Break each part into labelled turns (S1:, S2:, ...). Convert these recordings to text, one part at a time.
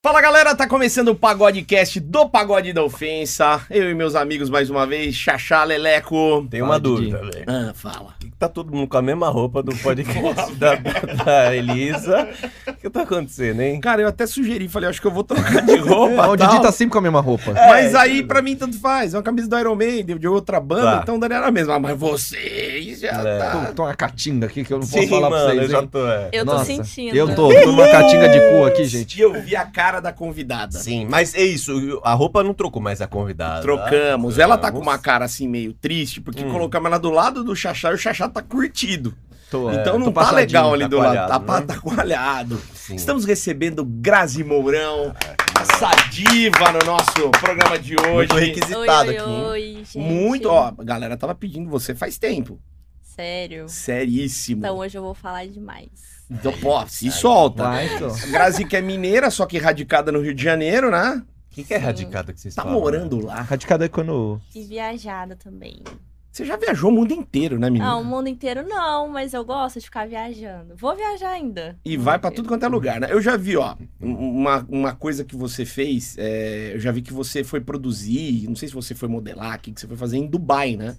S1: Fala galera, tá começando o Pagodecast do Pagode da Ofensa. Eu e meus amigos mais uma vez, Xaxá, Leleco.
S2: Tem uma
S3: Fala,
S2: dúvida, velho.
S1: Ah, fala.
S2: Por que que tá todo mundo com a mesma roupa do podcast da, da Elisa? O que tá acontecendo, hein?
S1: Cara, eu até sugeri, falei, acho que eu vou trocar de roupa.
S3: o Didi
S1: tal.
S3: tá sempre com a mesma roupa.
S1: Mas aí, pra mim, tanto faz. É uma camisa do Iron Maiden, de outra banda,
S2: Tá.
S1: então daria a mesma. Ah, Mas vocês já
S2: É.
S1: tá.
S3: Tô, tô uma catinga aqui que eu não
S2: Sim,
S3: posso falar
S2: mano,
S3: pra vocês.
S2: eu já
S3: hein?
S2: tô. É.
S4: Eu tô
S3: Nossa,
S4: sentindo.
S3: Eu tô, tô numa catinga de cu aqui, gente.
S1: E eu vi a cara da convidada.
S2: Sim, mas é isso. A roupa não trocou mais a convidada.
S1: Trocamos. Ela tá com uma
S2: Trocamos.
S1: cara assim meio triste, porque
S2: Hum.
S1: colocamos ela do lado do Xaxá e o Xaxá tá curtido.
S3: Tô, é,
S1: então
S3: tô
S1: não tá legal ali
S2: tá
S1: do lado. Tá,
S2: coalhado,
S1: pa-
S2: né?
S1: tá coalhado.
S2: Sim.
S1: Estamos recebendo Grazi Mourão, essa diva no nosso programa de
S2: Muito
S1: hoje.
S4: Oi,
S2: requisitada
S4: oi,
S2: aqui. hein?
S4: oi, gente.
S1: Muito, ó, a galera tava pedindo você faz tempo.
S4: Sério.
S1: Seríssimo.
S4: Então hoje eu vou falar demais.
S1: Então, pô, se solta.
S3: Vai, tô.
S1: Grazi que é mineira, só que radicada no Rio de Janeiro, né?
S2: O que, que é radicado que vocês
S1: Tá
S2: falam?
S1: morando lá.
S3: Radicado é quando.
S4: E viajada também.
S1: Você já viajou o mundo inteiro, né, menina?
S4: Ah, o mundo inteiro não, mas eu gosto de ficar viajando. Vou viajar ainda.
S1: E vai pra tudo quanto é lugar, né? Eu já vi, ó, um- uma, uma coisa que você fez, é, eu já vi que você foi produzir, não sei se você foi modelar, o que, que você foi fazer em Dubai, né?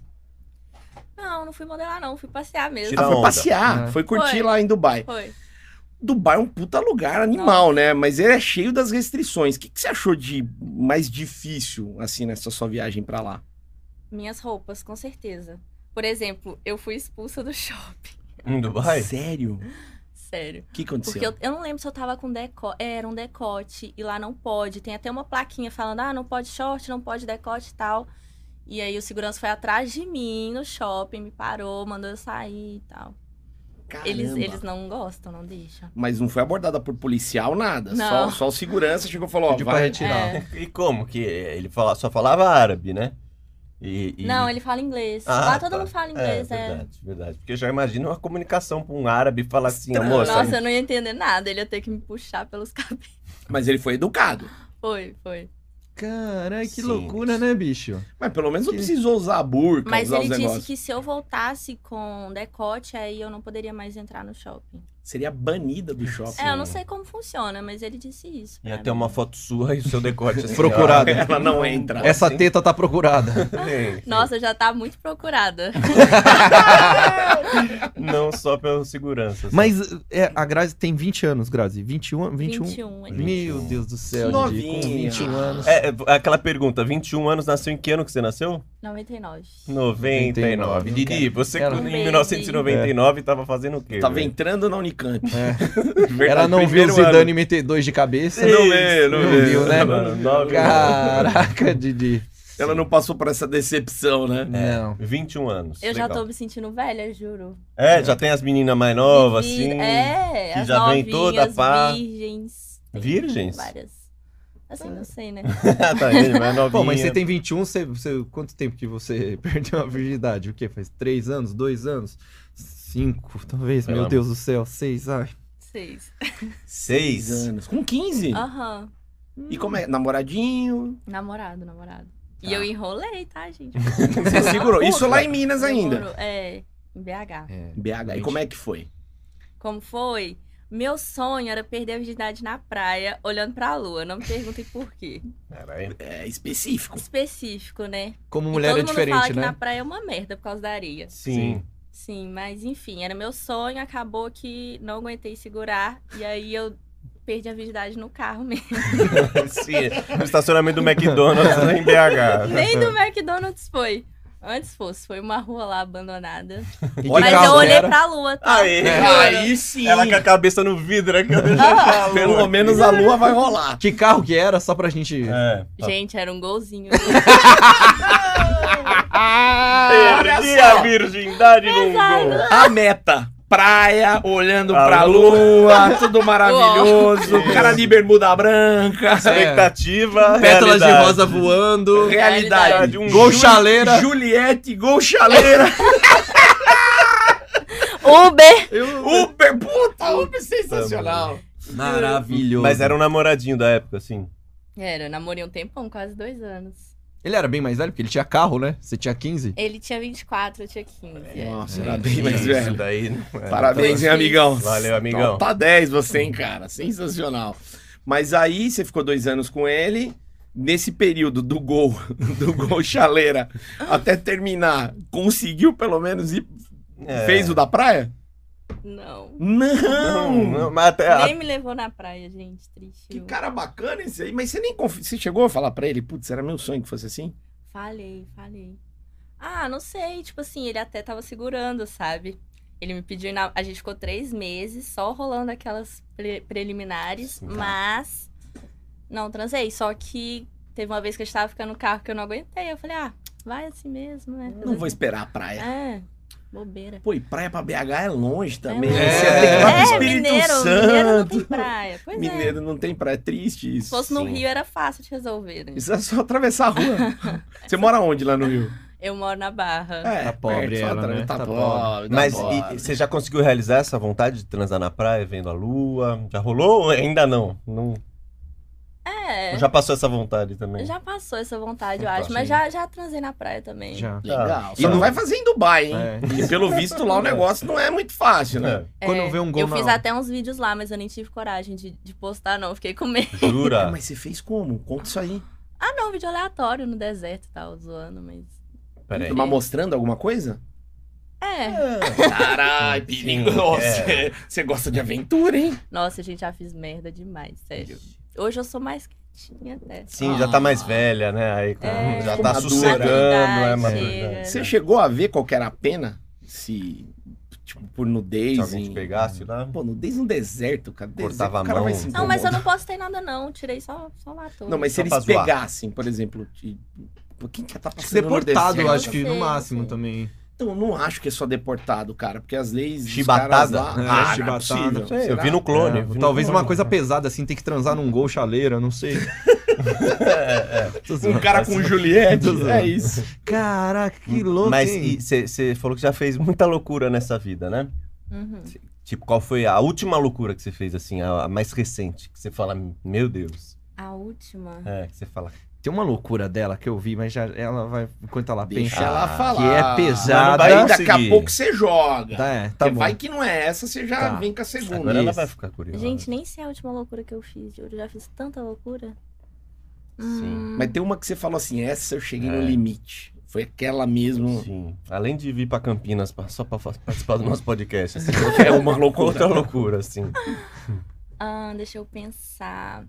S4: Não, não fui modelar, não. Fui passear mesmo.
S2: Tirar
S1: Ah, foi
S2: onda.
S1: passear,
S3: É.
S1: foi curtir
S4: Foi.
S1: lá em Dubai.
S4: Foi.
S1: Dubai é um puta lugar animal, né? Mas ele é cheio das restrições. O que, que você achou de mais difícil, assim, nessa sua viagem pra lá?
S4: Minhas roupas, com certeza. Por exemplo, eu fui expulsa do shopping.
S2: Em Dubai?
S1: Sério?
S4: Sério.
S1: O que
S4: Porque
S1: aconteceu?
S4: eu, eu não lembro se eu tava com decote. Era um decote e lá não pode. Tem até uma plaquinha falando, ah, não pode short, não pode decote e tal. E aí o segurança foi atrás de mim no shopping, me parou, mandou eu sair e tal.
S1: Caramba.
S4: Eles, eles não gostam, não deixam.
S1: Mas não foi abordada por policial, nada. Só,
S4: Não.
S1: só o segurança chegou e falou, ó,
S3: Pediu pra
S1: vai...
S3: retirar.
S4: É.
S2: E como? Que ele fala, só falava árabe, né? E, e-
S4: Não, ele fala inglês.
S2: Ah,
S4: lá todo
S2: tá.
S4: mundo fala inglês, é.
S2: Verdade, verdade. Porque eu já imagino uma comunicação pra um árabe falar assim,
S1: Estranho.
S2: moça.
S4: Nossa, eu não ia entender nada. Ele ia ter que me puxar pelos cabelos.
S1: Mas ele foi educado.
S4: Foi, foi.
S3: Caralho, que
S2: Sim.
S3: loucura, né, bicho?
S1: Mas pelo menos não
S3: Que-
S1: precisou usar a burca,
S4: Mas
S1: usar
S4: ele
S1: os
S4: disse
S1: negócios.
S4: que se eu voltasse com decote, aí eu não poderia mais entrar no shopping.
S1: Seria banida do shopping.
S4: É, eu não
S2: Sim.
S4: sei como funciona, mas ele disse isso.
S2: Ia
S4: pra
S2: ter
S4: mim.
S2: uma foto sua e o seu decote. Assim,
S3: É,
S2: ó.
S3: Procurado.
S1: Ela não entra.
S2: Pode
S3: Essa
S2: sim.
S3: teta tá procurada.
S2: Sim, sim.
S4: Nossa, já tá muito procurada.
S2: Não só pelo segurança. assim.
S3: Mas é, a Grazi tem 20 anos, Grazi. 21 anos? 21.
S4: 21. hein?
S3: Meu
S2: 21.
S3: Deus do céu, Didi.
S1: Novinha.
S3: Com 21 anos.
S2: É, é, aquela pergunta, 21 anos, nasceu em que ano que você nasceu?
S4: 99.
S2: 99.
S3: 99.
S2: Didi, você
S3: Era-
S2: quando em 1999 tava fazendo o quê?
S1: Tava
S2: velho?
S1: entrando na Unicamp.
S3: É.
S1: Verdade,
S3: Ela não viu o
S1: primeiro ano.
S3: Zidane meter dois de cabeça.
S2: Sim.
S1: Não vê, não,
S3: Não
S1: vê.
S3: viu, né?
S1: Ela não-
S2: Nove
S3: Caraca, Didi.
S1: Ela não passou por essa decepção, né?
S3: Não.
S2: 21 anos.
S4: Eu já
S2: legal.
S4: tô me sentindo velha, juro.
S2: É, já tem as meninas mais novas,
S4: Vivida-
S2: assim.
S4: É,
S2: que
S4: as
S2: já vem toda
S4: novinhas,
S2: pá.
S4: virgens. Tem
S2: Virgens?
S4: Várias. Assim, não sei, né?
S2: tá vendo? Mais novinha.
S3: Pô, mas você tem 21, você, você, quanto tempo que você perdeu a virgindade? O quê? Faz 3 anos? 2 anos? 5, talvez?
S2: Sei
S3: Meu
S2: lá.
S3: Deus do céu, 6, ai.
S4: Seis.
S1: Seis
S2: Seis?
S1: anos. Com 15?
S4: Aham.
S1: E como é? Namoradinho?
S4: Namorado, namorado.
S1: Tá.
S4: E eu enrolei, tá, gente?
S1: Você segurou. Isso lá em Minas ainda.
S4: Demorou. É, em BH.
S3: É.
S1: BH. E como é que foi?
S4: Como foi? Meu sonho era perder a virgindade na praia, olhando pra lua. Não me perguntem por quê.
S2: Caralho.
S1: É específico.
S4: Específico, né?
S3: Como
S4: E
S3: mulher
S4: todo
S3: é
S4: mundo fala
S3: diferente,
S4: que
S3: né?
S4: na praia é uma merda por causa da areia.
S2: Sim.
S4: Sim, mas enfim, era meu sonho, acabou que não aguentei segurar e aí eu perdi a virgindade no carro mesmo.
S2: Sim. No estacionamento do McDonald's lá em BH.
S4: Nem do McDonald's foi. Antes fosse, foi uma rua lá abandonada.
S3: E que
S1: Olha,
S4: mas
S3: carro
S4: eu olhei
S3: era?
S4: pra lua, tá?
S2: Aí,
S1: É. Aí sim.
S2: Ela com a cabeça no vidro aqui. eu deixei
S4: Ah,
S2: falar.
S1: Pelo menos a lua vai rolar.
S3: Que carro que era, só pra gente...
S2: É.
S4: Gente, era um golzinho.
S2: É. Perdi a virgindade num gol.
S4: É.
S1: A meta. Praia, olhando
S2: A
S1: pra lua, tudo maravilhoso.
S2: Uau.
S1: Cara de bermuda branca.
S2: Expectativa.
S3: Pétalas de
S2: realidade.
S3: rosa voando,
S1: Realidade.
S4: Realidade.
S2: Um
S3: gol
S2: Ju-
S3: chaleira.
S1: Juliette, gol chaleira.
S4: Uber!
S1: Uber, puta, Uber sensacional.
S3: Maravilhoso.
S2: Mas era um namoradinho da época, assim.
S4: Era, eu namorei um tempão, quase dois anos.
S3: Ele era bem mais velho, porque ele tinha carro, né? Você tinha 15.
S4: Ele tinha 24, eu tinha 15. é.
S1: Nossa,
S3: É,
S1: era bem mais
S2: Isso
S1: velho.
S2: daí não era então,
S1: Parabéns, hein, amigão. Então,
S2: tão- Valeu, amigão.
S1: Tá 10 você, hein, cara. Sensacional. Mas aí você ficou dois anos com ele. Nesse período do gol, do gol chaleira, até terminar, conseguiu pelo menos ir.
S2: É.
S1: Fez o da praia?
S4: Não.
S1: Não!
S2: Não, não, mas até. É, a-
S4: Nem me levou na praia, gente. Triste.
S1: Que
S4: eu.
S1: cara bacana esse aí. Mas você nem confi... Você chegou a falar pra ele, putz, era meu sonho que fosse assim?
S4: Falei, falei. Ah, não sei. Tipo assim, ele até tava segurando, sabe? Ele me pediu. ir na- A gente ficou três meses só rolando aquelas pre- preliminares,
S2: Sim, tá.
S4: mas não transei. Só que teve uma vez que a gente tava ficando no carro que eu não aguentei. Eu falei, ah, vai assim mesmo, né?
S1: Não vou esperar a praia.
S4: É, bobeira.
S1: Pô, e praia pra BH é longe também.
S4: É,
S1: Você ia ter que ir lá pro
S4: é,
S1: Espírito
S4: mineiro,
S1: Santo.
S4: mineiro não tem praia. Pois é.
S1: Mineiro não tem praia. É triste isso.
S4: Se fosse no
S2: Sim.
S4: Rio era fácil de resolver. né?
S1: Isso é só atravessar a rua. Você mora onde lá no Rio?
S4: Eu moro na Barra.
S1: É,
S3: Tá pobre
S1: perto, só
S3: ela,
S1: atra-
S3: né?
S1: Tá
S3: Tá
S1: pobre. tá
S2: Mas
S1: pobre.
S2: e- e você já conseguiu realizar essa vontade de transar na praia, vendo a lua? Já rolou? ou Ainda não. não
S4: É.
S2: Já passou essa vontade também.
S4: Já passou essa vontade, eu
S2: Então,
S4: acho. Mas
S2: sim.
S4: já, já transei na praia também.
S3: Já.
S1: Legal.
S2: E
S1: Só não
S2: não-
S1: vai fazer em Dubai, hein?
S3: É.
S1: E pelo visto lá o negócio não é muito fácil, né?
S2: É,
S3: Quando eu ver um gol
S4: Eu
S3: na
S4: fiz
S3: hora.
S4: até uns vídeos lá, mas eu nem tive coragem de, de postar, não. Fiquei com medo.
S1: Ah,
S2: Jura?
S1: Mas você fez como? Conta isso aí.
S4: Ah, não, vídeo aleatório no deserto e tal, zoando, mas.
S2: Peraí.
S1: Mas Tá mostrando alguma coisa?
S4: É.
S2: É.
S1: Caralho,
S2: perigoso.
S1: Você, gosta de aventura, hein?
S4: Nossa, gente, já fiz merda demais, sério. Hoje eu sou mais quietinha até.
S2: Sim, já tá mais velha, né? Aí
S4: É.
S2: já tá
S1: Madura.
S2: sossegando, é
S4: Maturidade,
S2: madura.
S4: chega.
S1: Você chegou a ver qual que era a pena? Se, tipo, por nudez.
S2: Se alguém
S1: em-
S2: te pegasse né? lá.
S1: Pô, nudez no deserto, cara. Deserto,
S2: Cortava
S1: o cara
S2: a
S1: vai
S2: mão.
S1: se
S4: Não, mas eu
S1: incomodar.
S4: não postei nada, não. Tirei só, só matou.
S1: Não, mas se
S2: Só pra
S1: eles
S2: zoar.
S1: pegassem, por exemplo, de... Pô, quem que tá passando no
S3: Deportado,
S1: deserto?
S3: eu acho que
S4: Não
S3: no
S4: sei,
S3: máximo
S4: não sei.
S3: também.
S1: Então, não acho que é só deportado, cara, porque as leis. dos caras
S2: Chibatada?
S1: lá-
S3: É,
S1: Ah, não é
S3: chibatada.
S1: possível.
S2: Sei, eu
S1: Será?
S2: vi no clone.
S3: É,
S2: eu vi no
S3: talvez
S2: clone.
S3: uma coisa pesada, assim, tem que transar num gol chaleira, não sei.
S2: É,
S1: Um cara com Juliette, é isso.
S3: Caraca, que louco,
S2: Mas
S3: hein?
S2: você falou que já fez muita loucura nessa vida, né?
S4: Uhum.
S2: Tipo, qual foi a última loucura que você fez, assim, a, a mais recente? Que você fala, meu Deus.
S4: A última.
S2: É, que você fala.
S3: Tem uma loucura dela que eu vi, mas já ela vai, tá enquanto ela
S1: Deixa
S3: pensa,
S1: ela
S2: Tá que
S1: falar.
S3: é pesada.
S1: Mas
S2: Vai
S1: daqui a
S2: conseguir.
S1: pouco você joga.
S3: tá, é, tá
S1: Porque
S3: bom.
S1: vai que não é essa, você já
S3: Tá.
S1: vem com a segunda.
S2: Agora ela
S1: Isso.
S2: vai ficar curiosa.
S4: Gente, nem sei a última loucura que eu fiz. Eu já fiz tanta loucura.
S2: Sim.
S4: Hum,
S1: Mas tem uma que você falou assim: essa eu cheguei no
S2: É.
S1: limite. Foi aquela mesmo.
S2: Sim. Além de vir pra Campinas pra- só pra fa- participar do nosso podcast, assim,
S1: É uma
S2: outra
S1: loucura.
S2: loucura, assim.
S4: ah, deixa eu pensar.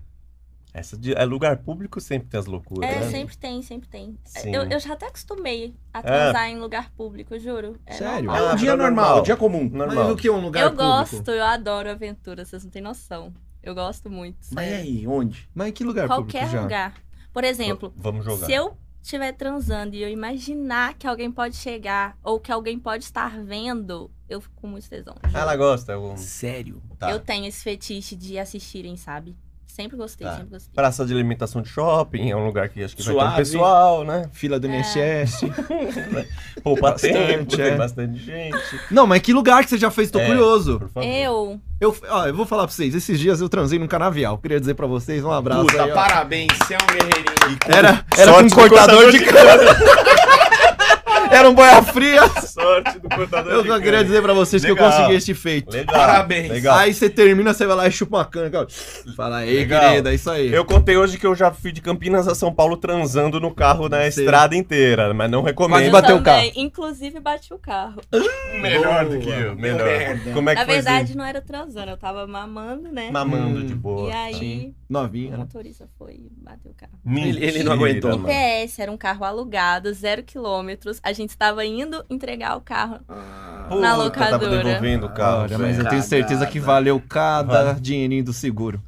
S2: Essa de, é lugar público sempre tem as loucuras,
S4: É,
S2: né?
S4: sempre tem, sempre tem. É,
S2: Sim.
S4: Eu, eu já até acostumei a transar em lugar público, juro. É
S3: Sério?
S1: É um
S2: Ah,
S1: dia
S2: tá normal.
S1: normal, um dia comum.
S2: Normal.
S3: Mas o que é um lugar
S4: eu
S3: público?
S4: gosto, eu adoro aventura, vocês não têm noção. Eu gosto muito.
S1: Mas e
S4: sério.
S1: aí, onde?
S3: Mas em que lugar
S4: Qualquer
S3: público já?
S4: lugar. Por exemplo,
S2: V- Vamos jogar.
S4: se eu estiver transando e eu imaginar que alguém pode chegar ou que alguém pode estar vendo, eu fico com muito tesão. juro.
S2: Ela gosta. Eu...
S1: Sério?
S2: Ah, Tá.
S4: Eu tenho esse fetiche de assistirem, sabe? Sempre gostei,
S2: Tá.
S4: sempre gostei.
S2: Praça de alimentação de shopping é um lugar que acho que vai
S1: Suave.
S2: ter um pessoal, né?
S3: Fila do
S4: É.
S3: INSS.
S2: Poupa
S3: Bastante,
S2: tempo, tem
S3: é.
S2: bastante gente.
S3: Não, mas que lugar que você já fez? Tô
S2: É.
S3: curioso.
S2: Por favor.
S4: Eu,
S3: Eu, ó, eu vou falar pra vocês, esses dias eu transei num canavial. Queria dizer pra vocês, um abraço.
S1: Puta,
S3: aí, ó.
S1: parabéns, você é um guerreirinho.
S3: Era, era com
S2: Sorte
S3: um
S2: do
S3: cortador de cana. era um boia fria.
S2: Sorte do cortador
S3: Eu só queria dizer pra vocês que eu
S2: Legal.
S3: consegui este feito.
S2: Legal.
S1: Parabéns.
S2: Legal.
S3: Aí você termina, você vai lá e chupa uma cana. cara. Fala aí,
S2: Legal.
S3: querida, é isso aí.
S2: Eu contei hoje que eu já fui de Campinas a São Paulo transando no carro na
S3: Sim.
S2: estrada inteira, mas não recomendo.
S3: Quase
S4: eu
S3: bateu o
S4: também. Inclusive, bati o carro.
S2: Melhor
S1: Boa,
S2: do que
S1: meu
S2: eu, melhor.
S1: merda.
S2: Como é que
S4: Na
S2: foi
S4: verdade, não era transando, eu tava mamando, né?
S2: assim? Mamando de
S3: Hum.
S2: boa.
S4: E aí,
S3: Sim.
S4: o
S3: Novinha, né?
S4: motorista foi e bateu o carro.
S1: Ele- ele não aguentou.
S2: mano.
S4: IPS, era um carro alugado, zero quilômetros. A gente estava indo entregar o carro.
S1: Ah,
S2: Puta, Tava
S4: locadora.
S2: devolvendo o carro.
S3: Olha, mas
S2: velho.
S3: eu tenho certeza que valeu cada
S2: Vale.
S3: dinheirinho do seguro.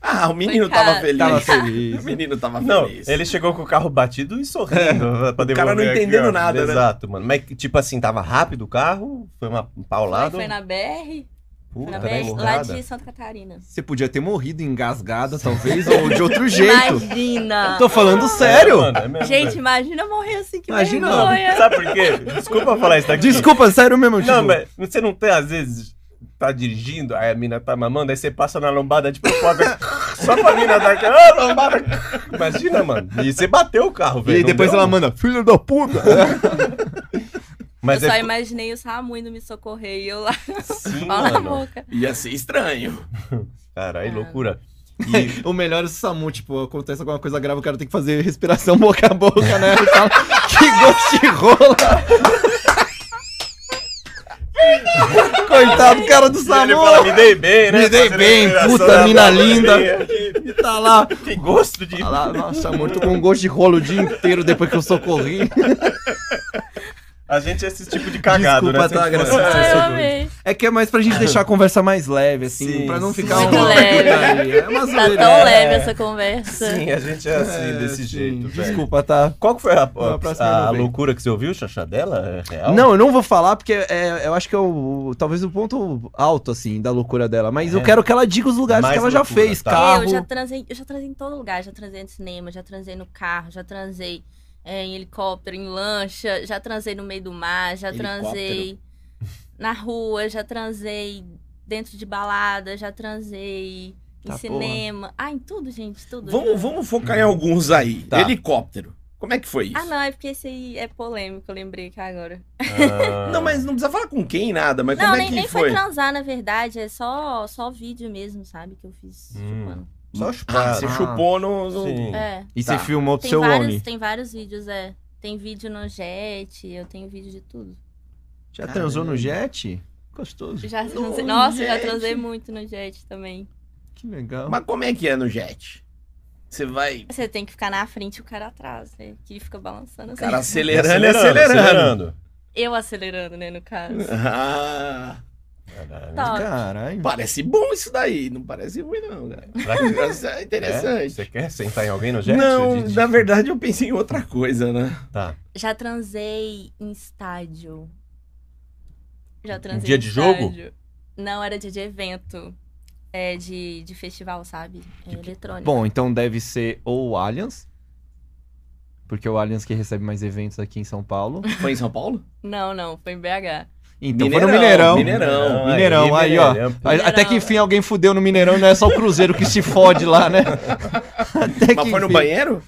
S1: Ah, o menino
S4: Foi caro.
S1: tava feliz.
S2: é.
S3: Tava
S1: O
S3: feliz.
S1: menino tava
S2: Não,
S1: feliz.
S2: ele chegou com o carro batido e sorrindo pra devolver.
S1: cara não
S2: aqui,
S1: entendendo
S2: ó.
S1: nada, né?
S2: Exato, mano. Mas, tipo assim, tava rápido o carro, foi uma
S4: Foi,
S2: paulada. um
S4: foi na BR, foi na
S2: Puta, tá né,
S4: BR lá
S2: porrada.
S4: de Santa Catarina.
S3: Você podia ter morrido engasgada, talvez, ou de outro jeito.
S4: Imagina!
S3: Tô falando
S2: É,
S3: sério.
S2: mano, é mesmo,
S4: Gente,
S2: velho.
S4: imagina morrer assim, que
S3: Imagina.
S4: vergonha!
S2: Sabe por quê? Desculpa falar isso aqui.
S3: Desculpa, sério mesmo,
S2: é Não,
S3: tipo,
S2: mas você não tem, às vezes, tá dirigindo, aí a mina tá mamando, aí você passa na lombada de propósito, só pra mina dar aquela "Ah, lombada. Imagina, mano. E você bateu o carro,
S3: E
S2: velho.
S3: aí
S2: não
S3: depois
S2: deu?
S3: ela manda, filho da puta.
S2: Mas
S4: eu só
S2: é
S4: imaginei o Samu indo me socorrer e eu lá,
S2: sim,
S4: pau na
S2: mano.
S4: boca.
S1: Ia ser estranho.
S2: Cara, aí
S4: Ah.
S2: loucura. E
S3: O melhor é o Samu, tipo, acontece alguma coisa grave, o cara tem que fazer respiração boca a boca, né? E fala, que gosto de rola! Coitado, cara do
S2: e ele
S3: Samu!
S2: fala, me dei bem, né?
S3: Me dei
S2: Fazendo
S3: bem,
S2: admiração
S3: puta
S2: da-
S3: mina
S2: da
S3: linda.
S2: bandeirinha.
S3: E tá lá.
S2: Que gosto de...
S3: Fala, Nossa, amor, tô com um gosto de rolo o dia inteiro depois que eu socorri.
S2: A gente é esse tipo de cagado, né?
S3: Desculpa,
S2: Sempre
S3: tá,
S2: foi.
S3: graças a Deus.
S4: Ai, Ah, eu
S3: Sensacional.
S4: amei.
S3: É que é mais pra gente deixar a conversa mais leve, assim,
S2: Sim,
S3: pra não
S2: sim.
S3: ficar
S4: Muito
S3: uma
S4: leve.
S3: aí. É uma
S4: Tá
S3: zoeira.
S4: tão
S2: É.
S4: leve essa conversa.
S2: Sim, a gente é assim,
S3: É,
S2: desse
S3: sim,
S2: jeito, velho.
S3: Desculpa, tá?
S2: Qual que foi a,
S3: Não, a próxima
S2: a
S3: eu não vi.
S2: loucura que você ouviu, Xaxá, dela? É real?
S3: Não, eu não vou falar porque é- eu acho que é o, o- talvez o ponto alto, assim, da loucura dela. Mas eu
S2: É.
S3: quero que ela diga os lugares
S2: Mais
S3: que ela já
S2: loucura,
S3: fez.
S2: tá.
S3: Carro.
S4: Eu já transei, eu já transei em todo lugar, já transei no cinema, já transei no carro, já transei é, em helicóptero, em lancha, já transei no meio do mar, já
S1: Helicóptero.
S4: transei na rua, já transei dentro de balada, já transei em
S3: Tá,
S4: cinema. Ah, em tudo, gente, tudo.
S1: Vamos, vamos focar em alguns aí.
S3: Tá.
S1: Helicóptero. Como é que foi isso?
S4: Ah, não, é porque esse aí é polêmico, eu lembrei aqui agora.
S2: Ah.
S1: Não, mas não precisa falar com quem, nada, mas
S4: não,
S1: como é
S4: nem,
S1: que
S4: nem
S1: foi?
S4: foi transar, na verdade, é só, só vídeo mesmo, sabe? Que eu fiz.
S2: Hum.
S4: chupando.
S2: Só os
S1: Ah, você
S3: Ah.
S1: chupou no. no-
S2: Sim.
S4: É.
S3: E
S1: Tá.
S3: se filmou pro
S4: Tem
S3: seu
S4: vários,
S3: Oni.
S4: tem vários vídeos, é. Tem vídeo no Jet, eu tenho vídeo de tudo.
S3: Já transou no jet? Gostoso.
S4: Já
S1: No
S4: transei- Nossa, eu já
S1: Jet.
S4: transei muito no Jet também.
S3: Que legal.
S1: Mas como é que é no jet? Você vai.
S4: Você tem que ficar na frente e o cara atrás, né? Que ele fica balançando
S1: O
S4: assim.
S1: cara acelerando e
S2: acelerando.
S1: é acelerando.
S4: Eu acelerando, né, no
S1: É.
S4: caso.
S1: Ah,
S2: acelerando.
S4: Tá.
S3: Caralho.
S1: parece bom isso daí. Não parece ruim, não, cara.
S2: Será que-
S1: Isso é
S2: É?
S1: interessante.
S2: Você quer sentar em alguém no jet?
S1: não,
S2: De- de-
S1: na verdade eu pensei em outra coisa, né?
S2: Tá.
S4: Já transei em estádio. Já transei
S2: dia
S4: em
S2: de jogo?
S4: estádio. Não, era dia de evento. É, de, de festival, sabe? É, eletrônico.
S3: Bom, então deve ser ou o Allianz. Porque é o Allianz que recebe mais eventos aqui em São Paulo.
S1: Foi em São Paulo?
S4: Não, não, foi em BH.
S3: Então foi no Mineirão.
S1: Mineirão.
S3: Mineirão, aí, ó.
S2: Mineirão.
S3: A- Até que enfim alguém fudeu no Mineirão, não é só o Cruzeiro que se fode lá, né? Até
S1: Mas
S3: que
S1: foi no
S3: enfim.
S1: banheiro?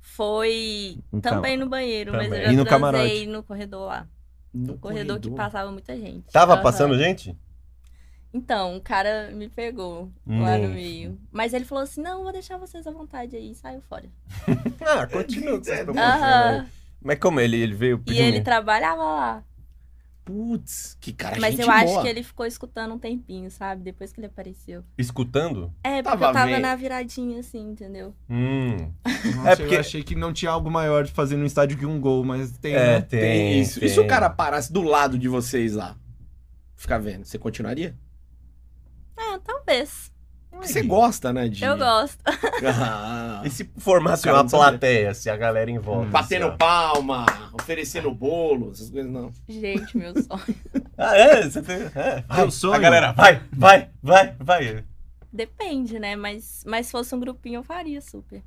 S4: Foi
S3: No
S4: também no banheiro, mas
S2: Também.
S4: eu já
S3: E no
S4: transei
S3: camarote?
S4: no corredor lá.
S1: No
S4: No corredor, que passava muita gente.
S2: Tava
S4: Aham.
S2: passando gente?
S4: Então, o cara me pegou lá
S2: Nossa.
S4: no meio. Mas ele falou assim: não, vou deixar vocês à vontade aí. E saiu fora.
S2: Ah, continua. o que vocês estão fazendo aí.
S4: Aham.
S2: Mas como ele, ele veio
S4: E
S2: pedindo?
S4: ele tá- trabalhava lá.
S1: Putz, que cara
S4: Mas
S1: gente
S4: eu acho
S1: boa.
S4: que ele ficou escutando um tempinho, sabe? Depois que ele apareceu.
S2: Escutando?
S4: É, porque
S1: Tava
S4: eu tava
S1: vendo.
S4: na viradinha assim, entendeu?
S2: Hum.
S3: Nossa,
S2: É porque-
S3: eu achei que não tinha algo maior de fazer no estádio que um gol, mas tem.
S2: É,
S3: né?
S2: tem,
S1: Tem isso. E se
S2: tem.
S1: o cara parasse do lado de vocês lá? Ficar vendo, você continuaria?
S4: Ah, talvez.
S1: Porque você gosta, né? De...
S4: Eu gosto.
S1: Ah,
S2: E se formasse
S1: O cara
S2: é uma
S1: não sabia.
S2: plateia, se a galera em volta? assim,
S1: batendo
S2: ó.
S1: palma, oferecendo bolo, essas coisas não.
S4: Gente, meu sonho.
S2: Ah, é? Você tem... é. Vai,
S3: Teu sonho.
S2: A galera, vai, vai, vai, vai.
S4: Depende, né? Mas, mas se fosse um grupinho, eu faria super.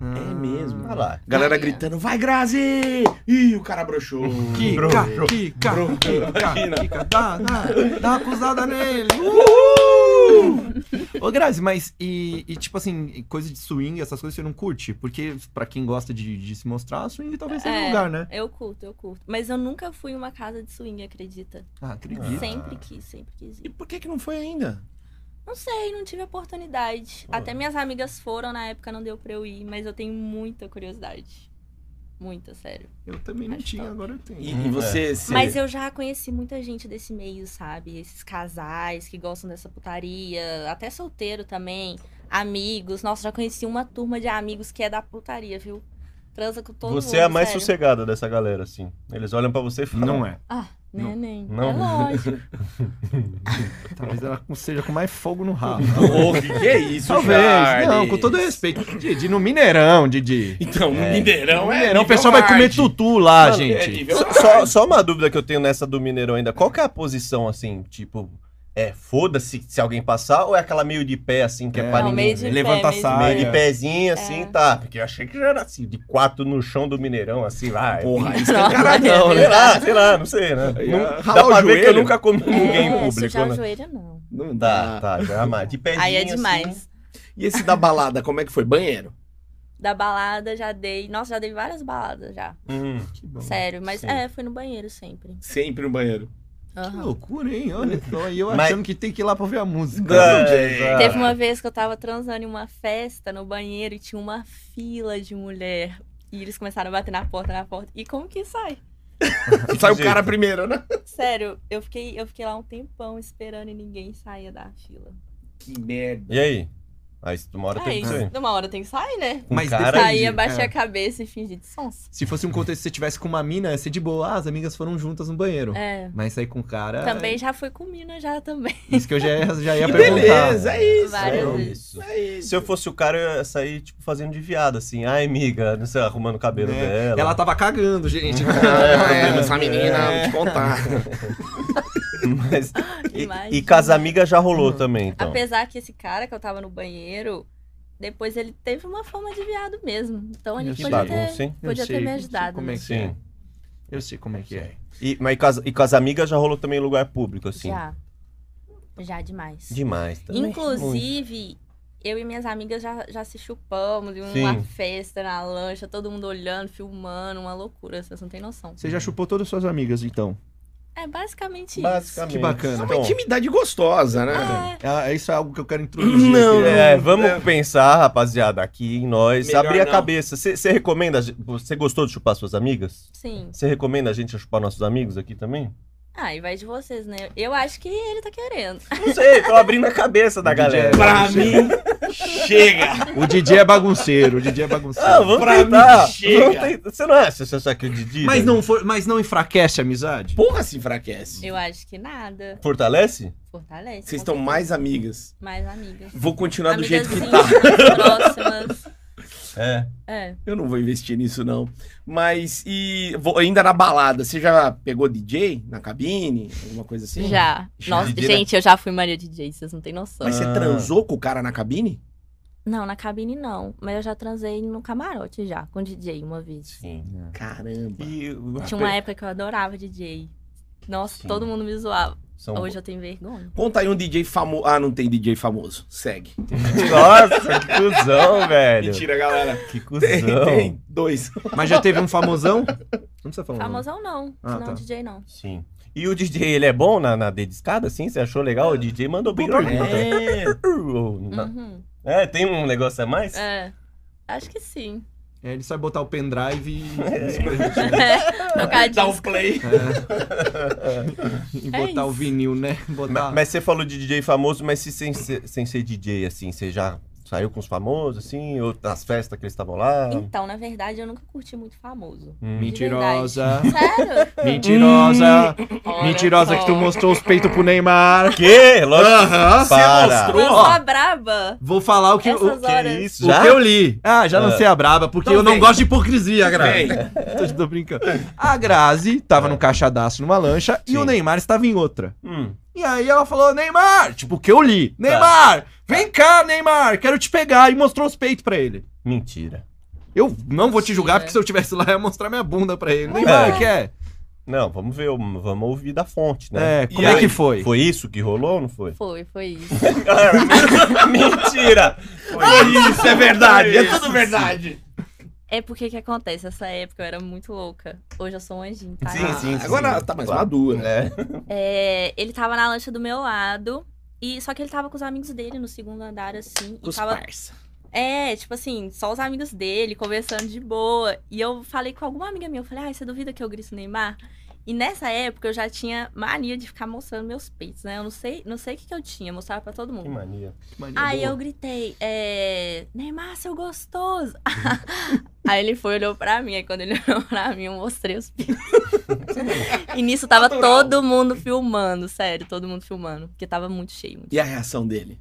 S3: Ah.
S1: É mesmo.
S2: Olha lá.
S1: Galera
S4: Olha.
S1: gritando, vai Grazi! Ih, o cara broxou.
S3: Kika,
S2: Bro, bro,
S3: Kika,
S1: bro,
S3: Kika,
S1: imagina.
S3: Kika, dá, dá, dá uma acusada nele. Ô, Grazi, mas e, e, tipo assim, coisa de swing, essas coisas você não curte? Porque pra quem gosta de, de se mostrar, swing talvez seja
S4: É.
S3: um lugar, né?
S4: Eu curto, eu curto. Mas eu nunca fui em uma casa de swing, acredita?
S3: Ah,
S2: Ah.
S3: acredito.
S4: Sempre quis, sempre quis ir.
S1: E por que que não foi ainda?
S4: Não sei, não tive oportunidade.
S2: Pô.
S4: Até minhas amigas foram, na época não deu pra eu ir, mas eu tenho muita curiosidade. Muita, sério.
S3: Eu também não
S4: Acho
S3: tinha,
S4: top.
S3: agora eu tenho.
S1: E,
S2: Hum,
S1: e você... você-
S4: Mas eu já conheci muita gente desse meio, sabe? Esses casais que gostam dessa putaria, até solteiro também, amigos. Nossa, já conheci uma turma de amigos que é da putaria, viu? Transa com todo mundo.
S2: Você é a mais
S4: sério.
S2: sossegada dessa galera, assim. Eles olham pra você e falam.
S3: Não é.
S4: Ah,
S3: Não.
S4: neném.
S2: Não.
S4: É lógico.
S3: Talvez ela seja com mais fogo no rabo.
S1: Ô, que que é isso,
S3: Ah. Talvez.
S1: Charles?
S3: Não, com todo respeito. Didi, no Mineirão, Didi.
S1: Então, no
S2: É.
S1: Mineirão é.
S3: Mineirão, o
S1: nível
S3: pessoal vai comer
S1: hard.
S3: tutu lá,
S1: Mano, é
S3: gente.
S1: nível
S2: Só-
S1: hard.
S2: Só, só uma dúvida que eu tenho nessa do Mineirão ainda. Qual que é a posição, assim, tipo, é foda-se se alguém passar ou é aquela meio de pé, assim, que é,
S3: É.
S2: pra
S3: Não,
S2: ninguém? Meio
S4: meio de
S2: de,
S4: pé,
S3: Levanta
S4: meio de
S3: saia.
S4: pé.
S2: pezinho,
S4: É.
S2: assim, tá. Ah, é. Porque eu achei que já era assim, de quatro no chão do Mineirão, assim, lá. é-
S1: Porra, isso
S4: Não,
S1: é caradão,
S2: Sei
S1: né?
S2: lá, sei lá, não sei, né?
S1: Aí,
S2: Não-
S1: ó,
S2: dá
S1: ralar
S2: pra
S1: o
S2: ver que eu
S1: joelho.
S2: nunca comi ninguém em
S4: é,
S2: público,
S4: sujar o
S2: né?
S4: joelho, não.
S1: Não
S2: Tá,
S1: dá.
S2: tá, já mais. De pezinho,
S4: Aí é
S2: assim.
S4: demais.
S1: Ah, E esse da balada, como é que foi? Banheiro?
S4: Da balada já dei. Nossa, já dei várias baladas já.
S2: Hum.
S3: Que bom.
S4: Sério, mas
S2: sim.
S4: é, fui no banheiro sempre.
S1: Sempre no banheiro.
S3: Que
S4: Aham.
S3: loucura, hein? Olha só. E Então, eu
S2: Mas-
S3: achando que tem que ir lá pra ver a música.
S2: Não,
S3: Ah.
S4: Teve
S2: Tipo
S4: uma vez que eu tava transando em uma festa no banheiro e tinha uma fila de mulher. E eles começaram a bater na porta, na porta. E como que sai?
S1: Sai o cara primeiro, né?
S4: Sério, eu fiquei, eu fiquei lá um tempão esperando e ninguém saía da fila.
S1: Que merda.
S2: E aí? Aí se tu mora
S4: Aí,
S2: tem que ser.
S4: numa hora tem que sair, né?
S2: Um
S3: Mas
S2: cara
S3: depende.
S4: Saía, baixei
S3: É.
S4: a cabeça e fingi de sons.
S3: Se fosse um contexto, se você tivesse com uma mina, ia ser de boa. Ah, as amigas foram juntas no banheiro.
S4: É.
S3: Mas sair com o cara.
S4: Também já fui com mina já também.
S3: Isso que eu já ia, já ia
S1: Que
S3: perguntar.
S1: beleza, é isso.
S4: Várias
S1: é
S4: vezes.
S1: isso, É isso.
S2: Se eu fosse o cara, eu ia sair, tipo, fazendo de viado, assim. Ai, amiga, não sei, arrumando o cabelo
S3: Né?
S2: dela.
S3: Ela tava cagando, gente.
S1: É,
S2: problema
S1: essa menina,
S3: é.
S1: vou te contar.
S2: Mas- e,
S4: Ah, Imagina.
S2: e casamiga já rolou também, então.
S4: né? Apesar que esse cara que eu tava no banheiro, depois ele teve uma forma de viado mesmo. Então ele
S3: Eu
S2: Que
S3: sei.
S4: podia ter,
S2: bagunça, hein?
S3: Eu
S4: podia
S3: sei,
S4: ter me
S3: eu sei
S4: ajudado.
S3: como é
S4: né?
S3: que
S2: Sim.
S3: Eu sei como é que é.
S2: E, mas cas, e casamiga já rolou também em lugar público, assim.
S4: Já. Já demais.
S2: Demais tá? também.
S4: Inclusive, eu e minhas amigas já, já se chupamos, em uma
S2: Sim.
S4: festa na lancha, todo mundo olhando, filmando, uma loucura, vocês não têm noção.
S3: Você já chupou todas as suas amigas, então.
S4: É basicamente isso.
S2: Basicamente.
S3: Que bacana.
S4: um
S1: É uma
S2: Então,
S1: intimidade gostosa, né?
S4: É,
S3: Ah, isso é algo que eu quero introduzir.
S1: Não,
S3: aqui.
S2: é, vamos pensar, rapaziada, aqui em nós.
S1: Melhor
S2: abrir a
S1: não.
S2: cabeça. Você recomenda. Você gostou de chupar suas amigas?
S4: sim.
S2: Você recomenda a gente a chupar nossos amigos aqui também?
S4: Ah, e vai de vocês, né? Eu acho que ele tá querendo.
S2: Não sei, tô abrindo a cabeça da galera.
S1: Pra mim, chega.
S3: O Didi é bagunceiro, o Didi é bagunceiro.
S2: Ah, vamos
S1: Pra mim,
S2: tentar.
S1: chega.
S2: Vamos tentar. Você não é, acha? Você acha que o Didi
S3: mas, não for- mas não enfraquece a amizade?
S1: Porra, se enfraquece.
S4: Eu acho que nada.
S2: fortalece?
S4: Fortalece.
S1: Vocês
S4: com
S1: estão
S4: certeza.
S1: mais amigas.
S4: Mais amigas.
S1: Vou continuar do jeito que
S4: Amigazinhas,
S1: tá.
S4: mais próximas.
S2: É.
S4: É.
S1: Eu não vou investir nisso, não. Mas, e vou- ainda na balada, você já pegou DJ na cabine? Alguma coisa assim?
S4: Já.
S1: Já.
S4: Nossa,
S2: DJ, né?
S4: gente, eu já fui Maria DJ, vocês não têm noção.
S1: Mas você
S2: Ah.
S1: transou com o cara na cabine?
S4: Não, na cabine não. Mas eu já transei no camarote já, com DJ uma vez.
S2: Sim.
S1: Caramba.
S2: E
S4: Tinha uma época que eu adorava DJ. Nossa,
S2: Sim.
S4: todo mundo me zoava.
S2: São...
S3: Então,
S4: Hoje eu tenho
S3: Hum.
S4: vergonha.
S1: Conta aí um DJ famoso. Ah, não tem DJ famoso. Segue.
S2: Nossa, que cuzão, velho.
S1: galera.
S2: Que
S1: tipo, Tem,
S2: cuzão.
S1: tem dois.
S3: Mas já teve um famosão? Não precisa falar. o nome.
S4: Famosão não.
S3: Ah,
S4: não,
S3: tá.
S4: DJ não.
S2: Sim. E o DJ, ele é bom na, na dediscada, assim? Você achou legal? O DJ mandou bem.
S1: É.
S2: Ou não?
S4: Uhum.
S2: É, tem um negócio a mais?
S4: É. Acho que sim.
S3: É, ele sabe botar o pendrive e,
S1: É
S4: É,
S3: então
S4: Tocar
S1: Dá um
S4: disco.
S1: play.
S3: e
S4: É
S3: botar o
S4: isso.
S3: vinil, né? Botar...
S2: Mas, mas você falou de DJ famoso, mas se sem, ser- sem ser DJ, assim, você já saiu com os famosos, assim? Ou nas festas que eles estavam lá?
S4: Então, na verdade, eu nunca curti muito famoso.
S2: Hum.
S3: Mentirosa,
S4: Sério?
S3: mentirosa,
S4: Olha
S3: mentirosa
S4: só.
S3: que tu mostrou os peitos pro Neymar.
S2: Que? Lógico.
S3: Aham,
S2: você mostrou.
S4: Eu sou
S3: Ó,
S4: a braba.
S3: Vou falar o que,
S4: Essas
S3: o,
S2: Que
S4: horas.
S2: isso?
S3: o
S2: Já?
S3: que eu li. Ah, já
S2: Ah.
S3: lancei a braba, porque
S1: Então
S3: eu não
S1: vem.
S3: gosto de hipocrisia, Grazi.
S1: Vem.
S3: Tô, tô brincando. A Grazi tava num cachadaço numa lancha e
S2: Sim.
S3: o Neymar estava em outra.
S2: Hum.
S3: E aí ela falou, Neymar, tipo, o que eu li. Neymar, vem cá, Neymar, quero te pegar. E mostrou os peitos pra ele.
S2: Mentira.
S3: Eu não vou te julgar,
S4: Mentira.
S3: porque se eu tivesse lá, eu ia mostrar minha bunda pra ele. Neymar,
S2: É.
S3: quer?
S2: Não, vamos ver, vamos ouvir da fonte, né?
S3: É, como
S1: E
S3: é
S1: aí?
S3: que foi?
S2: Foi isso que rolou ou não foi?
S4: Foi, foi isso.
S2: Mentira! Foi
S1: Isso é verdade. É tudo verdade.
S4: É porque que acontece? Essa época eu era muito louca. Hoje eu sou um anjinho, tá?
S2: Sim, sim, sim.
S1: Agora tá mais
S2: Claro.
S1: madura.
S2: É.
S4: É, ele tava na lancha do meu lado. E só que ele tava com os amigos dele no segundo andar, assim.
S1: Com
S4: E
S1: os
S4: tava
S1: parça.
S4: É, tipo assim, só os amigos dele, conversando de boa. E eu falei com alguma amiga minha, eu falei, ai, você duvida que eu grito Neymar? E nessa época eu já tinha mania de ficar mostrando meus peitos, né? Eu não sei, não sei o que, que eu tinha, eu mostrava pra todo
S2: Que
S4: mundo.
S2: mania.
S4: Aí eu gritei, é, Neymar, seu gostoso! aí ele foi, olhou pra mim, aí quando ele olhou pra mim, eu mostrei os peitos. e nisso tava
S1: Natural.
S4: todo mundo filmando, sério, todo mundo filmando. Porque tava muito cheio, muito
S1: E a reação dele?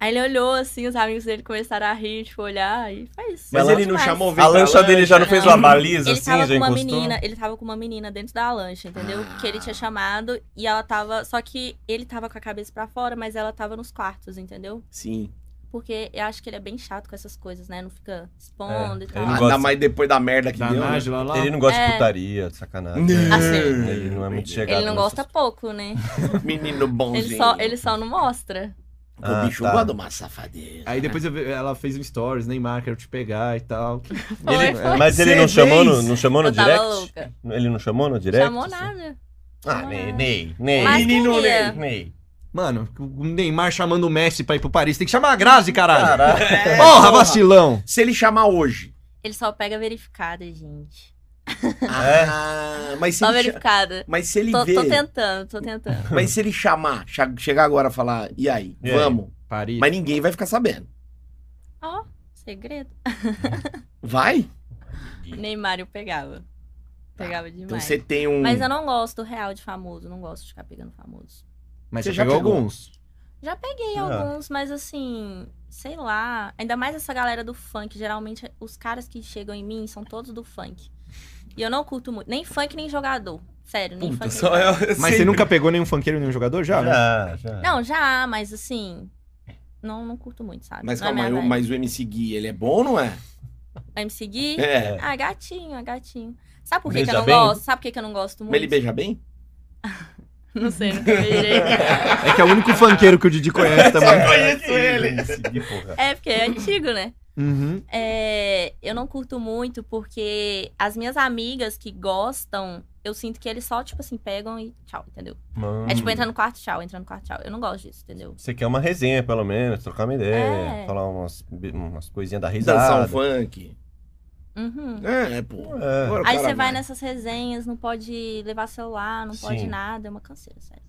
S4: Aí ele olhou assim, os amigos dele começaram a rir, tipo, olhar e foi isso.
S1: Mas
S2: Mas
S1: ele não
S4: Demais.
S1: chamou vem
S2: A
S1: pra
S2: lancha dele já não fez uma
S4: Não.
S2: baliza
S4: Ele
S2: assim,
S4: tava
S2: já
S4: com uma
S2: encostou?
S4: menina, ele tava com uma menina dentro da lancha, entendeu?
S1: Ah.
S4: Que ele tinha chamado e ela tava, só que ele tava com a cabeça pra fora, mas ela tava nos quartos, entendeu?
S1: Sim.
S4: Porque eu acho que ele é bem chato com essas coisas, né? Não fica expondo
S2: É,
S4: e
S2: ele
S4: tal.
S2: não
S1: Ainda
S2: gosta-
S1: mais depois da merda que
S3: Da
S1: deu. né?
S3: Nájila lá.
S2: Ele não gosta de
S4: É.
S2: putaria, de sacanagem.
S1: Não.
S4: Assim.
S2: Ele não é muito chegado.
S4: Ele não gosta pouco, né?
S1: Menino bonzinho.
S4: Ele só, ele só não mostra.
S1: O bicho
S2: Ah, tá.
S1: gosta de uma safadeza.
S3: Aí depois eu vi- ela fez um stories, Neymar, quero te pegar e tal.
S4: Foi,
S2: Ele-
S4: foi.
S2: Mas ele não
S3: Seis
S1: é
S2: chamou no,
S3: vezes.
S2: não chamou no
S4: eu tava
S2: direct?
S4: louca.
S2: Ele não chamou no direct?
S4: Chamou
S2: assim?
S4: nada.
S2: Ah, Ney, Ney, Ney.
S4: Mas é?
S2: Menino
S4: queria.
S2: Ney.
S3: Mano, o Neymar chamando o Messi pra ir pro Paris. Tem que chamar a Grazi, caralho.
S2: Caralho.
S1: É,
S3: Porra, vacilão.
S1: Se ele chamar hoje.
S4: Ele só pega verificada, gente.
S1: Ah, mas se
S4: Só
S1: ele, cha-
S4: verificada.
S1: mas se ele
S4: Tô,
S1: ver.
S4: tô tentando, tô tentando.
S1: Mas se ele chamar, cha- chegar agora e falar, e aí,
S2: E aí?
S1: vamos?
S3: Paris.
S1: Mas ninguém vai ficar sabendo.
S4: Ó, segredo.
S1: Vai?
S4: Neymar eu pegava. Pegava demais.
S1: Então você tem um.
S4: Mas eu não gosto real de famoso, não gosto de ficar pegando famoso.
S3: Mas
S1: Você
S3: você
S1: já
S3: pegou
S1: pegou?
S3: alguns.
S4: Já peguei
S1: É.
S2: Ah.
S4: alguns, mas assim, sei lá. Ainda mais essa galera do funk. Geralmente, os caras que chegam em mim são todos do funk. E eu não curto muito. Nem funk, nem jogador. Sério, nem
S1: Puta,
S4: funk.
S1: só
S4: nem...
S1: eu.
S3: Mas você
S1: sempre-
S3: nunca pegou nenhum funkeiro, nenhum jogador? Já, né?
S2: Já, já.
S4: Não, já, mas assim. Não, não curto muito, sabe?
S1: Mas
S4: não é
S1: calma,
S4: minha
S1: eu-
S4: vibe.
S1: mas o MC Gui, ele é bom, não é?
S4: Vai me seguir?
S1: É.
S4: Ah, gatinho, é gatinho. Sabe por que, que
S2: Beija
S4: eu não
S1: tá
S2: bem?
S4: gosto? Sabe por que, que eu não gosto
S1: Mas ele
S4: muito?
S1: beija bem?
S4: Não sei, nunca beijei.
S3: É que é o único funkeiro que o Didi conhece
S2: É,
S3: também.
S1: conheço
S2: Segui, porra.
S4: É, porque é antigo, né?
S3: Uhum.
S4: É, eu não curto muito porque as minhas amigas que gostam, eu sinto que eles só, tipo assim, pegam e tchau, entendeu?
S2: Mano,
S4: É tipo, entra no quarto, tchau, entra no quarto, tchau. Eu não gosto disso, entendeu?
S2: Você quer uma resenha, pelo menos, trocar uma ideia,
S4: É.
S2: falar umas, umas coisinhas da risada.
S1: Dançar um funk.
S4: Uhum.
S1: É, pô.
S2: É.
S1: Agora o
S4: Aí
S1: cara
S4: você vai nessas resenhas, não pode levar celular, não pode
S2: Sim.
S4: nada, é uma canseira, sério.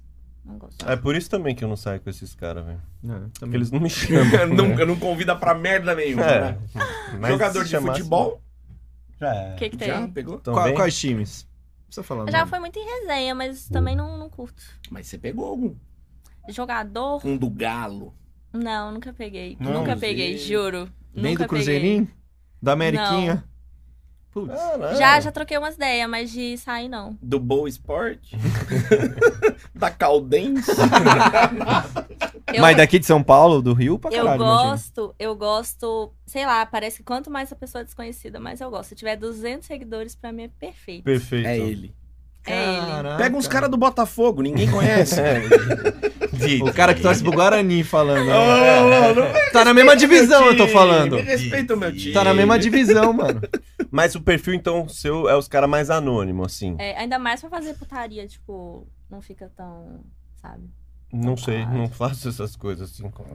S4: Não gosto.
S2: É por isso também que eu não saio com esses caras, velho.
S3: Não,
S2: Porque
S3: É, também.
S2: eles não me chamam. né?
S1: Nunca, não convida pra merda nenhuma.
S2: É.
S1: né?
S2: Mas
S1: Jogador
S2: se
S1: de
S2: chamasse-
S1: futebol,
S2: Já é.
S4: O que que tem?
S1: já pegou?
S3: Qua-
S2: Também.
S3: Quais times? Não precisa falar.
S4: Já
S3: nome.
S4: foi muito em resenha, mas também não, não curto.
S1: Mas você pegou algum.
S4: Jogador?
S1: Um do Galo.
S4: Não, nunca peguei.
S2: Não,
S4: nunca
S1: gente.
S4: peguei, juro.
S3: Nem
S4: nunca
S3: do Cruzeirinho? Da Ameriquinha? Putz.
S2: Caralho.
S4: peguei. Já, já troquei umas ideias, mas de sair não.
S1: Do Boa Esporte. da Caldense.
S4: Eu-
S3: Mas daqui de São Paulo, do Rio, pra
S4: Eu
S3: caralho, imagina.
S4: gosto, eu gosto, sei lá, parece que quanto mais a pessoa é desconhecida, mais eu gosto. Se tiver 200 seguidores, pra mim é perfeito.
S2: Perfeito.
S1: é ele.
S4: É ele.
S3: Caraca.
S1: Pega uns caras do Botafogo, ninguém conhece.
S2: Dito.
S3: O cara que torce pro Guarani falando.
S1: Ô, ô, ô, não pega
S3: Tá na mesma divisão,
S1: meu
S3: eu tô
S1: time,
S3: falando.
S1: Me respeita o meu time.
S3: Tá na mesma divisão, mano.
S2: Mas o perfil, então, seu é os caras mais anônimos, assim.
S4: É, ainda mais pra fazer putaria, tipo, não fica tão, sabe?
S2: Não sei, não faço essas coisas assim. com-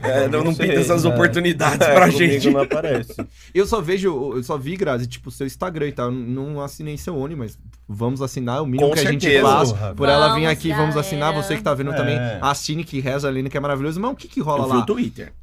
S1: É, não, não
S2: sei,
S1: pinta essas
S2: né?
S1: oportunidades
S2: É,
S1: Ah, pra
S2: comigo
S1: gente.
S2: Não aparece.
S3: Eu só vejo, eu só vi, Grazi, tipo, seu Instagram e tal. Eu Não assinei seu Oni, mas vamos assinar, é o mínimo
S1: Com
S3: que a gente
S1: certeza.
S3: faz.
S2: Porra,
S3: Por ela vir
S4: Vamos,
S3: aqui, vamos assinar.
S4: galera.
S3: Você que tá vendo
S2: É.
S3: também, assine que reza ali, que é maravilhoso. Mas o que que rola
S1: Eu vi o
S3: lá?
S1: Twitter.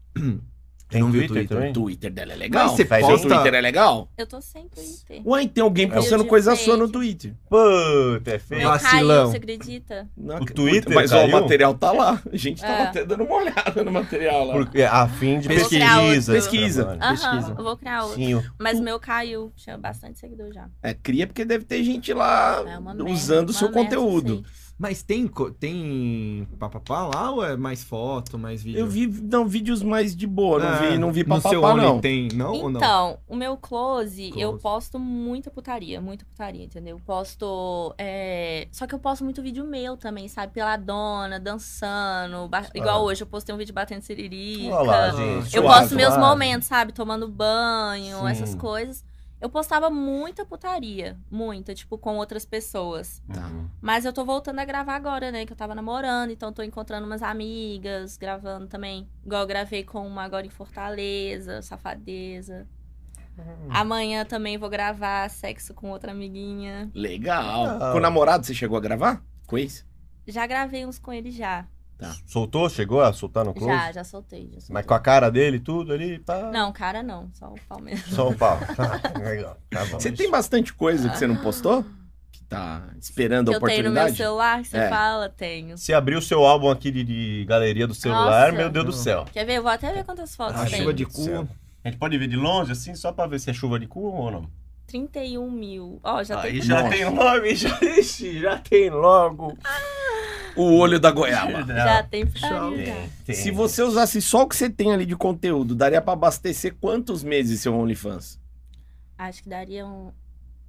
S2: Tem
S3: Não vi o
S2: Twitter,
S3: Twitter.
S1: O
S2: também?
S1: Twitter dela é legal.
S3: Mas você
S1: Faz
S3: posta-
S1: o Twitter é legal?
S4: Eu tô sem Twitter.
S1: Ué, tem alguém
S4: Eu
S1: postando
S4: te
S1: coisa
S4: vejo.
S1: sua no Twitter.
S2: Puta, é
S4: Meu
S2: feio.
S3: Vacilão.
S4: caiu, você acredita?
S1: Não,
S2: O
S1: acredito.
S2: Twitter
S1: Mas ó, o
S2: caiu?
S1: material tá lá. A gente tava
S4: É.
S1: até dando uma olhada no material lá.
S2: Porque é, a fim de
S4: Pesquisa.
S2: pesquisa.
S1: Pesquisa.
S2: trabalho.
S4: Aham,
S3: Pesquisa.
S4: eu vou criar outro.
S2: Sim, o-
S4: Mas meu caiu, tinha bastante seguidor já.
S1: É, cria porque deve ter gente lá
S4: É uma merda,
S1: usando o seu
S4: uma merda,
S1: conteúdo.
S4: sei.
S3: Mas tem, co- tem papapá lá ou é mais foto, mais vídeo?
S1: Eu vi, não, vídeos mais de boa, não
S3: É,
S1: vi, não vi
S3: no seu
S1: papapá,
S3: Oni
S1: não.
S3: tem, não ou não?
S4: Então, o meu close, eu
S3: Close.
S4: posto muita putaria, muita putaria, entendeu? Posto. é, Só que eu posto muito vídeo meu também, sabe? Peladona, dançando. ba- Igual hoje, eu postei um vídeo batendo siririca.
S2: Olha lá, gente.
S4: eu
S1: suave,
S4: posto meus
S2: suave.
S4: momentos, sabe? Tomando banho,
S2: Sim.
S4: essas coisas. Eu postava muita putaria, muita, tipo, com outras pessoas.
S1: Tá.
S4: Mas eu tô voltando a gravar agora, né? Que eu tava namorando, então tô encontrando umas amigas, gravando também. Igual eu gravei com uma agora em Fortaleza, Safadeza.
S2: Uhum.
S4: Amanhã também vou gravar sexo com outra amiguinha.
S1: Legal.
S2: Legal.
S1: Com o namorado, você chegou a gravar? Com esse?
S4: Já gravei uns com ele já.
S2: Soltou? Chegou a soltar no close?
S4: Já, já soltei. Já soltei.
S2: Mas com a cara dele e tudo ali, pá.
S4: Não, cara, não. Só o Palmeiras.
S2: Só o pau. Tá, Legal. Tá bom.
S1: Você tem bastante coisa que você não postou? Que tá esperando
S4: Ah. Que
S1: a
S4: eu tenho no meu
S1: oportunidade?
S4: celular, que você
S1: É.
S4: fala, tenho.
S2: Se abrir o seu álbum aqui de, de galeria do celular,
S4: Nossa.
S2: meu Deus do céu.
S4: Quer ver? Eu vou até ver quantas fotos
S3: Ah,
S4: tem.
S3: chuva de
S2: Meu Deus
S3: cu.
S2: do Hum. A gente pode ver de longe, assim, só pra ver se é chuva de cu ou não.
S4: 31 mil. Ó, já
S2: Aí
S4: tem.
S2: já
S1: Nossa.
S2: tem logo, aí já, ixi, já tem logo.
S1: O olho da
S2: Tá
S1: goiaba.
S4: Já tem
S3: Tchau.
S4: putaria. já.
S2: Tem, tem.
S1: Se você usasse só o que você tem ali de conteúdo, daria pra abastecer quantos meses seu OnlyFans?
S4: Acho que daria um,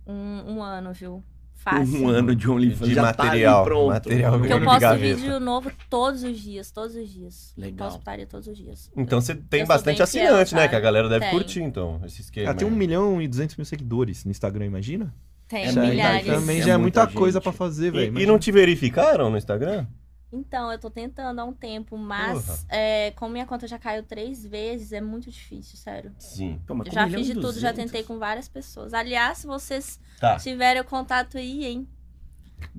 S4: um, um ano, viu? Fácil.
S1: Um ano de OnlyFans
S2: De
S1: já tá
S2: material,
S1: ali pronto.
S2: material
S4: Porque eu
S2: de
S4: posto
S2: gaveta.
S4: vídeo novo todos os dias, todos os dias.
S1: Legal.
S4: Posso putaria todos os dias.
S2: Então você tem
S4: Eu sou
S2: bastante
S4: bem fiel,
S2: assinante, né?
S4: sabe?
S2: Que a galera deve
S4: Tem.
S2: curtir, então, esse esquema.
S3: Ela tem
S2: aí.
S3: 1 milhão e 200 mil seguidores no Instagram, imagina?
S4: Tem
S1: Isso aí
S4: milhares.
S3: também
S1: É
S3: já é
S1: muita
S3: muita,
S1: gente.
S3: coisa pra fazer, velho.
S2: E, e não te verificaram no Instagram?
S4: Então, eu tô tentando há um tempo, mas
S2: Porra.
S4: é, como minha conta já caiu três vezes, é muito difícil, sério.
S2: Sim.
S1: Pô, mas
S4: Eu
S1: com
S4: já
S1: 1 milhão
S4: fiz
S1: e Ah.
S4: de tudo, já
S1: 200?
S4: tentei com várias pessoas. Aliás, se vocês
S2: Tá.
S4: tiverem o contato aí, hein?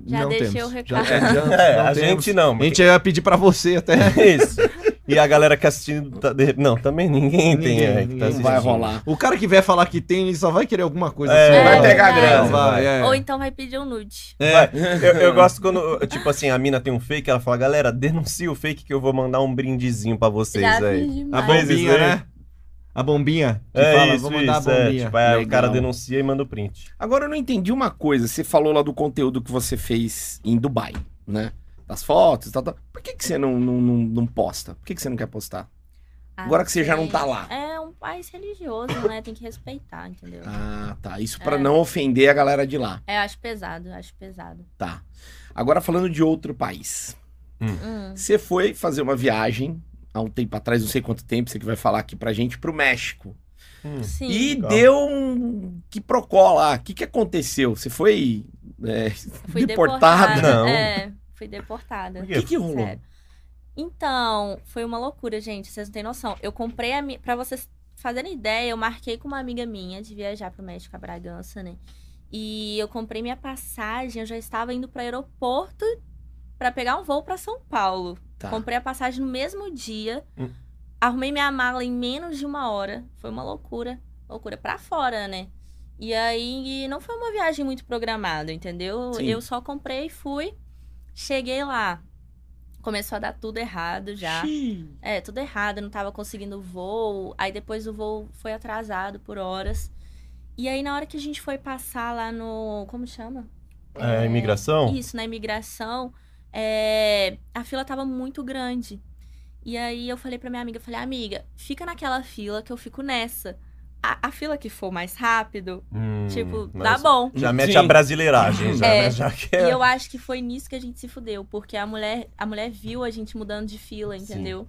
S4: Já
S3: não
S4: deixei
S3: temos.
S4: o
S3: Já- já-
S4: recado.
S3: já-
S2: É,
S3: não
S2: a
S3: temos.
S2: gente não. é
S3: A gente ia pedir pra você até.
S2: Isso. E a galera que tá assistindo. tá de- Não, também ninguém, tem.
S3: Ninguém,
S2: é, que
S3: ninguém
S2: tá
S1: Não vai
S2: assistindo.
S1: rolar.
S3: O cara que vier falar que tem, ele só vai querer alguma coisa.
S2: É,
S3: assim,
S2: vai
S1: pegar
S4: vai.
S1: grana,
S3: Não, vai, é.
S4: Ou então vai pedir um nude.
S2: Vai. É, Eu, eu gosto quando, tipo assim, a mina tem um fake, ela fala, galera, denuncia o fake que eu vou mandar um brindezinho pra vocês
S4: já
S2: aí.
S4: fiz
S1: Ah,
S3: A
S4: demais.
S2: Mas
S1: é.
S2: isso
S3: bombinha,
S2: aí-
S3: né? A bombinha. Que
S2: é
S3: fala,
S2: isso,
S3: vou mandar
S2: isso,
S3: a
S2: é,
S3: bombinha.
S2: tipo, aí o
S1: Legal.
S2: cara denuncia e manda o print.
S1: Agora eu não entendi uma coisa. Você falou lá do conteúdo que você fez em Dubai, né? Das fotos e tal, tal. Por que, que você não, não, não, não posta? Por que, que você não quer postar?
S4: Ah,
S1: Agora que você já não
S4: sei.
S1: tá lá.
S4: É um país religioso, né? Tem que respeitar, entendeu?
S1: Ah, tá. Isso pra não ofender a galera de lá,
S4: É, eu acho pesado, eu acho pesado.
S1: tá. Agora falando de outro país.
S4: Hum.
S1: Você foi fazer uma viagem há um tempo atrás, não sei quanto tempo, você que vai falar aqui pra gente, pro México.
S2: Hum.
S4: Sim.
S1: e
S2: legal.
S1: deu um que procó lá. O que, que aconteceu? Você foi é,
S4: Fui
S1: deportada?
S4: deportada.
S2: Não.
S4: É, fui deportada.
S2: Por
S1: O que, que rolou?
S4: Sério. Então, foi uma loucura, gente. Vocês não têm noção. Eu comprei a minha. Pra vocês fazerem ideia, eu marquei com uma amiga minha de viajar pro México, a Bragança, né? E eu comprei minha passagem. Eu já estava indo pro aeroporto pra pegar um voo pra São Paulo.
S1: Tá.
S4: Comprei a passagem no mesmo dia.
S2: Hum.
S4: Arrumei minha mala em menos de uma hora. Foi uma loucura. Loucura pra fora, né? E aí não foi uma viagem muito programada, entendeu?
S1: Sim.
S4: Eu só comprei e fui. Cheguei lá. Começou a dar tudo errado já.
S1: Xiii.
S4: É, tudo errado, eu não tava conseguindo o voo. Aí depois o voo foi atrasado por horas. E aí na hora que a gente foi passar lá no. Como chama?
S2: É, imigração?
S4: Isso, na imigração, é, a fila tava muito grande. E aí eu falei pra minha amiga, eu falei, amiga, fica naquela fila que eu fico nessa. A, a fila que for mais rápido,
S2: Hum,
S4: tipo,
S2: mas
S4: dá bom.
S2: Já mete
S1: Sim.
S2: a brasileiragem, já,
S4: É.
S2: né? Já que
S4: E
S2: é.
S4: eu acho que foi nisso que a gente se fudeu, porque a mulher, a mulher viu a gente mudando de fila,
S2: Sim.
S4: entendeu?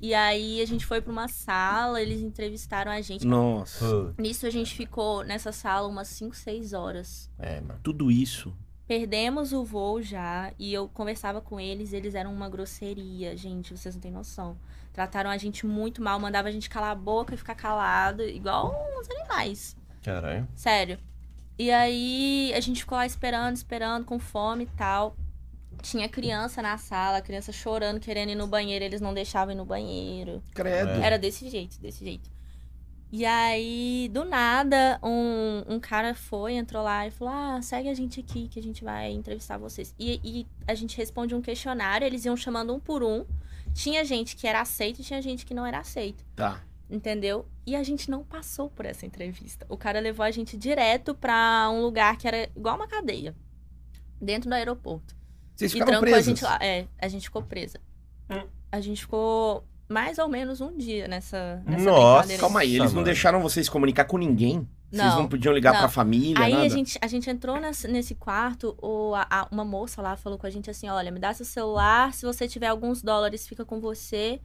S4: E aí a gente foi pra uma sala, eles entrevistaram a gente.
S1: Nossa,
S2: Pô,
S4: Nisso a gente ficou nessa sala umas 5, 6 horas.
S2: É, mano.
S1: tudo isso.
S4: Perdemos o voo já e eu conversava com eles, eles eram uma grosseria, gente, vocês não têm noção. Trataram a gente muito mal, mandava a gente calar a boca e ficar calado, igual uns animais.
S2: Caralho.
S4: Sério. E aí a gente ficou lá esperando, esperando, com fome e tal. Tinha criança na sala, criança chorando, querendo ir no banheiro, eles não deixavam ir no banheiro.
S1: Credo.
S2: É.
S4: Era desse jeito, desse jeito. E aí, do nada, um, um cara foi, entrou lá e falou: Ah, segue a gente aqui que a gente vai entrevistar vocês. E, e a gente responde um questionário, eles iam chamando um por um. Tinha gente que era aceito e tinha gente que não era aceito,
S1: Tá.
S4: entendeu? E a gente não passou por essa entrevista. O cara levou a gente direto pra um lugar que era igual uma cadeia, dentro do aeroporto.
S1: Vocês
S4: E
S1: ficaram
S4: trancou
S1: presos.
S4: a gente lá. É, a gente ficou presa. A gente ficou mais ou menos um dia nessa, nessa
S2: Nossa,
S4: brincadeira.
S1: Calma aí, eles não
S2: Mano.
S1: deixaram vocês se comunicar com ninguém? Vocês
S4: né? Não.
S1: não podiam ligar
S4: Não.
S1: pra família,
S4: Aí
S1: nada?
S4: a gente, a gente entrou nesse, nesse quarto, o, a- a- uma moça lá falou com a gente assim, olha, me dá seu celular, se você tiver alguns dólares, fica com você,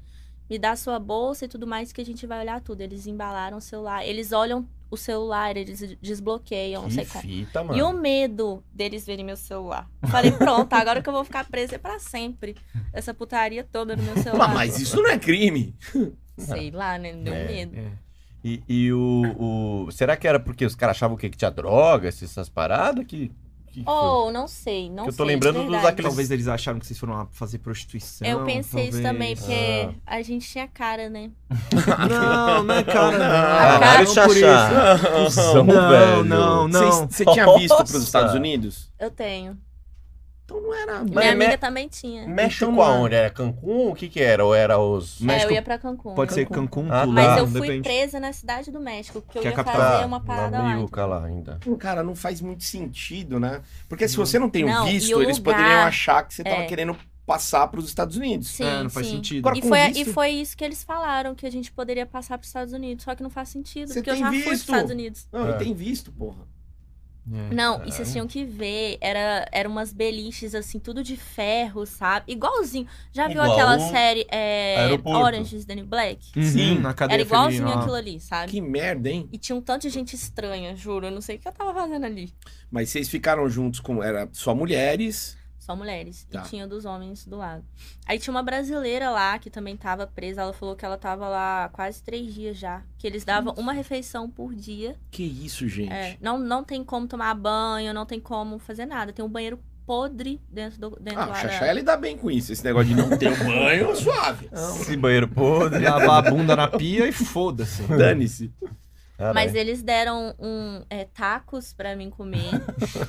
S4: me dá sua bolsa e tudo mais, que a gente vai olhar tudo. Eles embalaram o celular, eles olham o celular, eles desbloqueiam, não sei
S2: Que
S4: como.
S2: fita, mano.
S4: E o medo deles verem meu celular. Falei, pronto, agora que eu vou ficar presa é pra sempre. Essa putaria toda no meu
S1: Pá,
S4: celular.
S1: mas isso não é crime.
S4: Sei lá, né? Deu
S2: É.
S4: medo.
S2: E, e o, o- Será que era porque os caras achavam o quê? que tinha droga, essas essas paradas? Que, que foi?
S4: Ou, Oh, não sei, não
S2: Eu tô
S4: sei. de
S2: lembrando dos
S4: verdade.
S2: aqueles-
S3: Talvez eles acharam que vocês foram lá fazer prostituição.
S4: Eu pensei
S3: talvez.
S4: isso também, porque a gente tinha cara, né?
S3: Não, não é cara, não.
S4: Ah,
S2: Caralho,
S3: não por isso.
S2: Xaxá. Cusão, velho.
S3: Não, não, não.
S1: Você tinha visto pros
S2: Nossa.
S1: Estados Unidos?
S4: Eu tenho.
S1: Então não era...
S4: Minha
S2: me-
S4: amiga também tinha.
S2: México
S1: Então,
S2: aonde? Era Cancún? O que que era? Ou era os...
S4: É, eu
S3: México
S4: ia pra Cancún.
S3: Pode ser Cancún,
S2: Ah, tá.
S3: Tulum,
S4: Mas eu fui
S3: depende.
S4: presa na cidade do México, porque eu
S3: Que é
S4: ia
S3: a capital.
S4: fazer uma parada
S2: na
S4: lá.
S2: miúca lá ainda.
S1: Cara, não faz muito sentido, né? Porque se você não tem o
S4: Não, e
S1: visto,
S4: o
S1: eles
S4: lugar-
S1: poderiam achar que você tava
S4: É.
S1: querendo passar pros Estados Unidos.
S4: Sim,
S3: É, não faz
S4: sim.
S3: sentido.
S1: Agora,
S4: E
S1: com
S4: foi,
S1: visto-
S4: e foi isso que eles falaram, que a gente poderia passar pros Estados Unidos. Só que não faz sentido,
S1: Você
S4: porque eu
S1: tem
S4: já fui pros
S1: visto?
S4: Estados Unidos.
S1: Não,
S2: É.
S1: e tem visto, porra.
S3: É.
S4: Não, e vocês tinham que ver, era, era umas beliches assim, tudo de ferro, sabe? Igualzinho. Já viu
S2: Igual
S4: aquela
S2: o
S4: série é,
S2: aeroporto.
S4: Orange is the New Black?
S3: Uhum,
S1: Sim,
S3: na cadeia
S4: Era igualzinho
S3: feminina lá.
S4: aquilo ali, sabe?
S1: Que merda, hein?
S4: E tinha um tanto de gente estranha, juro. Eu não sei o que eu tava fazendo ali.
S1: Mas vocês ficaram juntos com. Era só mulheres.
S4: Só mulheres.
S1: Tá.
S4: E tinha dos homens do lado. Aí tinha uma brasileira lá que também tava presa. Ela falou que ela tava lá quase três dias já. Que eles davam uma refeição por dia.
S1: Que isso, gente?
S4: É, não, não tem como tomar banho, não tem como fazer nada. Tem um banheiro podre dentro do dentro
S1: Ah, o
S4: lá
S1: Xaxá,
S4: da-
S1: ele dá bem com isso. Esse negócio de não ter o banho, suave.
S2: Esse banheiro podre.
S3: Lavar a bunda na pia e foda-se.
S1: Dane-se.
S2: Tá
S4: Mas eles deram um é, tacos pra mim comer.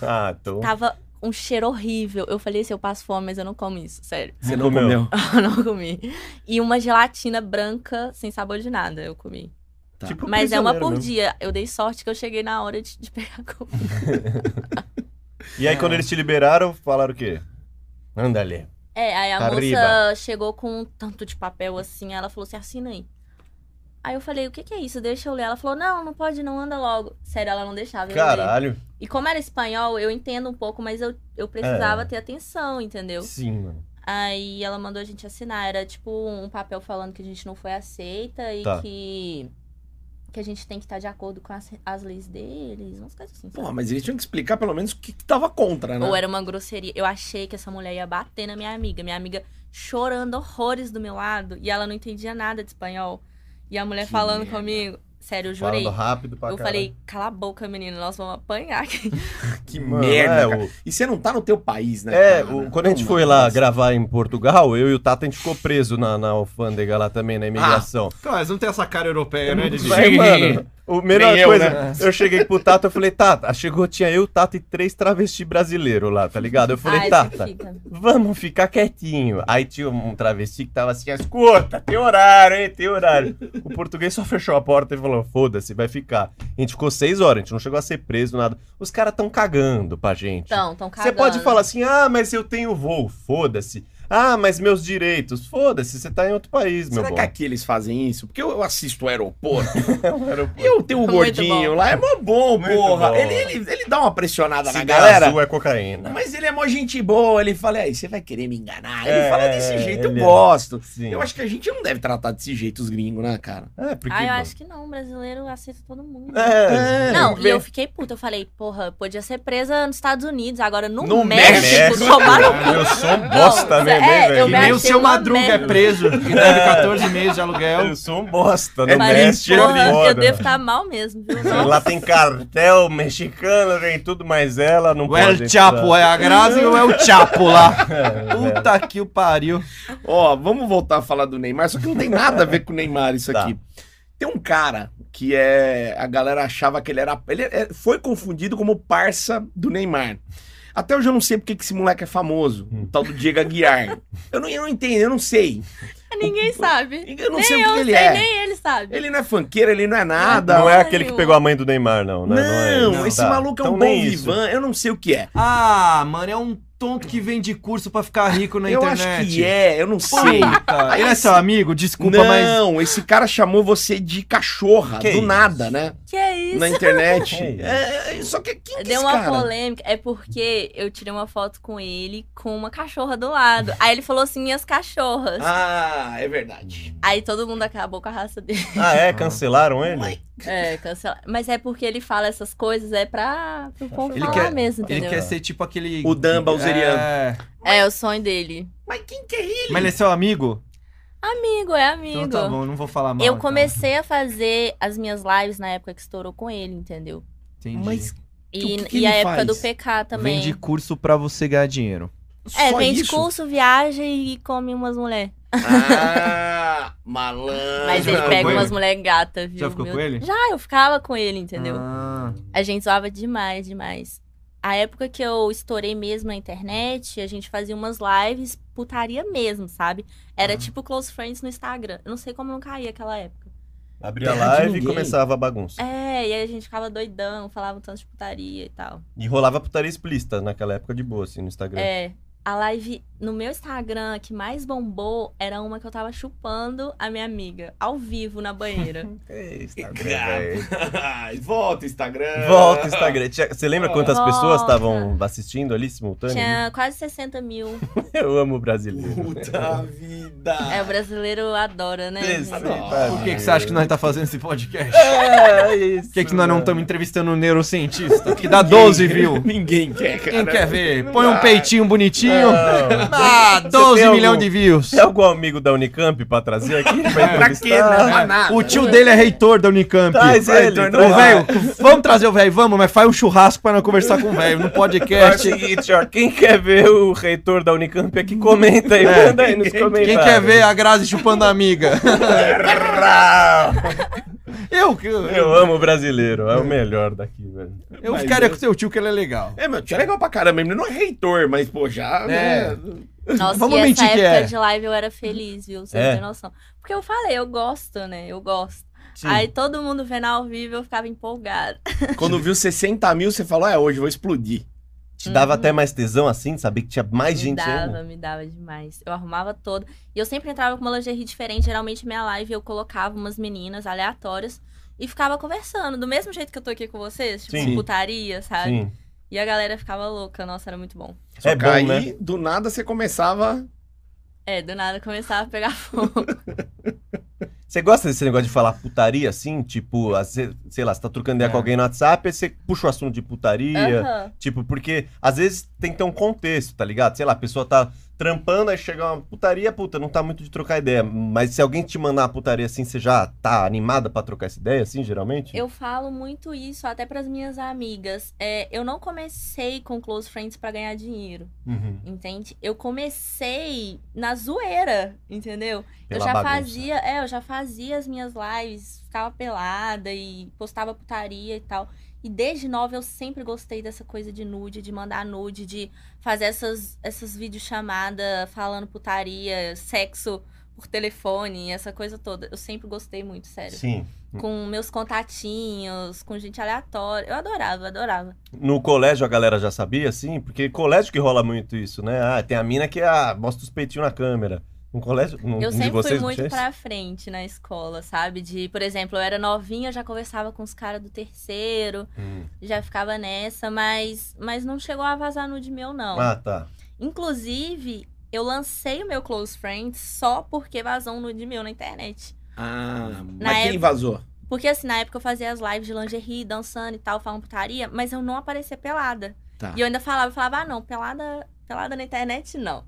S2: Ah, tô.
S4: Tava um cheiro horrível. Eu falei assim, eu passo fome, mas eu não como isso, sério.
S1: Você
S2: Não
S1: não
S2: comeu.
S1: comeu.
S4: Eu não comi. E uma gelatina branca sem sabor de nada, eu comi.
S1: Tá.
S2: Tipo
S4: mas é uma por
S2: prisioneiro mesmo.
S4: dia. Eu dei sorte que eu cheguei na hora de, de pegar a comida.
S2: E aí, quando eles te liberaram, falaram o quê? Anda ali.
S4: É, aí a
S2: Tá riba.
S4: moça chegou com um tanto de papel assim, ela falou assim, assina aí. Aí eu falei, o que que é isso? Deixa eu ler. Ela falou, não, não pode não, anda logo. Sério, ela não deixava eu ler.
S2: Caralho.
S4: E como era espanhol, eu entendo um pouco, mas eu, eu precisava
S2: É.
S4: ter atenção, entendeu?
S2: Sim, mano.
S4: Aí ela mandou a gente assinar. Era tipo um papel falando que a gente não foi aceita e
S2: Tá.
S4: que, que a gente tem que estar de acordo com as, as leis deles, umas coisas assim.
S1: Pô,
S4: sabe?
S1: mas eles tinham que explicar pelo menos o que, que tava contra, né?
S4: Ou era uma grosseria. Eu achei que essa mulher ia bater na minha amiga. Minha amiga chorando horrores do meu lado e ela não entendia nada de espanhol. E a mulher
S1: Que
S4: falando
S1: merda.
S4: comigo. Sério, eu jurei.
S2: Falando rápido pra
S4: eu
S2: caralho.
S4: falei, cala a boca, menino, nós vamos apanhar aqui.
S1: Que
S2: Mano,
S1: merda.
S2: é,
S1: cara.
S2: o-
S1: E você não tá no teu país, né?
S2: É,
S1: cara?
S2: o- quando a gente
S1: Não,
S2: foi
S1: mano,
S2: lá
S1: mas-
S2: gravar em Portugal, eu e o Tata, a gente ficou preso na, na alfândega lá também, na imigração.
S3: Cara, eles não têm essa cara europeia, né, Didi?
S2: Mas,
S1: Sim.
S2: mano, o melhor
S1: Ah, Nem eu,
S2: coisa,
S3: né?
S2: eu cheguei pro Tata, eu falei, Tata, chegou, tinha eu, Tata e três travestis brasileiros lá, tá ligado? Eu falei,
S4: Ai,
S2: Tata,
S4: fica.
S2: vamos ficar quietinho. Aí tinha um travesti que tava assim, escuta, tem horário, hein, tem horário. O português só fechou a porta e falou, foda-se, vai ficar. A gente ficou seis horas, a gente não chegou a ser preso, nada. Os caras tão cagando pra gente.
S4: Então, tão
S2: Você
S4: cagando.
S2: pode falar assim, ah, mas eu tenho voo, foda-se. Ah, mas meus direitos, foda-se, você tá em outro país, meu
S1: Será
S2: bom.
S1: que aqui eles fazem isso? Porque eu, eu assisto o aeroporto
S2: É um aeroporto.
S1: e eu tenho um
S4: Muito
S1: gordinho
S4: bom.
S1: lá. É mó bom,
S2: Muito
S1: porra.
S2: bom.
S1: Ele, ele, ele dá uma pressionada na
S2: Cigarro
S1: galera.
S2: azul é cocaína.
S1: Mas ele é mó gente boa. Ele fala, aí, você vai querer me enganar? Ele
S2: É,
S1: fala desse jeito,
S2: ele é.
S1: eu gosto.
S2: Sim.
S1: Eu acho que a gente não deve tratar desse jeito os gringos, né, cara?
S2: É, porque...
S4: Ah, eu acho que não. Brasileiro aceita todo mundo.
S2: É.
S4: Não, e
S2: Vê-
S4: eu fiquei puta. Eu falei, porra, podia ser presa nos Estados Unidos, agora no,
S2: No
S4: México,
S2: México.
S4: tomaram
S2: Eu sou um bosta
S4: Não,
S2: mesmo,
S4: é,
S2: hein,
S4: eu
S3: Que
S2: velho?
S4: me
S3: nem o
S4: achei
S3: seu
S4: uma
S3: Madruga é
S4: merda.
S3: preso, que deve 14 meses de aluguel.
S2: Eu sou um bosta,
S3: É
S2: não mexe,
S3: triste,
S2: é
S3: né,
S4: Porra,
S2: foda.
S4: eu devo estar mal mesmo, viu?
S2: Lá tem cartel mexicano, tem tudo, mas ela não
S3: O El
S2: pode
S3: Chapo
S2: entrar. É.
S3: é a Grazi ou é o Chapo lá? Puta que o pariu.
S1: Ó, vamos voltar a falar do Neymar, só que não tem nada a ver com o Neymar isso
S2: Tá.
S1: aqui. Tem um cara que é. A galera achava que ele era. Ele é- foi confundido como parça do Neymar. Até hoje eu não sei porque que esse moleque é famoso,
S2: Hum.
S1: o tal do Diego Aguiar. Eu não, eu não entendo, eu não sei.
S4: Ninguém sabe.
S1: Eu não
S4: nem
S1: sei o
S4: eu
S1: que que
S4: sei,
S1: ele é.
S4: nem ele sabe.
S1: Ele não é funkeiro, ele não é nada.
S2: Não é
S4: Caralho.
S2: aquele que pegou a mãe do Neymar, não. né? é
S1: Não,
S2: isso.
S1: esse
S2: Tá.
S1: maluco é um
S2: Então
S1: bom
S2: nem isso.
S1: vivan, eu não sei o que é.
S3: Ah, mano, é um tonto que vende curso pra ficar rico na
S1: eu
S3: internet.
S1: acho que é, eu não sei.
S3: Puta, ele é seu amigo? Desculpa, mas...
S1: não, esse cara chamou você de cachorra,
S2: Que
S1: do
S2: isso?
S1: nada, né?
S4: Que é isso?
S1: Na internet.
S2: Que isso?
S1: É, é, só que quem que é
S4: Deu
S1: esse
S4: uma
S1: cara?
S4: polêmica, é porque eu tirei uma foto com ele com uma cachorra do lado. Aí ele falou assim, minhas cachorras.
S1: Ah, é verdade.
S4: Aí todo mundo acabou com a raça dele.
S2: Ah, é? Cancelaram ele?
S1: Mas-
S4: É, cancela. Mas é porque ele fala essas coisas, é pra pro povo
S2: Ele
S4: falar
S3: quer-
S4: mesmo, entendeu?
S3: Ele quer ser tipo aquele...
S1: O Dan Balzeriano.
S3: É...
S4: É o sonho dele.
S1: Mas quem que é ele?
S3: Mas ele é seu amigo?
S4: Amigo, é amigo.
S3: Então tá bom, não vou falar mal.
S4: Eu
S3: então.
S4: comecei a fazer as minhas lives na época que estourou com ele, entendeu?
S3: Entendi.
S1: Mas
S4: E,
S1: O que que
S4: e a
S1: ele
S4: época
S1: faz?
S4: do PK também.
S3: Vende curso pra você ganhar dinheiro.
S4: É,
S1: só
S4: vende
S1: isso?
S4: curso, viaja e come umas mulheres.
S1: Ah, malandro.
S4: Mas
S3: já
S4: ele
S3: ficou
S4: pega
S3: com ele?
S4: umas mulheres gatas, viu?
S3: Já ficou
S4: Meu-
S3: com ele?
S4: Já, eu ficava com ele, entendeu?
S3: Ah,
S4: A gente zoava demais, demais. A época que eu estourei mesmo na internet, a gente fazia umas lives putaria mesmo, sabe?
S3: Ah.
S4: Era tipo Close Friends no Instagram. Eu não sei como não caía aquela época.
S2: Abria a
S1: Terra de
S2: live e
S1: ninguém.
S2: começava a bagunça.
S4: É, e aí a gente ficava doidão, falava um tanto de putaria e tal.
S2: E rolava putaria explícita naquela época de boa, assim, no Instagram.
S4: É. A live no meu Instagram que mais bombou era uma que eu tava chupando a minha amiga, ao vivo na banheira.
S2: É Instagram.
S1: Volta, Instagram.
S2: Volta, Instagram. Tinha- Você lembra quantas
S4: Volta.
S2: pessoas estavam assistindo ali simultâneo?
S4: Tinha quase 60 mil.
S2: Eu amo o brasileiro.
S1: Puta vida.
S4: É, o brasileiro adora, né?
S2: Esse
S4: gente?
S1: Adoro.
S2: pariu.
S3: Por que, que você acha que nós tá fazendo esse podcast?
S2: É isso.
S3: Por que, que nós não
S2: mano.
S3: estamos entrevistando um neurocientista? Que dá 12 mil.
S1: Ninguém quer, cara.
S3: Quem quer ver?
S1: Não
S3: Põe um
S1: dá. É.
S3: peitinho
S2: Não.
S3: bonitinho. Ah,
S2: Você
S3: 12
S2: tem
S3: milhões
S2: algum-
S3: de views.
S2: Tem algum amigo da Unicamp pra trazer aqui? Pra,
S1: Pra quê? Não,
S2: entrevistar?
S1: pra nada.
S3: O tio dele é reitor da Unicamp.
S2: Traz
S1: Vai,
S2: ele.
S1: Heitor,
S3: Ô,
S1: não
S2: traz ele.
S3: velho, vamos trazer o velho, vamos, mas faz um churrasco pra nós conversar com o velho no
S2: Faz o
S3: podcast.
S2: seguinte, ó. Quem quer ver o reitor da Unicamp aqui, comenta aí.
S3: É.
S2: Manda aí nos
S1: Quem-
S2: comentários.
S3: Quem quer ver a Grazi chupando a amiga? Eu, eu, eu,
S2: Eu amo o brasileiro. É o melhor daqui, velho.
S3: eu
S1: Mas
S3: ficaria
S1: eu-
S3: com seu tio que ele é legal.
S1: É, meu tio é legal pra caramba. Ele não é reitor, mas, pô, já.
S3: É.
S1: né?
S4: Nossa,
S3: Vamos
S4: e essa
S3: mentir que
S4: época
S3: é.
S4: de live eu era feliz, viu? Você
S2: É.
S4: não tem noção. Porque eu falei, eu gosto, né? Eu gosto. Aí todo mundo vendo ao vivo, eu ficava empolgada.
S1: Quando viu 60 mil, você falou: é, hoje eu vou explodir.
S2: Te dava até mais tesão assim, saber que tinha mais
S4: me
S2: gente ainda?
S4: dava, me dava demais. Eu arrumava toda. E eu sempre entrava com uma lingerie diferente. Geralmente, minha live, eu colocava umas meninas aleatórias e ficava conversando. Do mesmo jeito que eu tô aqui com vocês, tipo,
S2: Sim.
S4: putaria, sabe?
S2: Sim.
S4: E a galera ficava louca. Nossa, era muito bom.
S1: Só
S2: É
S1: que
S2: bom,
S1: aí,
S2: né?
S1: do nada, você começava.
S4: É, do nada começava a pegar fogo.
S2: Você gosta desse negócio de falar putaria assim? Tipo, às vezes, sei lá, você tá trocando ideia
S3: É.
S2: com alguém no WhatsApp, aí você puxa o assunto de putaria.
S4: Aham.
S2: Tipo, porque às vezes tem que ter um contexto, tá ligado? Sei lá, a pessoa tá trampando, aí chega uma putaria, puta, não tá muito de trocar ideia. Mas se alguém te mandar uma putaria assim, você já tá animada pra trocar essa ideia, assim, geralmente?
S4: Eu falo muito isso até pras minhas amigas. É, eu não comecei com close friends pra ganhar dinheiro,
S2: Uhum.
S4: entende? Eu comecei na zoeira, entendeu?
S2: Pela
S4: eu já
S2: bagunça.
S4: fazia, é, eu já fazia as minhas lives, ficava pelada e postava putaria e tal. E desde nova eu sempre gostei dessa coisa de nude, de mandar nude, de fazer essas essas videochamadas falando putaria, sexo por telefone, essa coisa toda. Eu sempre gostei muito, sério
S2: Sim.
S4: com meus contatinhos, com gente aleatória. Eu adorava, adorava.
S2: No colégio a galera já sabia, assim? Porque colégio que rola muito isso, né? Ah, tem a mina que ah, mostra os peitinhos na câmera. No colégio, no,
S4: eu
S2: Um de
S4: sempre
S2: vocês,
S4: fui
S2: não
S4: muito
S2: tinha isso?
S4: pra frente na escola, sabe? De, por exemplo, eu era novinha, eu já conversava com os caras do terceiro,
S2: Hum.
S4: já ficava nessa, mas, mas não chegou a vazar nude meu, não.
S2: Ah, tá.
S4: Inclusive, eu lancei o meu Close Friends só porque vazou um nude meu na internet.
S1: Ah,
S4: Na
S1: mas quem
S4: época-
S1: vazou?
S4: Porque assim, na época eu fazia as lives de lingerie, dançando e tal, falando putaria, mas eu não aparecia pelada.
S1: Tá.
S4: E eu ainda falava, eu falava, ah, não, pelada, pelada na internet, não.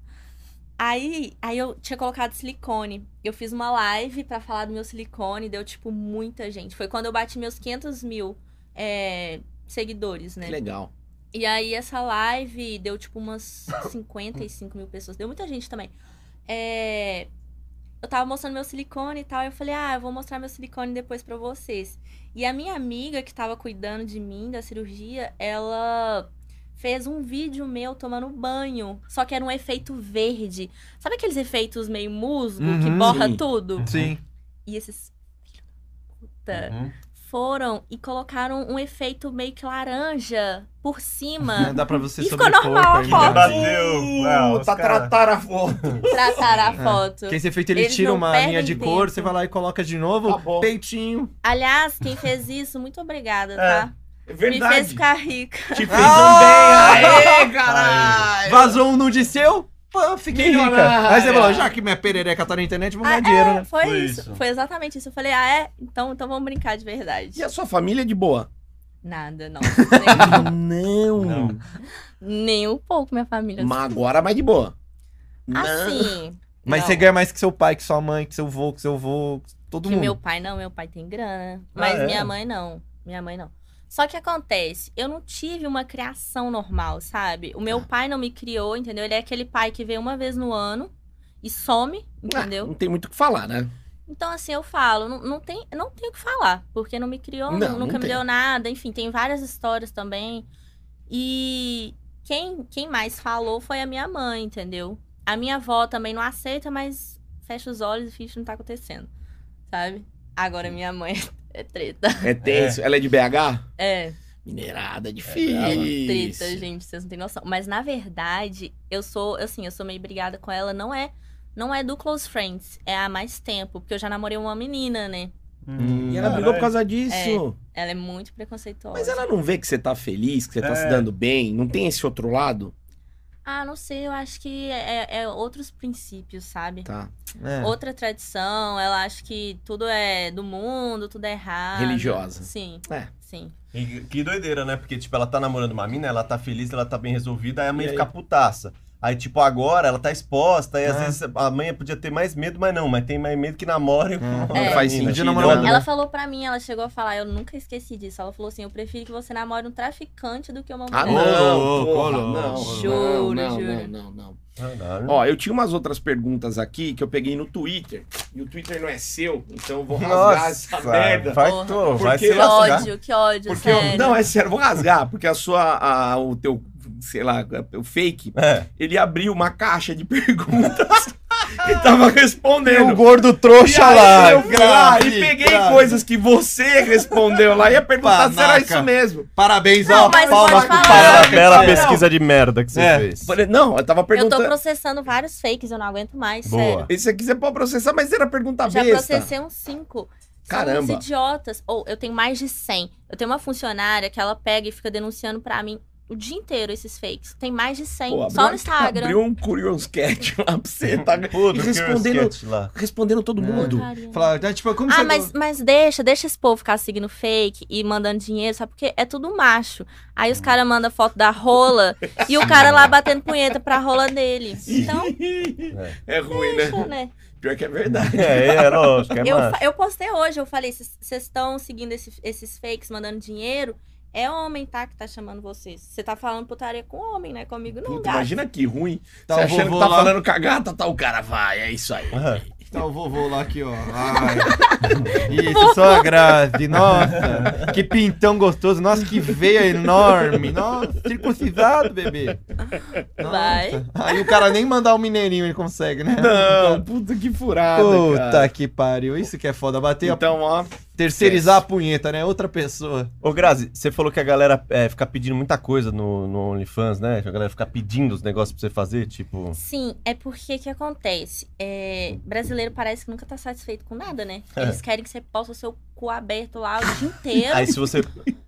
S4: Aí, aí eu tinha colocado silicone. Eu fiz uma live pra falar do meu silicone, deu, tipo, muita gente. Foi quando eu bati meus 500 mil é, seguidores, né?
S1: Que legal.
S4: E aí essa live deu tipo umas 55 mil pessoas. Deu muita gente também. É, Eu tava mostrando meu silicone e tal. Eu falei, ah, eu vou mostrar meu silicone depois pra vocês. E a minha amiga que tava cuidando de mim, da cirurgia, ela fez um vídeo meu tomando banho. Só que era um efeito verde. Sabe aqueles efeitos meio musgo que
S3: Uhum,
S4: borra
S1: sim.
S4: tudo?
S3: Sim.
S4: E esses. filho da Puta
S2: Uhum.
S4: foram e colocaram um efeito meio que laranja por cima.
S3: Dá pra você
S4: E ficou normal a
S3: aí,
S4: foto.
S3: né?
S2: Bateu, é, os
S1: tá
S2: cara-
S1: tratar a foto.
S4: tratar a
S3: É.
S4: foto.
S3: Que esse efeito ele
S4: Eles
S3: tira
S4: não
S3: uma
S4: perdem
S3: linha de cor,
S4: tempo.
S3: você vai lá e coloca de
S1: Tá
S3: novo.
S1: bom.
S3: Peitinho.
S4: Aliás, quem fez isso, muito obrigada, tá?
S1: É
S4: Me
S1: verdade.
S4: fez ficar rica.
S1: Te fez
S3: Ah!
S1: um bem. Aê, caralho.
S3: Vazou um nude seu. Pô, fiquei rica.
S1: Milionária.
S3: Aí você falou, já que minha perereca tá na internet, vou ganhar
S4: Ah,
S3: dinheiro, né?
S4: Foi,
S2: Foi
S4: isso.
S2: isso.
S4: Foi exatamente isso. Eu falei, ah, é? Então, então vamos brincar de verdade.
S1: E a sua família é de boa?
S4: Nada, não. Nem,
S1: Não.
S2: Não.
S4: nem um pouco, minha família.
S1: Mas agora mais de boa.
S4: Assim.
S3: Mas
S4: não.
S3: você ganha mais que seu pai, que sua mãe, que seu vô, que seu vô, que todo
S4: Que
S3: mundo.
S4: meu pai não, meu pai tem grana. Mas
S2: é?
S4: minha mãe não. Minha mãe não. Só que acontece, eu não tive uma criação normal, sabe? O meu pai não me criou, entendeu? Ele é aquele pai que vem uma vez no ano e some,
S1: Ah,
S4: entendeu?
S1: Não tem muito o que falar, né?
S4: Então, assim, eu falo, não, não, tem, não tenho o que falar, porque não me criou,
S1: Não,
S4: nu-
S1: não
S4: nunca me
S1: tem.
S4: deu nada, enfim, tem várias histórias também. E quem, quem mais falou foi a minha mãe, entendeu? A minha avó também não aceita, mas fecha os olhos e finge que não tá acontecendo, sabe? Agora minha mãe é treta.
S1: É tenso. Ela é de BH?
S4: É.
S1: Mineirada é
S4: Treta,
S1: difícil.
S4: gente, vocês não têm noção. Mas na verdade, eu sou, assim, eu sou meio brigada com ela, não é, não é do close friends, é há mais tempo, porque eu já namorei uma menina, né?
S3: Hum.
S1: e ela brigou por causa disso.
S4: Ela é muito preconceituosa.
S1: Mas ela não vê que você tá feliz, que você tá
S2: É.
S1: se dando bem, não tem esse outro lado?
S4: Ah, não sei, eu acho que é, é outros princípios, sabe?
S1: Tá.
S3: É.
S4: Outra tradição, ela acha que tudo é do mundo, tudo é errado.
S1: Religiosa.
S4: Sim.
S1: É.
S4: Sim.
S2: E que doideira, né? Porque, tipo, ela tá namorando uma mina, ela tá feliz, ela tá bem resolvida, aí a mãe
S1: E aí?
S2: fica putaça. Aí, tipo, agora ela tá exposta, e às
S3: É.
S2: vezes a mãe podia ter mais medo, mas não, mas tem mais medo que namore.
S3: É.
S2: com uma
S3: Não
S2: outra
S1: faz
S2: mina.
S1: sentido,
S3: namorado,
S1: né?
S4: Ela falou pra mim, ela chegou a falar, eu nunca esqueci disso. Ela falou assim: eu prefiro que você namore um traficante do que uma mulher.
S1: Ah, não,
S3: Ô,
S1: porra,
S3: louco, ô,
S1: não,
S3: louco.
S1: não,
S4: Juro,
S1: não, não,
S4: juro.
S1: não, não.
S2: Caralho.
S1: Ó, eu tinha umas outras perguntas aqui que eu peguei no Twitter. E o Twitter não é seu, então eu vou rasgar essa merda.
S2: vai,
S4: Porra.
S2: tu, vai
S1: Porque-
S2: se
S4: Que
S2: lascar.
S4: ódio, que ódio,
S1: Porque eu-
S4: sério.
S1: não, é sério, eu vou rasgar, porque a sua, a- o teu, sei lá, o fake,
S2: É.
S1: ele abriu uma caixa de perguntas e tava respondendo.
S3: gordo trouxa
S1: aí eu fui lá e peguei coisas que você respondeu lá e ia perguntar se era
S3: Panaca.
S1: isso mesmo.
S3: Parabéns,
S4: Não,
S3: ó.
S4: mas
S3: Palmas
S4: pode
S3: pro
S4: falar.
S2: Bela,
S3: Pará.
S2: bela
S1: Não.
S2: pesquisa de merda que você
S3: É.
S2: fez.
S1: Falei, não, eu tava
S4: Eu tô
S1: perguntando.
S4: processando vários fakes, eu não aguento mais,
S2: Boa.
S4: sério.
S1: Esse aqui você pode processar, mas era pergunta
S4: Eu já
S1: besta.
S4: processei uns cinco.
S1: Caramba.
S4: São uns idiotas. Ou eu tenho mais de 100. Eu tenho uma funcionária que ela pega e fica denunciando pra mim o dia inteiro esses fakes. Tem mais de 100.
S1: Pô,
S4: só no
S1: abriu-
S4: Instagram.
S1: Abriu um Curious Cat lá pra você, tá?
S3: Uhum.
S2: Puta,
S1: E
S2: que
S1: respondendo,
S2: esquete lá.
S1: respondendo todo
S3: É.
S1: mundo.
S4: Porcaria.
S3: Falar, tá, tipo, como
S4: Ah,
S3: você...
S4: mas, mas deixa, deixa esse povo ficar seguindo fake e mandando dinheiro, sabe? Porque é tudo macho. Aí
S1: Ah.
S4: os caras mandam foto da rola e o cara lá batendo punheta pra rola dele. Então,
S1: é ruim,
S4: deixa,
S1: né?
S4: né?
S1: Pior que é verdade.
S2: É, é, lógico, é
S4: Eu,
S2: massa.
S4: fa- eu postei hoje, eu falei, vocês estão seguindo esse- esses fakes, mandando dinheiro. É homem, tá? Que tá chamando vocês. Você tá falando putaria com homem, né? Comigo não,
S1: Puta,
S4: gato.
S1: imagina que ruim.
S3: Tá
S1: você
S3: o
S1: achando que
S3: vovô
S1: tá
S3: lá.
S1: falando com a gata, tá o cara, vai, é isso aí.
S2: Aham.
S3: Tá o vovô lá aqui, ó. Ai. Isso, só a Grazi. Nossa, que pintão gostoso. Nossa, que veia enorme. Nossa, circuncisado, bebê. Nossa.
S4: Vai.
S3: Aí o cara nem mandar o mineirinho ele consegue, né?
S1: Não, puta que furada,
S3: Puta
S1: cara.
S3: que pariu. Isso que é foda. Bater a...
S1: Então, ó,
S3: Terceirizar a punheta, né? Outra pessoa.
S2: Ô, Grazi, você falou que a galera é, fica pedindo muita coisa no, no OnlyFans, né? Que a galera fica pedindo os negócios pra você fazer, tipo.
S4: Sim, é porque que acontece? É, brasileiro parece que nunca tá satisfeito com nada, né?
S2: É.
S4: Eles querem que você possa o seu cu aberto lá o dia inteiro,
S2: Aí se você.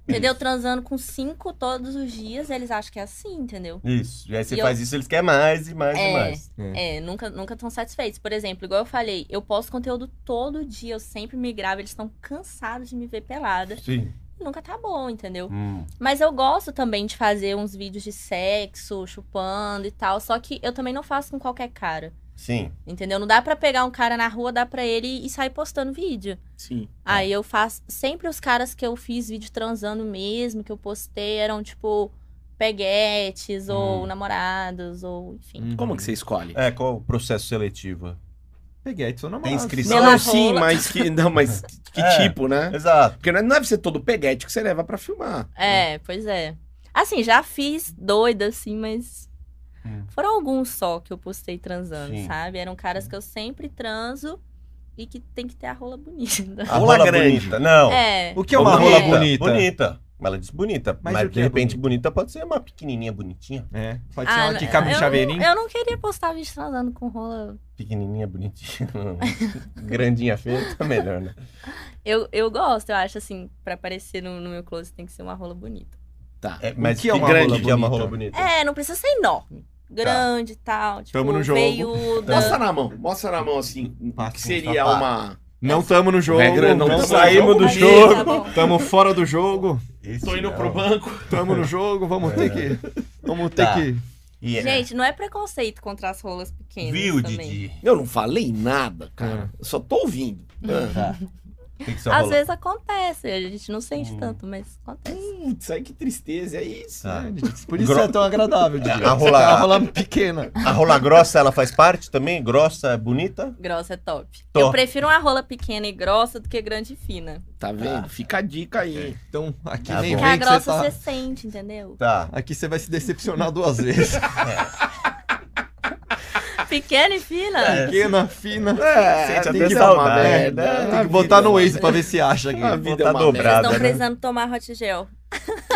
S4: entendeu? Transando com cinco todos os dias, eles acham que é assim, entendeu?
S2: Isso. E aí você
S4: E eu-
S2: faz isso, eles querem mais e mais e
S4: É.
S2: mais.
S4: É, nunca nunca tão satisfeitos. Por exemplo, igual eu falei, eu posto conteúdo todo dia, eu sempre me gravo, eles estão cansados de me ver pelada.
S2: Sim.
S4: Nunca tá bom, entendeu?
S2: Hum.
S4: Mas eu gosto também de fazer uns vídeos de sexo, chupando e tal, só que eu também não faço com qualquer cara.
S2: Sim.
S4: Entendeu? Não dá pra pegar um cara na rua, dá pra ele e sair postando vídeo.
S1: sim.
S4: Aí eu faço. Sempre os caras que eu fiz vídeo transando mesmo, que eu postei, eram tipo peguetes ou namorados, ou
S3: Hum.
S4: enfim.
S1: Como que você escolhe?
S2: É, qual o processo seletivo?
S3: Peguei, aí sou namorado.
S2: Tem inscrição?
S1: Não,
S4: Pela
S1: sim,
S4: rola.
S1: mas que, não, mas que
S2: É.
S1: tipo, né?
S2: Exato.
S1: Porque não é- não deve ser todo peguete que você leva pra filmar.
S2: Né?
S4: É, pois é. Assim, já fiz doida, assim, mas.
S2: Hum.
S4: Foram alguns só que eu postei transando,
S2: Sim.
S4: sabe? Eram caras que eu sempre transo e que tem que ter a rola bonita.
S2: A
S1: Rola
S2: rola
S1: grande.
S2: bonita. Não.
S4: É.
S3: O que é uma
S4: Bonita,
S3: rola bonita?
S2: Bonita. Ela disse bonita. Mas,
S3: Mas o
S2: de
S3: que é
S2: repente, bonita pode ser uma pequenininha bonitinha.
S3: É. Pode ser
S4: Ah,
S3: uma que cabe
S4: eu
S3: um
S4: não-
S3: chaveirinho.
S4: Eu não queria postar vídeo transando com rola
S2: Pequenininha bonitinha. não. Grandinha feia tá melhor, né?
S4: Eu, eu gosto, eu acho assim, pra aparecer no, no meu close tem que ser uma rola bonita.
S1: Tá.
S2: É,
S3: O que é uma
S2: grande
S3: rola
S2: que é uma
S3: bonita?
S2: rola bonita.
S4: É, não precisa ser
S2: Tá.
S4: enorme. Grande e tal, tipo,
S3: Tamo no jogo.
S4: veiuda.
S1: Mostra na mão, mostra na mão assim.
S3: é. Passa
S1: que
S3: um
S1: seria
S3: sapato.
S1: uma.
S3: Não tamo no jogo.
S1: Regra, não
S3: tamo-
S1: tamo-
S2: Saímos do
S4: Aí,
S2: jogo.
S4: tá bom.
S3: Tamo fora do jogo.
S2: Esse
S1: Tô
S3: é
S1: indo
S2: não.
S1: pro banco.
S3: Tamo no jogo. Vamos ter que. Vamos ter
S2: Tá.
S3: que.
S2: E é-
S4: Gente, não é preconceito contra as rolas pequenas
S2: Viu,
S4: também.
S2: Didi?
S1: Eu não falei nada, cara.
S2: É.
S1: Eu só tô ouvindo. Ah,
S2: Tem que ser uma
S4: Às
S2: rola-
S4: vezes acontece, a gente não sente
S2: Tá Hum.
S4: tanto, mas acontece.
S1: Putz, aí que tristeza, é isso.
S2: Tá.
S1: né?
S3: Por isso é tão agradável, Didi.
S2: A rola-
S3: A rola pequena.
S2: A rola grossa, ela faz parte também? Grossa, bonita?
S4: Grossa é top.
S2: Top.
S4: Eu prefiro uma rola pequena e grossa do que grande e fina.
S1: Tá vendo?
S2: Ah.
S1: Fica a dica aí.
S3: Então, aqui
S2: Tá
S3: nem
S2: bom.
S4: Porque É a
S3: vem que você
S4: grossa
S3: tá...
S4: você sente, entendeu?
S2: Tá.
S3: Aqui você vai se decepcionar duas vezes.
S4: Pequena e fina?
S2: É,
S3: Pequena, fina.
S1: É,
S2: Sente
S1: tem
S2: até
S1: que dar uma
S2: saudade,
S1: merda.
S2: né?
S1: A
S3: Tem que
S1: vida- é
S3: botar no Waze pra ver se acha aqui.
S1: A vida é
S2: Botar
S1: uma
S2: dobrado.
S4: Vocês
S1: merda.
S2: Nada,
S4: estão
S2: né?
S4: precisando tomar hot gel.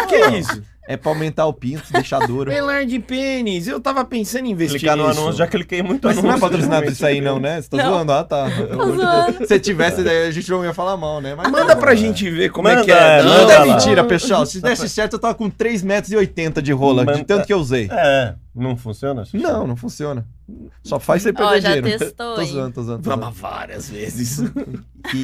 S1: que é isso?
S3: É pra aumentar o pinto, deixar duro.
S1: Elar de pênis. Eu tava pensando em investir
S2: Clicar no
S1: nisso.
S2: anúncio, já cliquei muito
S3: Mas você não é
S2: anúncio,
S3: patrocinado
S2: realmente.
S3: isso aí, não, né? Você tá
S4: Não.
S3: zoando? Ah, tá.
S4: Tô zoando.
S3: Se tivesse, daí a gente não ia falar mal, né? Mas
S1: Manda
S3: não,
S1: pra
S3: né?
S1: gente ver como é
S2: Manda,
S1: que é.
S2: é,
S3: Não,
S2: Manda
S3: é
S2: lá.
S3: mentira, pessoal. Se desse certo, eu tava com 3,80 metros de rola, de
S2: Manda-
S3: tanto que eu usei.
S2: É, não funciona? Xuxa?
S3: Não, não funciona. Só faz você perder
S4: Ó, já
S3: dinheiro.
S4: testou,
S3: Tô
S4: hein?
S3: zoando, tô zoando. Tô
S1: Vamos
S3: zoando.
S1: várias vezes.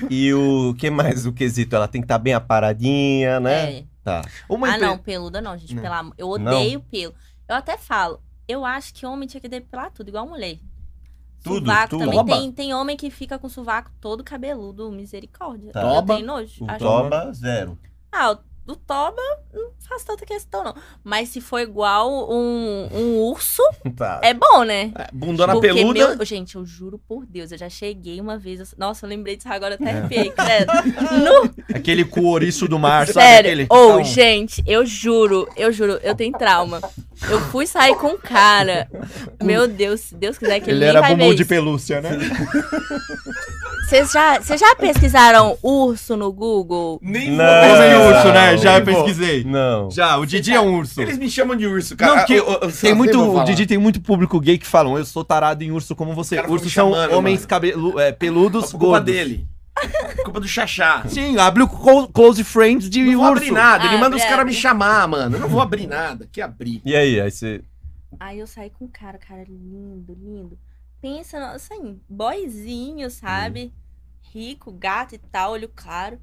S2: E, e o que mais? O quesito? Ela tem que estar bem aparadinha, né?
S4: É.
S2: Tá.
S3: Uma
S4: ah,
S3: empre-
S4: não, peluda não, gente.
S3: Não.
S4: Pela... Eu odeio pelo. Eu até falo, eu acho que homem tinha que depilar tudo, igual mulher.
S2: Tudo,
S4: sovaco
S2: tudo.
S4: também.
S1: Toba?
S4: Tem, tem homem que fica com o sovaco todo cabeludo, misericórdia.
S2: Tá.
S4: Eu
S1: Toba?
S4: tenho nojo.
S2: O
S4: acho-
S2: toba, zero.
S4: Ah, o- o toba não faz tanta questão, não. Mas se for igual um, um urso,
S2: Tá.
S4: é bom, né?
S1: É, Bundona
S4: Porque
S1: peluda.
S4: meu- Gente, eu juro por Deus, eu já cheguei uma vez. eu- Nossa, eu lembrei disso agora, eu
S3: É.
S4: até arrepiei, credo. No...
S3: Aquele couriço do mar, sabe?
S4: Sério.
S3: Aquele...
S4: Ou,
S3: Então,
S4: gente, eu juro, eu juro, eu tenho trauma. Eu fui sair com um cara. Meu Deus, se Deus quiser que ele,
S3: Ele
S4: nem
S3: era
S4: vai
S3: bumbum
S4: ver
S3: de
S4: isso.
S3: pelúcia, né?
S4: Vocês já, vocês já pesquisaram urso no Google?
S1: Nem
S2: Não.
S1: vou
S3: Homem
S1: pesquisar.
S3: urso, né? Já
S1: Não vou.
S3: pesquisei.
S2: Não.
S3: Já, o
S4: tá
S3: Didi é um urso.
S1: Eles me chamam de urso, cara.
S3: porque
S1: Eu- eu- eu
S3: Tem
S1: sei,
S3: muito,
S1: vou
S3: o
S1: falar.
S3: Didi tem muito público gay que falam, eu sou tarado em urso como você.
S1: Os caras
S3: Ursos
S1: ficam
S3: são
S1: me chamando,
S3: homens
S1: mano.
S3: cabelo, é, peludos,
S1: Culpa
S3: gordos.
S1: dele. Culpa do Xaxá.
S3: Sim, abre o clo- close friends de
S1: Não vou
S3: urso.
S1: abrir nada. Ele
S4: Ah,
S1: manda os
S4: abre,
S1: caras me
S4: abre.
S1: chamar, mano. Eu não vou abrir nada. Que abrir.
S2: E aí? Aí você.
S4: Aí eu saí com um cara, cara lindo, lindo. Pensa, no- assim, boyzinho,
S2: Uhum.
S4: sabe? Rico, gato e tal, olho claro.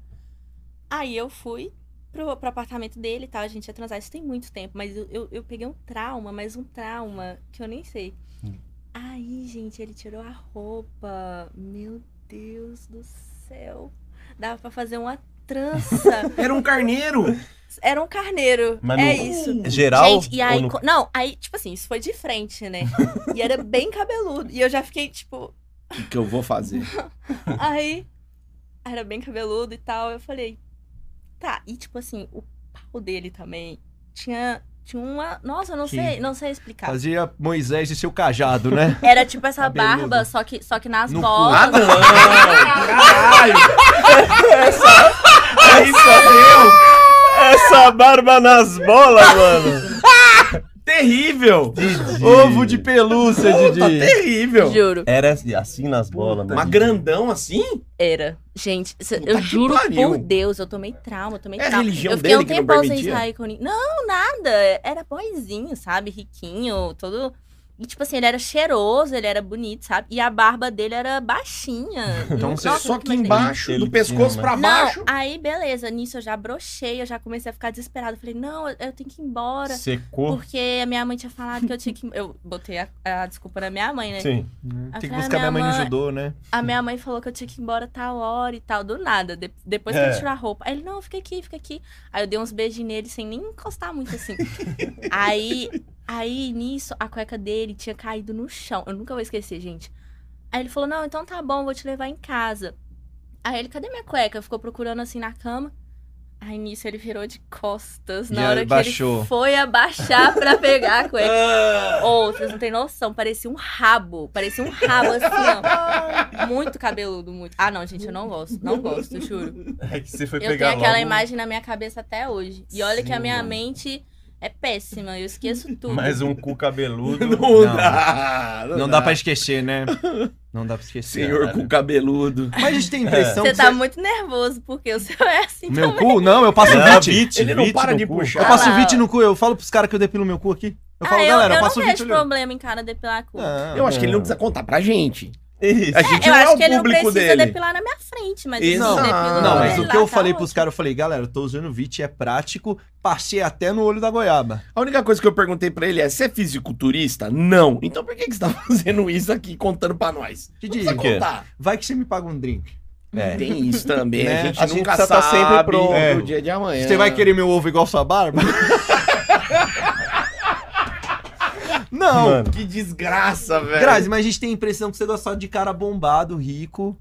S4: Aí eu fui pro, pro apartamento dele e tal, a gente ia transar, isso tem muito tempo, mas eu, eu, eu peguei um trauma, mas um trauma que eu nem sei.
S2: Hum.
S4: Aí, gente, ele tirou a roupa. Meu Deus do céu. Dava pra fazer uma trança.
S1: Era um carneiro.
S4: Era um carneiro.
S2: Mas
S4: é
S2: não-
S4: isso.
S2: É Geral?
S4: Gente, e aí.
S2: ou no-
S4: co- Não... aí, tipo assim, isso foi de frente, né? E era bem cabeludo. E eu já fiquei, tipo.
S1: O que eu vou fazer?
S4: Aí. Era bem cabeludo e tal. Eu falei. Tá. E, tipo assim, o pau dele também tinha. Tinha uma. Nossa, eu não
S3: Que-
S4: sei, não sei explicar.
S3: Fazia Moisés de seu cajado, né?
S4: Era tipo essa
S3: Cabeludo.
S4: barba, só que, só que nas
S3: No cu. Ah,
S1: Ah,
S4: costas.
S1: não! Caralho!
S2: Aí
S4: é
S2: Essa barba nas bolas, mano!
S1: Terrível!
S3: Ovo de pelúcia,
S1: Puta,
S3: Didi.
S1: terrível!
S4: Juro.
S2: Era assim nas bolas,
S1: Mas grandão assim?
S4: Era. Gente, cê-
S1: Puta
S4: eu
S1: que
S4: juro
S1: pariu.
S4: por Deus, eu tomei trauma, eu tomei
S1: É a
S4: trauma.
S1: religião
S4: eu fiquei
S1: dele
S4: um
S1: que não
S4: tempão sem
S1: permitia?
S4: sair com ninguém. Não, nada. Era boyzinho, sabe? Riquinho, todo. E, tipo assim, ele era cheiroso, ele era bonito, sabe? E a barba dele era baixinha.
S3: Então,
S4: Não-
S3: você-
S4: nossa,
S1: Só
S4: muito
S1: que
S4: mais
S1: embaixo, do
S2: Ele
S1: pescoço
S2: tinha,
S1: pra
S4: feio.
S1: baixo.
S4: é? Não, aí beleza, nisso eu já brochei, eu já comecei a ficar desesperada. Eu Falei, não, eu eu tenho que ir embora.
S2: Secou.
S4: Porque a minha mãe tinha falado que eu tinha que. Eu botei a, a desculpa na minha mãe, né?
S2: Sim.
S3: Tem
S4: Até
S3: que
S4: a
S3: buscar minha mãe no
S4: mãe-
S3: judô, né?
S4: A minha mãe falou que eu tinha que ir embora tal hora e tal, do nada. De- depois que
S2: É.
S4: ele tirou a roupa. Aí ele, não, fica aqui, fica aqui. Aí eu dei uns beijinhos nele sem nem encostar muito assim. aí, aí, nisso, a cueca dele tinha caído no chão. Eu nunca vou esquecer, gente. Aí ele falou, não, então tá bom, vou te levar em casa. Aí ele, cadê minha cueca? Ficou procurando assim na cama. Aí nisso ele virou de costas
S3: E
S4: na hora
S3: aí
S4: que
S3: baixou.
S4: ele foi abaixar pra pegar a cueca.
S1: Ah,
S4: Ô, vocês não têm noção, parecia um rabo. Parecia um rabo assim, ó. Muito cabeludo, muito. Ah, não, gente, eu não gosto. Não gosto, juro.
S2: É que você foi
S4: Eu tenho
S2: pegar
S4: aquela
S2: logo,
S4: imagem na minha cabeça até hoje. E olha
S2: Sim,
S4: que a minha
S2: mano.
S4: mente é péssima, eu esqueço tudo.
S2: Mais um cu cabeludo.
S1: Não, dá!
S3: Não dá pra esquecer, né? Não dá pra esquecer.
S1: Senhor com cabeludo.
S3: Mas a gente tem a impressão
S4: Você
S3: que
S4: tá
S3: Então você-
S4: muito nervoso, porque o seu é assim
S3: Meu
S4: também.
S3: cu? Não, eu passo
S2: Não,
S3: 20.
S2: beat,
S1: Ele não
S2: beat
S1: para
S2: no
S1: de
S2: cu.
S1: puxar.
S3: Eu
S4: Ah
S3: passo
S4: lá.
S3: 20 no cu, eu falo pros caras que eu depilo meu cu aqui. Eu falo,
S4: ah, eu,
S3: galera, eu,
S4: eu
S3: passo
S4: não
S3: 20
S4: vejo
S3: olhando.
S4: problema em cara depilar a cu.
S3: Ah,
S1: Eu acho que ele não precisa contar pra gente.
S2: Isso.
S1: A gente
S4: Eu
S1: não é
S4: acho
S1: o
S4: que ele não
S1: público
S4: precisa
S1: dele.
S4: depilar na minha frente, mas
S1: Exato.
S4: ele depilou
S3: Não,
S4: na
S3: mas
S4: dele
S3: o
S4: lá,
S3: que eu
S4: tá
S3: falei
S4: ótimo.
S3: pros caras, eu falei, galera, eu tô usando 20, é prático, passei até no olho da goiaba.
S1: A única coisa que eu perguntei pra ele é: você é fisiculturista? Não. Então por que, que você tá fazendo isso aqui contando pra nós?
S3: Didi,
S1: Não precisa
S2: Por quê?
S1: contar.
S3: vai que você me paga um drink.
S2: É.
S1: Tem isso também.
S3: Né?
S1: A gente
S2: A gente
S1: nunca
S2: precisa tá
S1: sabe
S2: sempre pronto.
S1: o
S2: É.
S1: dia de amanhã.
S3: Você vai querer meu ovo igual sua barba? Não,
S2: Mano.
S1: Que desgraça, velho.
S3: Grazi, mas a gente tem a impressão que você gosta só de cara bombado, rico.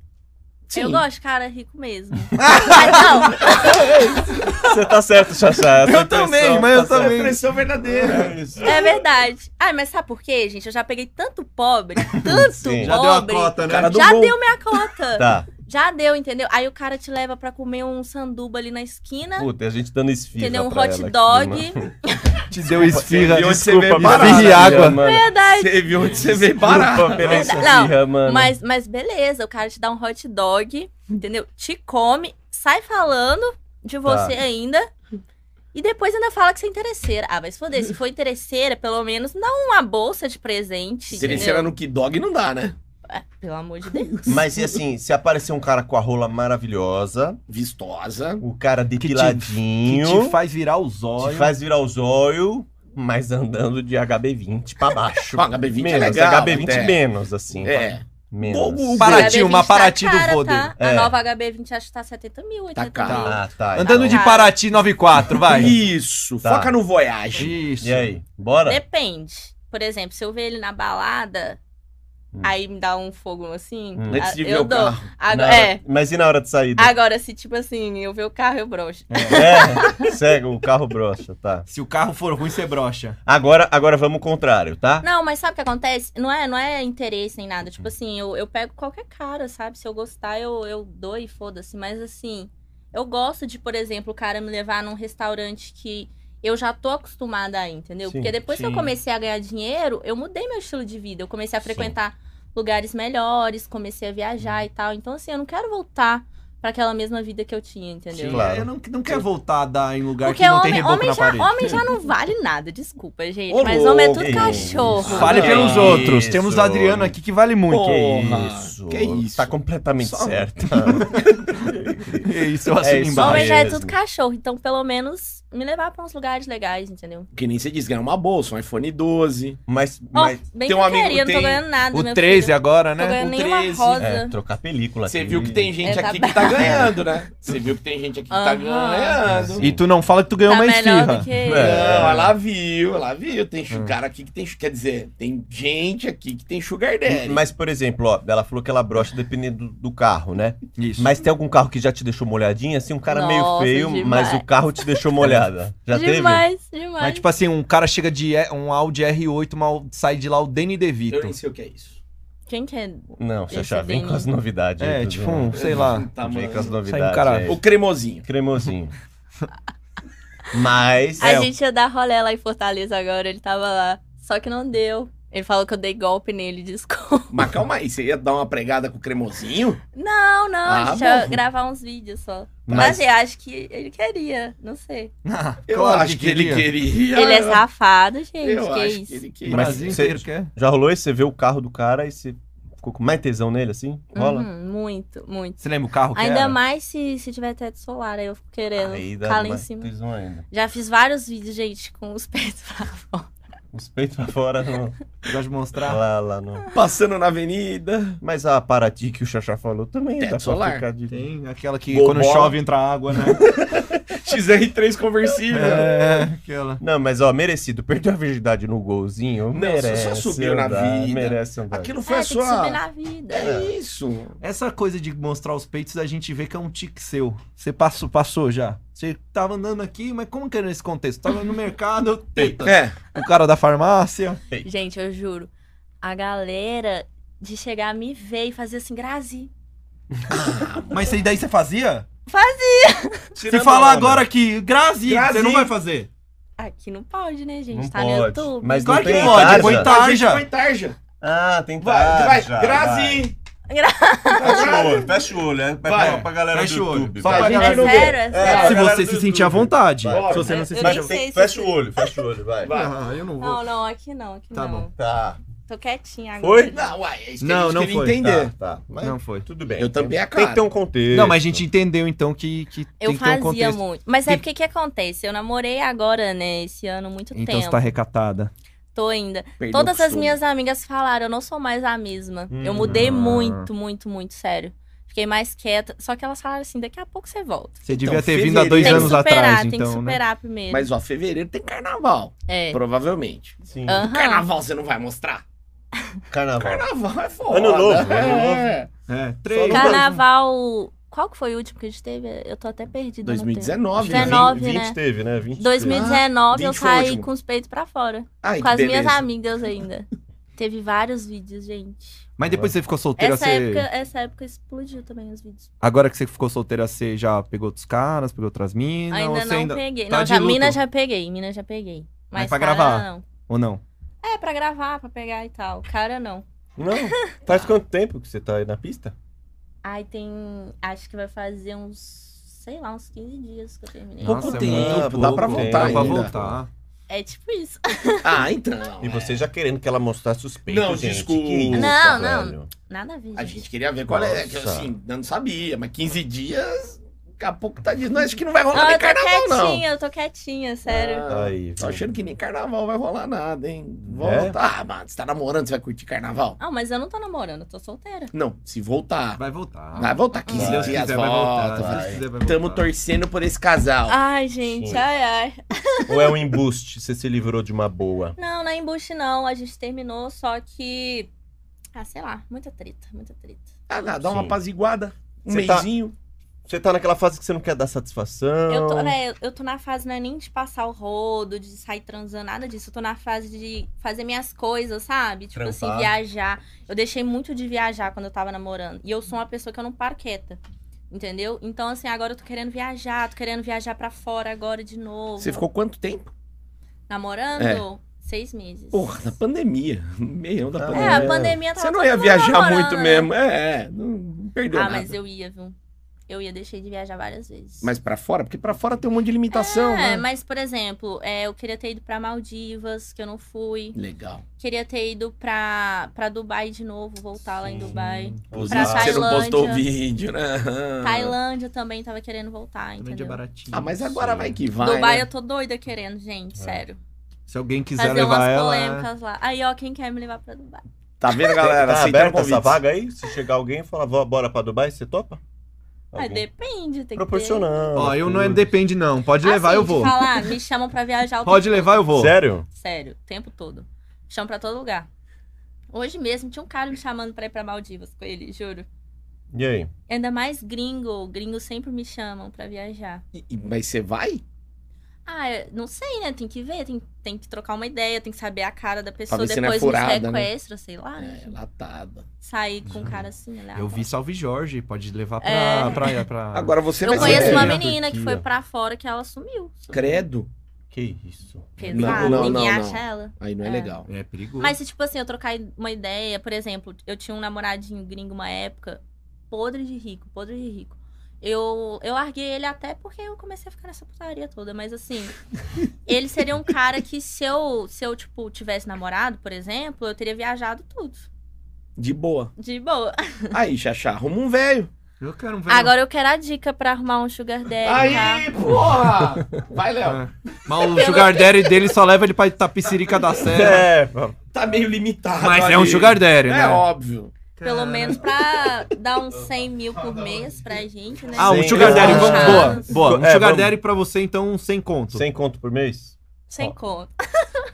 S4: Eu
S1: Sim.
S4: gosto, de cara, rico mesmo. mas não,
S2: Você tá certo, Xaxá. essa
S3: Eu também,
S2: impressão
S3: mas eu
S2: tá
S1: É
S3: também.
S1: a impressão verdadeira.
S2: certa. É isso.
S4: É verdade. Ah, mas sabe por quê, gente? Eu já peguei tanto pobre, tanto
S2: Sim.
S4: pobre.
S3: Já deu a cota, né?
S1: Cara do
S4: já
S1: gol.
S4: deu minha cota.
S2: Tá.
S4: Já deu, entendeu? Aí o cara te leva pra comer um sanduba ali na esquina,
S2: Puta, e a gente dando esfirra
S4: entendeu? Um
S2: pra
S4: hot
S2: ela aqui,
S4: dog.
S2: mano.
S3: Te deu esfirra.
S1: E hoje você
S2: Desculpa,
S1: vê barato.
S2: né?
S3: esfirra e água.
S2: mano.
S4: Verdade.
S1: Você viu onde você veio
S2: Desculpa
S1: parar.
S2: pela
S4: Verdade.
S2: esfirra, mano.
S4: Mas, mas beleza, o cara te dá um hot dog, entendeu? Te come, sai falando de você ainda. E depois ainda fala que você é interesseira. Ah, vai se foder. Se for interesseira, pelo menos dá uma bolsa de presente.
S1: Se ele
S4: entendeu?
S1: será no que dog, não dá, né?
S4: Ah, Pelo amor de Deus.
S2: Mas e assim, se aparecer um cara com a rola maravilhosa,
S1: Vistosa.
S2: o cara
S3: te-
S2: depiladinho,
S3: Que te faz virar os
S2: te,
S3: olhos.
S2: faz virar os olhos, mas andando de HB20 pra baixo.
S1: Com HB20
S2: menos,
S1: é legal.
S2: HB20
S1: até.
S2: menos, assim.
S1: É.
S2: Menos.
S1: O
S3: Parati,
S4: HB20
S3: uma
S4: tá
S3: Paraty do
S4: cara,
S3: Roder.
S4: Tá?
S2: É.
S4: A nova HB20 acho que tá 70 mil, 80
S1: Tá caro.
S4: mil.
S2: Ah, tá.
S3: Andando de
S4: Tá.
S3: Paraty 94, vai.
S1: Isso.
S2: Tá.
S1: Foca no Voyage.
S3: Isso.
S2: E aí, bora?
S4: Depende. Por exemplo, se eu ver ele na balada,
S2: Hum.
S4: aí me dá um fogo assim.
S2: Hum.
S4: a-
S1: Antes de ver o
S4: eu dou.
S1: carro.
S2: Na
S4: Agora,
S2: hora-
S4: é.
S2: Mas e na hora de saída?
S4: Agora, se tipo assim, eu ver o carro, eu broxo.
S2: É, cego, o carro brocha, tá.
S3: Se o carro for ruim, você brocha.
S2: Agora, agora vamos ao contrário, tá?
S4: Não, mas sabe o que acontece? Não é, não é interesse nem nada.
S3: Uhum.
S4: Tipo assim, eu, eu pego qualquer cara, sabe? Se eu gostar, eu, eu dou e foda-se. Mas assim, eu gosto de, por exemplo, o cara me levar num restaurante que eu já tô acostumada a ir, entendeu?
S2: Sim,
S4: Porque depois que eu
S3: sim.
S4: comecei a ganhar dinheiro, eu mudei meu estilo de vida. Eu comecei a
S2: Sim.
S4: frequentar lugares melhores, comecei a viajar
S3: Uhum.
S4: e tal. Então, assim, eu não quero voltar pra aquela mesma vida que eu tinha, entendeu?
S2: Sim, Claro.
S3: Eu não, não quer voltar a dar em lugar
S4: Porque
S3: que não tem
S4: homem,
S3: reboco
S4: homem
S3: na
S4: já,
S3: parede.
S4: homem já não vale nada, desculpa, gente.
S1: Ô,
S4: mas homem é tudo
S2: louco,
S4: cachorro.
S1: isso.
S3: Fale
S1: Não,
S3: pelos
S1: que
S3: outros.
S2: isso.
S3: Temos o Adriano aqui que vale muito.
S1: Pô. Porra,
S2: Que isso?
S1: que isso?
S2: Tá completamente
S1: Só-
S2: certa.
S3: É isso, eu assino
S2: isso.
S3: embaixo.
S4: Homem já é
S2: mesmo.
S4: tudo cachorro, então pelo menos me levar pra uns lugares legais, entendeu?
S1: Que nem você diz, ganhar uma bolsa, um iPhone 12.
S2: Mas,
S4: Ó,
S2: mas
S1: tem
S4: bem tem
S1: um amigo-
S4: não tô
S1: tem
S4: ganhando nada,
S3: O
S4: meu
S3: 13
S4: filho.
S3: agora,
S4: Não tô
S3: né?
S4: ganhando
S1: O
S4: nenhuma
S1: 13,
S4: rosa. tá
S2: é, trocar película.
S1: Você
S2: aqui.
S1: viu que tem gente
S4: É, tá
S1: aqui que tá ganhando, né? Você viu que tem gente aqui que tá
S4: Aham.
S1: ganhando.
S3: E tu não fala que tu ganhou
S4: tá
S3: uma
S4: melhor
S3: esfirra.
S4: do que...
S1: Não, ela viu, ela viu. Tem
S3: Hum.
S1: chu- cara aqui que tem. chu- Quer dizer, tem gente aqui que tem sugar daddy.
S2: Mas, por exemplo, ó, ela falou que ela brocha dependendo do, do carro, né?
S3: Isso.
S2: Mas tem algum carro que já te deixou molhadinha? Assim, um cara meio
S4: Nossa,
S2: feio, mas
S4: demais.
S2: o carro te deixou molhada. Já
S4: demais, demais.
S3: Mas, tipo assim, um cara chega de E- um Audi R8, mal, sai de lá o Danny
S1: eu
S3: DeVito.
S1: nem sei o que é isso.
S4: Quem que é?
S2: teve? Não,
S4: Esse
S2: Xaxá, vem
S4: bem-
S2: com as novidades. aí,
S3: É,
S2: tudo,
S3: tipo
S2: né?
S3: um, sei lá.
S1: Tá,
S2: Vem com as
S1: mano.
S2: novidades.
S3: cara-
S2: aí.
S1: O cremosinho.
S2: cremosinho. Mas.
S4: A
S2: é,
S4: gente ia dar rolê lá em Fortaleza agora, ele tava lá. Só que não deu. Ele falou que eu dei golpe nele, desculpa.
S1: Mas calma aí, você ia dar uma pregada com o cremosinho?
S4: Não, não,
S1: Ah,
S4: a gente ia
S1: bom.
S4: gravar uns vídeos só.
S2: Mas-
S4: Mas eu acho que ele queria, não sei.
S3: Ah,
S1: Eu
S3: claro
S1: acho que ele queria.
S4: Ele é safado, gente.
S1: Eu
S4: que é
S1: acho
S4: isso?
S1: que ele
S3: O
S1: queria.
S3: Brasil
S2: Mas
S3: inteiro
S2: cê-
S3: quer.
S2: Já rolou isso? Você vê o carro do cara e você ficou com mais tesão nele, assim? Rola?
S4: Uhum, muito, muito.
S3: Você lembra o carro que
S4: Ainda
S3: era?
S4: mais se, se tiver teto solar, aí eu fico querendo
S2: é. Aí dá
S4: ficar lá em
S2: mais
S4: cima.
S2: tesão ainda.
S4: Já fiz vários vídeos, gente, com os pés pra fora.
S2: Os peitos pra fora, não.
S3: Eu gosto de
S4: Tá.
S3: mostrar.
S2: lá, lá, não.
S1: Passando na avenida.
S2: Mas a Paraty que o Xaxá falou também
S1: Teto
S2: dá pra
S1: solar.
S2: ficar de...
S3: Tem aquela que
S1: Bobola.
S3: quando chove entra água, né?
S1: XR3 conversível.
S3: é, aquela.
S2: Não, mas ó, merecido. Perdeu a virgindade no golzinho.
S1: Não,
S2: merece
S1: só subiu na
S2: andar,
S1: vida.
S2: Merece andar.
S1: Aquilo foi
S4: É,
S1: a
S4: tem que subir
S1: sua.
S4: na vida.
S1: É isso.
S3: Essa coisa de mostrar os peitos, a gente vê que é um tique seu. Você passou, passou já. Você tava andando aqui, mas como que era nesse contexto? Tava no mercado, teta.
S1: É.
S3: O cara da farmácia.
S4: Gente, eu juro. A galera de chegar me ver e fazer assim, Grazi.
S3: Mas isso aí daí você fazia? Se
S1: Tirando
S3: falar
S1: onda.
S3: agora que Grazi,
S1: Grazi.
S3: você não vai fazer.
S4: Aqui não pode, né, gente?
S2: Não
S4: tá no
S2: pode.
S4: YouTube.
S2: Mas
S3: Claro
S2: não
S3: que
S2: tem
S3: pode,
S2: tarja?
S3: põe
S1: A gente
S3: Tarja.
S1: Foi tarja.
S2: Ah, tem
S1: Vai,
S2: tarja.
S1: vai.
S2: vai.
S1: Grazi. Tá
S2: Fecha o olho, fecha o olho. É pra,
S1: Vai.
S2: pra galera
S3: Fecha
S2: do
S3: o olho.
S2: YouTube.
S3: Só
S2: vai.
S3: pra
S1: Vai,
S4: É
S1: gente,
S4: sério,
S1: não
S4: é
S2: É,
S4: sério.
S3: se
S1: galera
S3: você
S1: do
S3: se
S1: YouTube.
S3: sentir à vontade.
S2: Vai.
S3: Se você não se
S4: Eu
S3: sentir à
S4: nem
S2: Mas
S3: vontade.
S4: sei
S2: tem-
S4: se
S2: fecha
S4: tem.
S2: o olho, fecha o olho, vai.
S1: Vai.
S3: Ah, eu não vou.
S4: Não, não, aqui não, aqui
S3: Tá
S4: não.
S3: bom.
S2: Tá.
S4: Tô quietinha agora.
S2: Foi?
S1: Não, uai, é isso que
S3: Não,
S1: a gente
S3: não
S1: queria
S3: foi,
S1: entender.
S2: Tá, tá. Mas
S3: Não foi.
S2: tudo bem.
S1: Eu tampei a
S2: Tem
S1: cara.
S2: que ter um contexto.
S3: Não, mas a gente entendeu então que, que tem
S4: Eu
S3: que ter um
S4: fazia
S3: contexto.
S4: muito. Mas é
S3: Tem-
S4: porque que acontece? Eu namorei agora, né, esse ano, muito
S3: Então
S4: tempo.
S3: você tá recatada.
S4: Tô ainda.
S1: Perdeu o
S4: Todas as
S1: costume.
S4: minhas amigas falaram, eu não sou mais a mesma.
S2: Hum.
S4: Eu mudei
S3: Ah.
S4: muito, muito, muito, sério. Fiquei mais quieta. Só que elas falaram assim, daqui a pouco você volta.
S3: Você
S1: Então,
S3: devia ter vindo há dois
S4: tem
S1: fevereiro.
S3: anos
S4: que superar,
S3: atrás,
S4: tem que
S3: então, né?
S4: superar primeiro.
S1: Mas ó, fevereiro tem carnaval.
S4: É.
S1: Provavelmente.
S2: Sim.
S4: Aham.
S1: Carnaval você não vai mostrar?
S2: Carnaval.
S1: Carnaval é foda.
S2: Ano novo,
S1: É.
S2: ano
S3: É, três.
S4: Carnaval. Qual que foi o último que a gente teve? Eu tô até perdida. no tempo.
S1: 2019. né?
S4: 19.
S2: 20,
S4: né?
S2: teve, né? 20 teve.
S4: 2019 eu
S1: 20 foi o
S3: Ah,
S4: saí
S1: último.
S4: com os peitos pra fora.
S1: Ai,
S4: com as
S1: beleza.
S4: minhas amigas ainda. Teve vários vídeos, gente.
S3: Mas depois que você ficou solteira,
S4: Essa
S3: você.
S4: época, essa época explodiu também os vídeos.
S3: Agora que você ficou solteira, você já pegou dos caras, pegou outras minas? ou
S4: ainda
S3: você
S4: não peguei.
S3: tá
S4: não,
S3: de
S4: já,
S3: luto.
S4: mina já peguei, mina já peguei.
S3: Mas
S4: Mas,
S3: pra
S4: cara,
S3: gravar?
S4: não.
S3: Ou não?
S4: É, pra gravar, pra pegar e tal. Cara, não.
S2: Não? Faz quanto tempo que você tá aí na pista?
S4: Aí tem. Acho que vai fazer uns. Sei lá, uns 15 dias que eu terminei.
S1: Pouco
S3: Nossa, é
S1: tempo,
S2: muito
S1: dá pra
S2: pouco
S1: voltar
S3: Dá
S2: tempo.
S3: pra
S1: ainda.
S3: voltar.
S4: É tipo isso.
S1: Ah, então.
S4: É.
S2: E você já querendo que ela mostrasse os peitos,
S1: Não,
S2: gente.
S1: desculpa.
S2: Que é isso,
S4: Não, não.
S2: velho.
S4: Nada a ver.
S1: A
S4: gente.
S1: gente queria ver qual é, que
S2: Nossa.
S1: assim, eu não sabia, mas 15 dias, daqui a pouco tá dizendo, acho que não vai rolar
S4: Ó,
S1: nem
S4: eu tô
S1: carnaval, não.
S4: quietinha, eu tô quietinha, sério.
S1: Ah,
S2: Aí,
S1: tô
S2: viu?
S1: achando que nem carnaval vai rolar nada, hein? Volta. Ah, mano, você tá namorando, você vai curtir carnaval?
S4: Ah, mas eu não tô namorando, eu tô solteira.
S1: Não, se voltar.
S3: Vai voltar.
S1: Ah, Vai voltar 15
S3: Ah, Se Deus
S1: dias,
S3: quiser, vai
S1: volta. vai.
S3: voltar.
S1: tá?
S3: Se Deus quiser, vai voltar.
S1: Tamo torcendo por esse casal.
S4: Ai, gente,
S2: Sim.
S4: ai, ai.
S2: Ou é um embuste, você se livrou de uma boa.
S4: Não, na embuste não, a gente terminou, só que. Ah, sei lá, muita treta, muita treta.
S1: Ah, dá dá uma
S2: Sim.
S1: apaziguada, um
S2: Você tá-
S1: meizinho.
S2: Você tá naquela fase que você não quer dar satisfação.
S4: Eu
S1: Então
S4: tô, né, eu- eu tô na fase não é nem de passar o rodo, de sair transando, nada disso. Eu tô na fase de fazer minhas coisas, sabe? Tipo assim,
S2: Trampar.
S4: viajar. Eu deixei muito de viajar quando eu tava namorando. E eu sou uma pessoa que eu não paro quieta. Entendeu? Então, assim, agora eu tô querendo viajar, tô querendo viajar pra fora agora de novo.
S1: Você ficou quanto tempo?
S4: Namorando? Seis meses.
S1: É. Porra, na pandemia. No Meião da
S2: Ah,
S4: É, a
S1: pandemia.
S4: pandemia tava
S1: Você não
S4: todo
S1: ia
S4: mundo
S1: viajar
S4: namorando,
S1: muito
S4: né?
S1: mesmo. É, é. Não, não perdeu
S4: Ah,
S1: nada.
S4: mas eu ia, viu? Eu ia, deixei de viajar várias vezes.
S1: Mas pra fora? Porque pra fora tem um monte de limitação,
S4: É,
S1: né?
S4: mas, por exemplo, é, eu queria ter ido pra Maldivas, que eu não fui.
S1: Legal.
S4: Queria ter ido pra, pra Dubai de novo, voltar lá em
S2: Sim.
S4: Dubai.
S1: Por
S4: Pra
S1: isso que você não
S4: Tailândia.
S1: postou o vídeo, né?
S4: Tailândia também tava querendo
S3: Ah.
S4: voltar,
S3: Também de
S4: entendeu?
S3: baratinho.
S1: Ah, mas agora
S2: Sim.
S1: vai que vai.
S4: Dubai
S1: né?
S4: eu tô doida querendo, gente, sério.
S3: É. Se alguém quiser
S4: Fazer
S3: levar
S4: umas
S3: ela. é.
S4: polêmicas lá. Aí, ó, quem quer me levar pra Dubai?
S1: Tá vendo,
S2: Galera,
S1: galera?
S2: tá
S1: Aceitando
S2: aberta essa
S1: convites.
S2: vaga aí? Se chegar alguém e falar, "Vó, bora pra Dubai, você topa?
S3: Tá
S4: Aí
S2: Alguém.
S4: depende, tem que
S2: Proporcionando.
S3: Ó, eu não é
S2: tudo.
S3: depende, não. Pode
S4: ter...
S3: levar,
S4: Assim,
S3: eu
S4: de
S3: vou.
S4: falar, me chamam pra viajar o
S3: Pode
S4: tempo
S3: levar, eu vou.
S2: Sério?
S4: Sério, o tempo todo. Me chamam pra todo lugar. Hoje mesmo tinha um cara me chamando pra ir pra Maldivas com ele, juro.
S2: E aí?
S4: Ainda mais gringo. Gringo sempre me chamam pra viajar.
S1: E- e- Mas você vai?
S4: Ah, eu não sei, né? Tem que ver, tem, tem que trocar uma ideia, tem que saber a cara da pessoa
S1: Talvez você não é
S4: depois
S1: furada,
S4: do
S1: né?
S4: sequestro, sei lá, né?
S1: É, latada.
S4: Sair com um cara assim, né?
S3: Eu vi Salve Jorge, pode levar pra.
S4: É.
S3: pra, pra-
S1: Agora você
S4: Eu
S1: vai
S2: Mas
S4: conheço
S1: ser.
S4: uma
S2: é na
S4: menina que
S2: Turquia.
S4: foi pra fora que ela sumiu.
S1: Credo.
S2: Que isso?
S4: Pesado,
S1: não,
S4: ninguém
S1: não,
S4: acha
S1: não.
S4: ela.
S1: Aí não é,
S4: É.
S1: legal.
S3: É perigoso.
S4: Mas se, tipo assim, eu trocar uma ideia, por exemplo, eu tinha um namoradinho gringo uma época, podre de rico, podre de rico. Eu, eu larguei ele até porque eu comecei a ficar nessa putaria toda, mas assim, ele seria um cara que se eu, se eu tipo, tivesse namorado, por exemplo, eu teria viajado tudo.
S1: De boa.
S4: De boa.
S1: Aí, Xaxá, arruma um velho.
S3: Eu quero um velho.
S4: Agora eu quero a dica pra arrumar um sugar daddy, tá?
S1: Aí, porra! Vai, Léo.
S3: Ah, Mas o Sugar Daddy dele só leva ele pra Itapicirica da Serra.
S2: É, pô.
S1: Tá meio limitado.
S3: Mas é
S1: ali.
S3: um Sugar Daddy, né?
S1: É óbvio.
S4: Pelo menos pra dar uns 100 mil por mês pra gente, né?
S3: Ah, um
S2: Sim,
S3: Sugar Daddy,
S2: exato.
S3: vamos, boa, boa. Um
S2: É,
S3: Sugar
S2: vamos.
S3: Daddy pra você, então, um sem conto.
S2: sem conto por mês?
S4: Sem conta.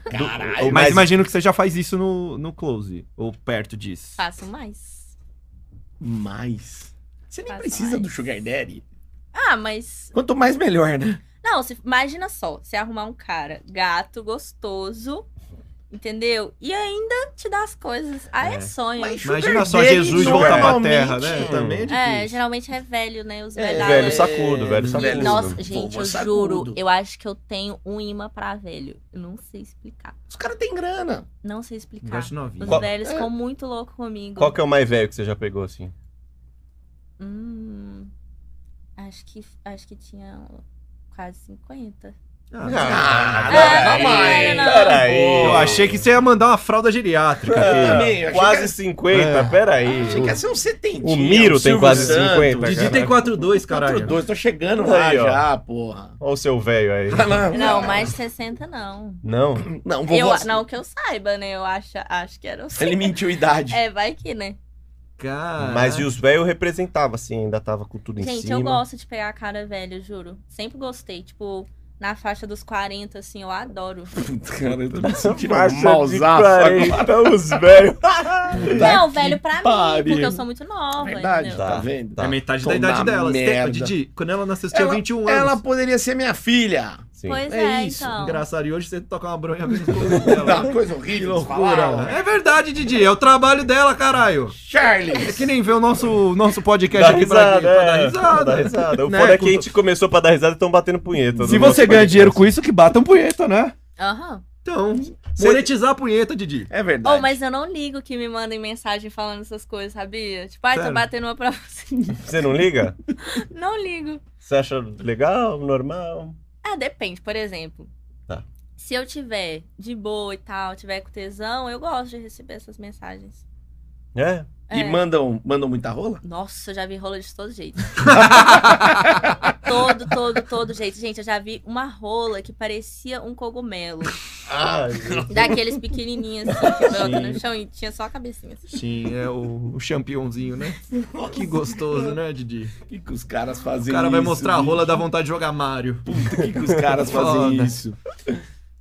S1: Caralho.
S3: Mas
S2: Mas-
S3: imagino que você já faz isso no, no close, ou perto disso.
S4: Faço mais.
S1: Mas. Você nem
S4: Faz
S1: precisa
S4: mais.
S1: do Sugar Daddy.
S4: Ah, mas
S1: Quanto mais, melhor, né?
S4: Não, se- imagina só, você arrumar um cara gato, gostoso, entendeu? E ainda te dá as coisas. Ah, é,
S3: É.
S4: sonho.
S1: Mas-
S3: Imagina
S1: Sugar
S3: só
S1: Daddy
S3: Jesus voltar pra
S1: normalmente-
S3: terra, né?
S2: Hum.
S3: Também é
S4: É,
S3: difícil.
S4: geralmente é velho, né? Os
S1: É,
S4: velhos.
S2: velho sacudo, velho sacudo.
S1: velho
S4: Nossa,
S1: sacudo.
S4: gente,
S1: Vovô
S4: eu
S1: sacudo.
S4: juro, eu acho que eu tenho um imã pra velho. Eu não sei explicar.
S1: Os caras têm grana.
S4: Não sei explicar.
S3: Gosto de novinho.
S4: Os
S2: Qual-
S4: velhos ficam muito loucos comigo.
S2: Qual que é o mais velho que você já pegou assim?
S4: Hum, acho que acho que tinha quase 50.
S1: Ah,
S2: Ah,
S1: não,
S4: é,
S1: calma
S4: não
S1: aí.
S4: é, não.
S2: Peraí.
S3: Eu achei que você ia mandar uma fralda geriátrica.
S1: Eu
S3: aqui.
S1: também, É, eu achei
S2: Quase
S1: que-
S2: 50,
S3: É.
S2: peraí.
S1: Achei que ia ser um setentinha.
S2: O Miro tem
S1: Silvio
S2: quase
S1: Santos.
S2: 50,
S1: Didi
S2: cara.
S1: tem
S3: Didi tem 4-2, caralho.
S1: 4-2, tô chegando lá
S2: Aí, ó.
S1: já, porra.
S2: Olha o seu velho aí.
S4: Não, mais de 60 não.
S2: Não?
S1: Não, vou.
S4: Eu, não que eu saiba, né? Eu acho, acho que era o
S1: Ele mentiu a idade.
S4: É, vai que, né?
S3: Cara.
S2: Mas e os velhos representava, assim, ainda tava com tudo em
S4: Gente,
S2: cima.
S4: eu gosto de pegar a cara velha, juro. Sempre gostei. Tipo, na faixa dos 40, assim, eu adoro.
S1: Cara, eu tô me sentindo um
S2: Faixa de
S1: mausaço agora.
S2: 40, os velhos.
S1: Tá
S4: não,
S1: que
S4: velho pra
S1: pariu.
S4: mim, porque eu sou muito nova.
S1: Verdade,
S4: entendeu?
S1: tá,
S2: Tá,
S1: vendo?
S2: tá.
S3: É metade
S1: Tô
S3: da idade
S1: na
S3: dela. Você tem-
S1: merda.
S3: Didi, quando ela nasceu, você tinha
S1: Ela-
S3: 21 anos.
S1: Ela poderia ser minha filha.
S2: Sim.
S4: Pois
S1: É
S4: é,
S1: isso,
S4: então.
S3: Engraçado, e hoje você tocar uma bronha bem no colo dela.
S1: Uma coisa horrível.
S3: Tá, Que
S1: de
S3: loucura.
S1: falar.
S3: É verdade, Didi. É o trabalho dela, caralho.
S1: Charles!
S3: É que nem ver o nosso, nosso podcast
S2: Dá
S3: aqui
S2: risada,
S3: pra, pra dar
S2: é.
S3: risada.
S2: Dá risada. O
S3: Né,
S2: foda é que
S3: quando-
S2: a gente começou pra dar risada e estão batendo punheta.
S3: Se você ganha dinheiro com isso, que batam punheta, né?
S4: Aham.
S3: Então, monetizar a punheta, Didi.
S1: É
S4: Oh,
S1: verdade.
S4: mas eu não ligo que me mandem mensagem falando essas coisas, sabia? Tipo, ai,
S3: Sério?
S4: tô batendo uma assim. pra você.
S2: isso. Você não liga?
S4: não ligo.
S2: Você acha legal, normal?
S4: Ah, depende, por exemplo.
S2: Tá.
S4: Se eu tiver de boa e tal, tiver com tesão, eu gosto de receber essas mensagens.
S2: É?
S1: E
S4: É.
S1: mandam, mandam muita rola?
S4: Nossa, eu já vi rola de todo jeito. todo, todo, todo jeito. Gente, eu já vi uma rola que parecia um cogumelo.
S1: Ah,
S2: Ai,
S4: Daqueles pequenininhos assim, que brota
S2: Sim.
S4: no chão e tinha só a cabecinha. assim.
S3: Sim, é o, o championzinho, né? Que gostoso, né, Didi?
S1: O que, que os caras fazem
S3: O cara vai
S1: isso,
S3: mostrar a
S1: bicho?
S3: rola, dá vontade de jogar Mario.
S1: Puta, o que, que os caras fazem
S3: Foda.
S1: isso?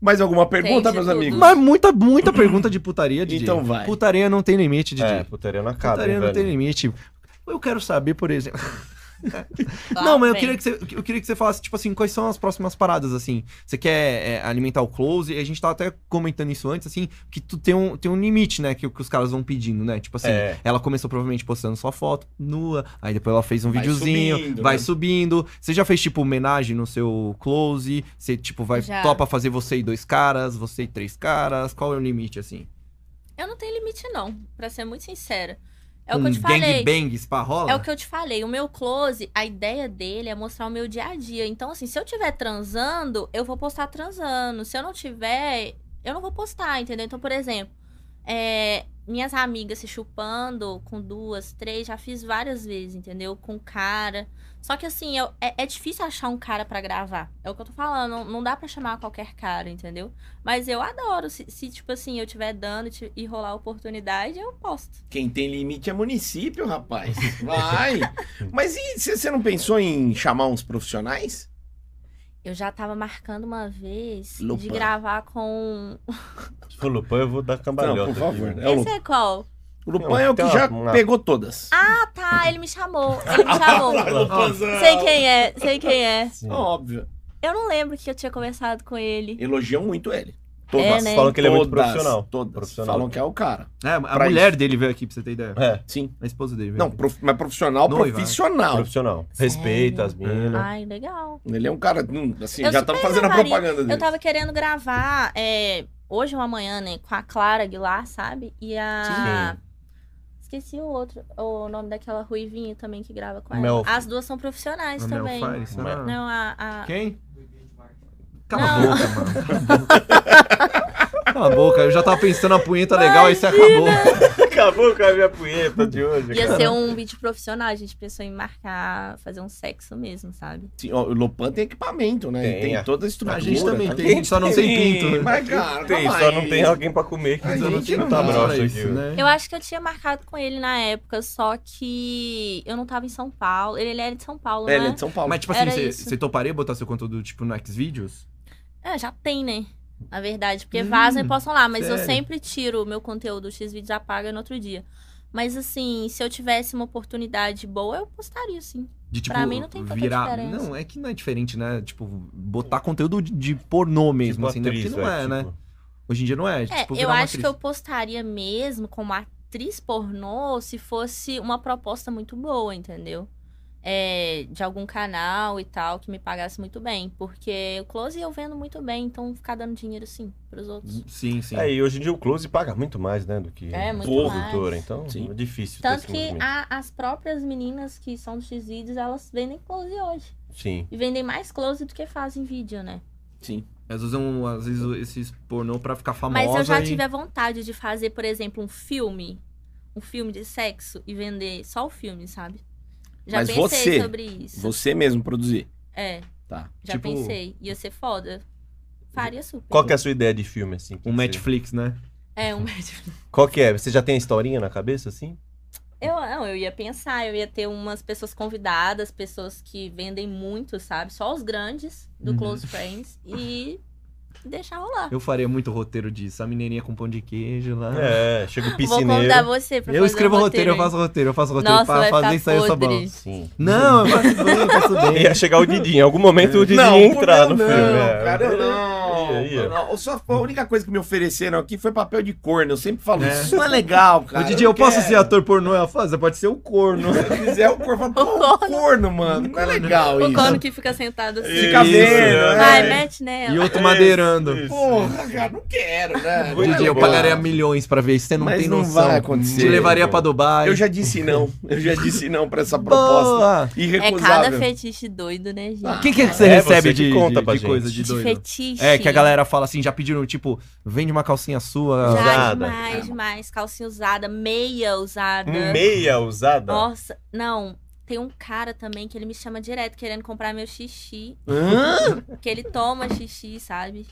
S1: Mais alguma pergunta,
S4: Tem
S1: meus
S4: de tudo.
S1: amigos?
S3: Mas muita, muita pergunta de putaria, Didi.
S1: Então vai.
S3: Putaria não tem limite, Didi.
S2: É, putaria não acaba,
S3: putaria
S2: hein,
S3: não tem
S2: velho.
S3: limite. Eu quero saber, por exemplo.
S4: Lá
S3: não, mas eu
S4: tipo, ah,
S3: queria,
S4: vem.
S3: que você, eu queria que você falasse, tipo assim, quais são as próximas paradas, assim. Você quer é, alimentar o close? E a gente tava até comentando isso antes, assim, que tu tem um, tem um limite, né? Que, o- que os caras vão pedindo, né? Tipo assim,
S2: É.
S3: ela começou provavelmente postando sua foto nua, aí depois ela fez um
S1: Vai
S3: videozinho,
S1: subindo,
S3: vai
S1: né?
S3: subindo. Você já fez, tipo, homenagem no seu close? Você, tipo, vai
S4: Já.
S3: topa fazer você e dois caras, você e três caras? Qual é o limite, assim?
S4: Eu não tenho limite, não, pra ser muito sincera. É o que eu
S3: um
S4: te falei.
S3: gangbang, spa rola?
S4: É o que eu te falei, o meu close, a ideia dele é mostrar o meu dia a dia. Então, assim, se eu tiver transando, eu vou postar transando. Se eu não tiver, eu não vou postar, entendeu? Então, por exemplo, é, minhas amigas se chupando com duas, três, já fiz várias vezes, entendeu? Com cara. Só que, assim, eu- é, é difícil achar um cara pra gravar. É o que eu tô falando, não, não dá pra chamar qualquer cara, entendeu? Mas eu adoro. Se, se, tipo assim, eu tiver dando e ti- e rolar a oportunidade, eu posto.
S1: Quem tem limite é município, rapaz. Vai. Mas e você você não pensou em chamar uns profissionais?
S4: Eu já tava marcando uma vez
S1: Lupa.
S4: de gravar com.
S2: Se for Lupão, eu vou dar cambalhota.
S1: Não, por
S2: aqui,
S1: favor.
S2: velho.
S1: É o
S4: Esse
S1: Lupão.
S4: é qual?
S1: O Lupão é o que já
S2: Tem uma-
S1: pegou todas.
S4: Ah, tá, ele me chamou. Ele
S1: Ah, tá.
S4: me chamou.
S1: Lupanzão.
S4: Ah, sei quem é, sei quem é.
S2: Sim.
S1: Óbvio.
S4: Eu não lembro que eu tinha conversado com ele.
S1: Elogiam muito ele.
S4: É,
S1: Todas.
S4: né?
S2: Falam que ele é muito
S1: Todas,
S2: profissional.
S1: Todas.
S2: Profissional.
S1: Falam que é o cara.
S3: É, a
S1: Pra
S3: mulher
S1: isso.
S3: dele veio aqui, pra você ter ideia.
S2: É,
S1: Sim.
S3: A esposa dele veio
S1: Não,
S3: aqui.
S1: prof- mas profissional,
S2: né?
S3: Noiva.
S1: profissional.
S2: profissional.
S4: Sério?
S2: Respeita as meninas.
S4: Ai, legal.
S1: Ele é um cara, hum, assim,
S4: Eu
S1: já
S4: super
S1: estamos fazendo a
S4: levaria.
S1: propaganda dele.
S4: Eu tava querendo gravar é, hoje ou amanhã, né? Com a Clara Aguilar, sabe? E a. Esqueci o outro, o nome daquela ruivinha também que grava com ela.
S2: Mel-
S4: As duas são profissionais
S3: A Mel
S4: também.
S3: Fires, será?
S4: Não, a. a-
S3: Quem? Cala a
S4: Não.
S3: boca, mano. Cala a boca. Cala a boca. Eu já tava pensando a punheta legal, aí você acabou.
S2: Acabou com a minha punheta de hoje.
S4: Ia
S2: cara.
S4: ser um vídeo profissional, a gente pensou em marcar, fazer um sexo mesmo, sabe?
S1: Sim, ó, o Lopan tem equipamento, né? Ele
S2: Tem,
S1: Tem,
S2: é.
S1: toda a estrutura.
S3: A gente também
S4: é
S1: tá?
S3: tem, a gente só não tem pinto. né?
S1: Mas, cara,
S2: Tem,
S1: calma
S2: só
S1: aí.
S2: não tem alguém pra comer que
S1: A
S2: tá
S1: gente não
S2: tá
S1: dá
S2: broxa
S3: pra
S2: aqui.
S3: isso,
S2: velho.
S3: né?
S4: Eu acho que eu tinha marcado com ele na época, só que eu não tava em São Paulo. Ele, ele era de São Paulo,
S1: É,
S4: né?
S1: ele é de São Paulo.
S3: Mas, tipo assim,
S4: Era
S3: você,
S4: isso.
S3: você toparia botar seu conteúdo, tipo, no Xvideos?
S4: É, já tem, né? Na verdade, porque
S3: Hum,
S4: vazam e postam lá, mas
S3: sério?
S4: eu sempre tiro o meu conteúdo, o X-Vídeos apaga no outro dia. Mas assim, se eu tivesse uma oportunidade boa, eu postaria sim.
S3: De, tipo,
S4: Pra mim não tem tanta
S3: virar...
S4: diferença.
S3: Não, é que não é diferente, né? Tipo, botar conteúdo de, de pornô
S2: Tipo
S3: mesmo, assim, né? Porque
S2: atriz,
S3: não é,
S2: velho,
S3: né?
S2: tipo.
S3: Hoje em dia não é.
S4: É,
S3: tipo,
S4: eu
S3: virar uma
S4: acho que eu
S3: atriz.
S4: postaria mesmo como atriz pornô se fosse uma proposta muito boa, entendeu? É, de algum canal e tal, que me pagasse muito bem. Porque o close eu vendo muito bem, então ficar dando dinheiro sim pros outros.
S3: Sim, sim.
S2: É, e hoje em dia o Close paga muito mais, né, do que
S4: É, muito
S2: produtora,
S4: mais.
S2: então
S1: Sim.
S2: é difícil
S4: Tanto
S2: ter esse
S4: que
S2: movimento.
S4: a- as próprias meninas que são do X-Vídeos, elas vendem close hoje.
S2: Sim.
S4: E vendem mais close do que fazem vídeo, né?
S1: Sim.
S3: Elas usam, às vezes, esses pornô pra ficar famosa
S4: Mas eu já
S3: e-
S4: tive a vontade de fazer, por exemplo, um filme. Um filme de sexo e vender só o filme, sabe? Já
S1: Mas
S4: pensei
S1: você-
S4: sobre isso.
S1: Você mesmo produzir.
S4: É,
S1: Tá.
S4: já
S3: Tipo-
S4: pensei. Ia ser foda. Faria super.
S2: Qual que é a sua ideia de filme, assim? que
S3: Um
S2: você-
S3: Netflix, né?
S4: É, um médico.
S2: Qual que é? Você já tem a historinha na cabeça, assim?
S4: Eu, não, eu ia pensar, eu ia ter umas pessoas convidadas, pessoas que vendem muito, sabe? Só os grandes do
S3: Uhum.
S4: Close Friends. E e deixar rolar.
S3: Eu faria muito roteiro disso. A mineirinha com pão de queijo lá.
S2: É, chega o
S4: Vou
S2: piscineiro.
S4: convidar você pra
S3: Eu
S4: fazer
S3: escrevo
S4: o
S3: roteiro,
S4: roteiro,
S3: eu faço roteiro, eu faço roteiro
S4: Nossa,
S3: pra
S4: vai
S3: fazer
S4: ficar
S3: isso aí eu sou bom.
S4: podre.
S2: Sim.
S3: Não, eu faço bem, eu faço bem.
S2: Ia chegar o Didi. Em algum momento
S3: É.
S2: o Didi ia entrar no
S1: não,
S2: filme. é.
S1: Cara, eu não.
S2: Ia, ia.
S1: Não, Só a única coisa que me ofereceram aqui foi papel de corno. Eu sempre falo,
S3: É.
S1: isso não é legal,
S3: Ô,
S2: Ah,
S1: cara.
S3: Didi, eu posso ser
S1: ser
S3: ator pornô? Ela fala, você pode ser o corno.
S1: Se quiser o corno, fala, pô,
S4: O
S1: o corno, mano. Não é legal
S4: O
S1: isso.
S4: corno que fica sentado assim.
S1: Fica
S3: Isso,
S1: vendo,
S2: né?
S4: Vai,
S1: né?
S4: mete nela.
S3: E outro madeirando.
S2: Isso, isso.
S1: Porra, cara, não quero, né?
S2: Ô,
S3: Didi, eu
S1: Legal.
S3: pagaria milhões pra ver isso. Você não
S1: Mas
S3: tem
S1: não
S3: noção.
S1: vai acontecer.
S3: Te levaria pra Dubai.
S1: Eu já disse não. Eu já disse não pra essa proposta.
S3: Boa!
S4: É
S1: Irrecusável. Ah,
S4: cada fetiche doido, né, gente?
S3: Quem que, é que você
S2: É,
S3: recebe
S2: você que
S3: de,
S2: conta
S3: de-
S2: pra
S3: de
S2: gente.
S3: coisa de
S4: de
S3: doido?
S4: fetiche.
S3: É, que a galera é fala assim, já pediram, tipo, vende uma calcinha sua.
S4: Já,
S2: usada.
S4: demais, demais. Calcinha usada, meia usada.
S2: Um
S1: Hum,
S2: Meia usada.
S4: Nossa, não. Tem um cara também que ele me chama direto querendo comprar meu xixi.
S1: Hã?
S4: Porque ele toma xixi, sabe?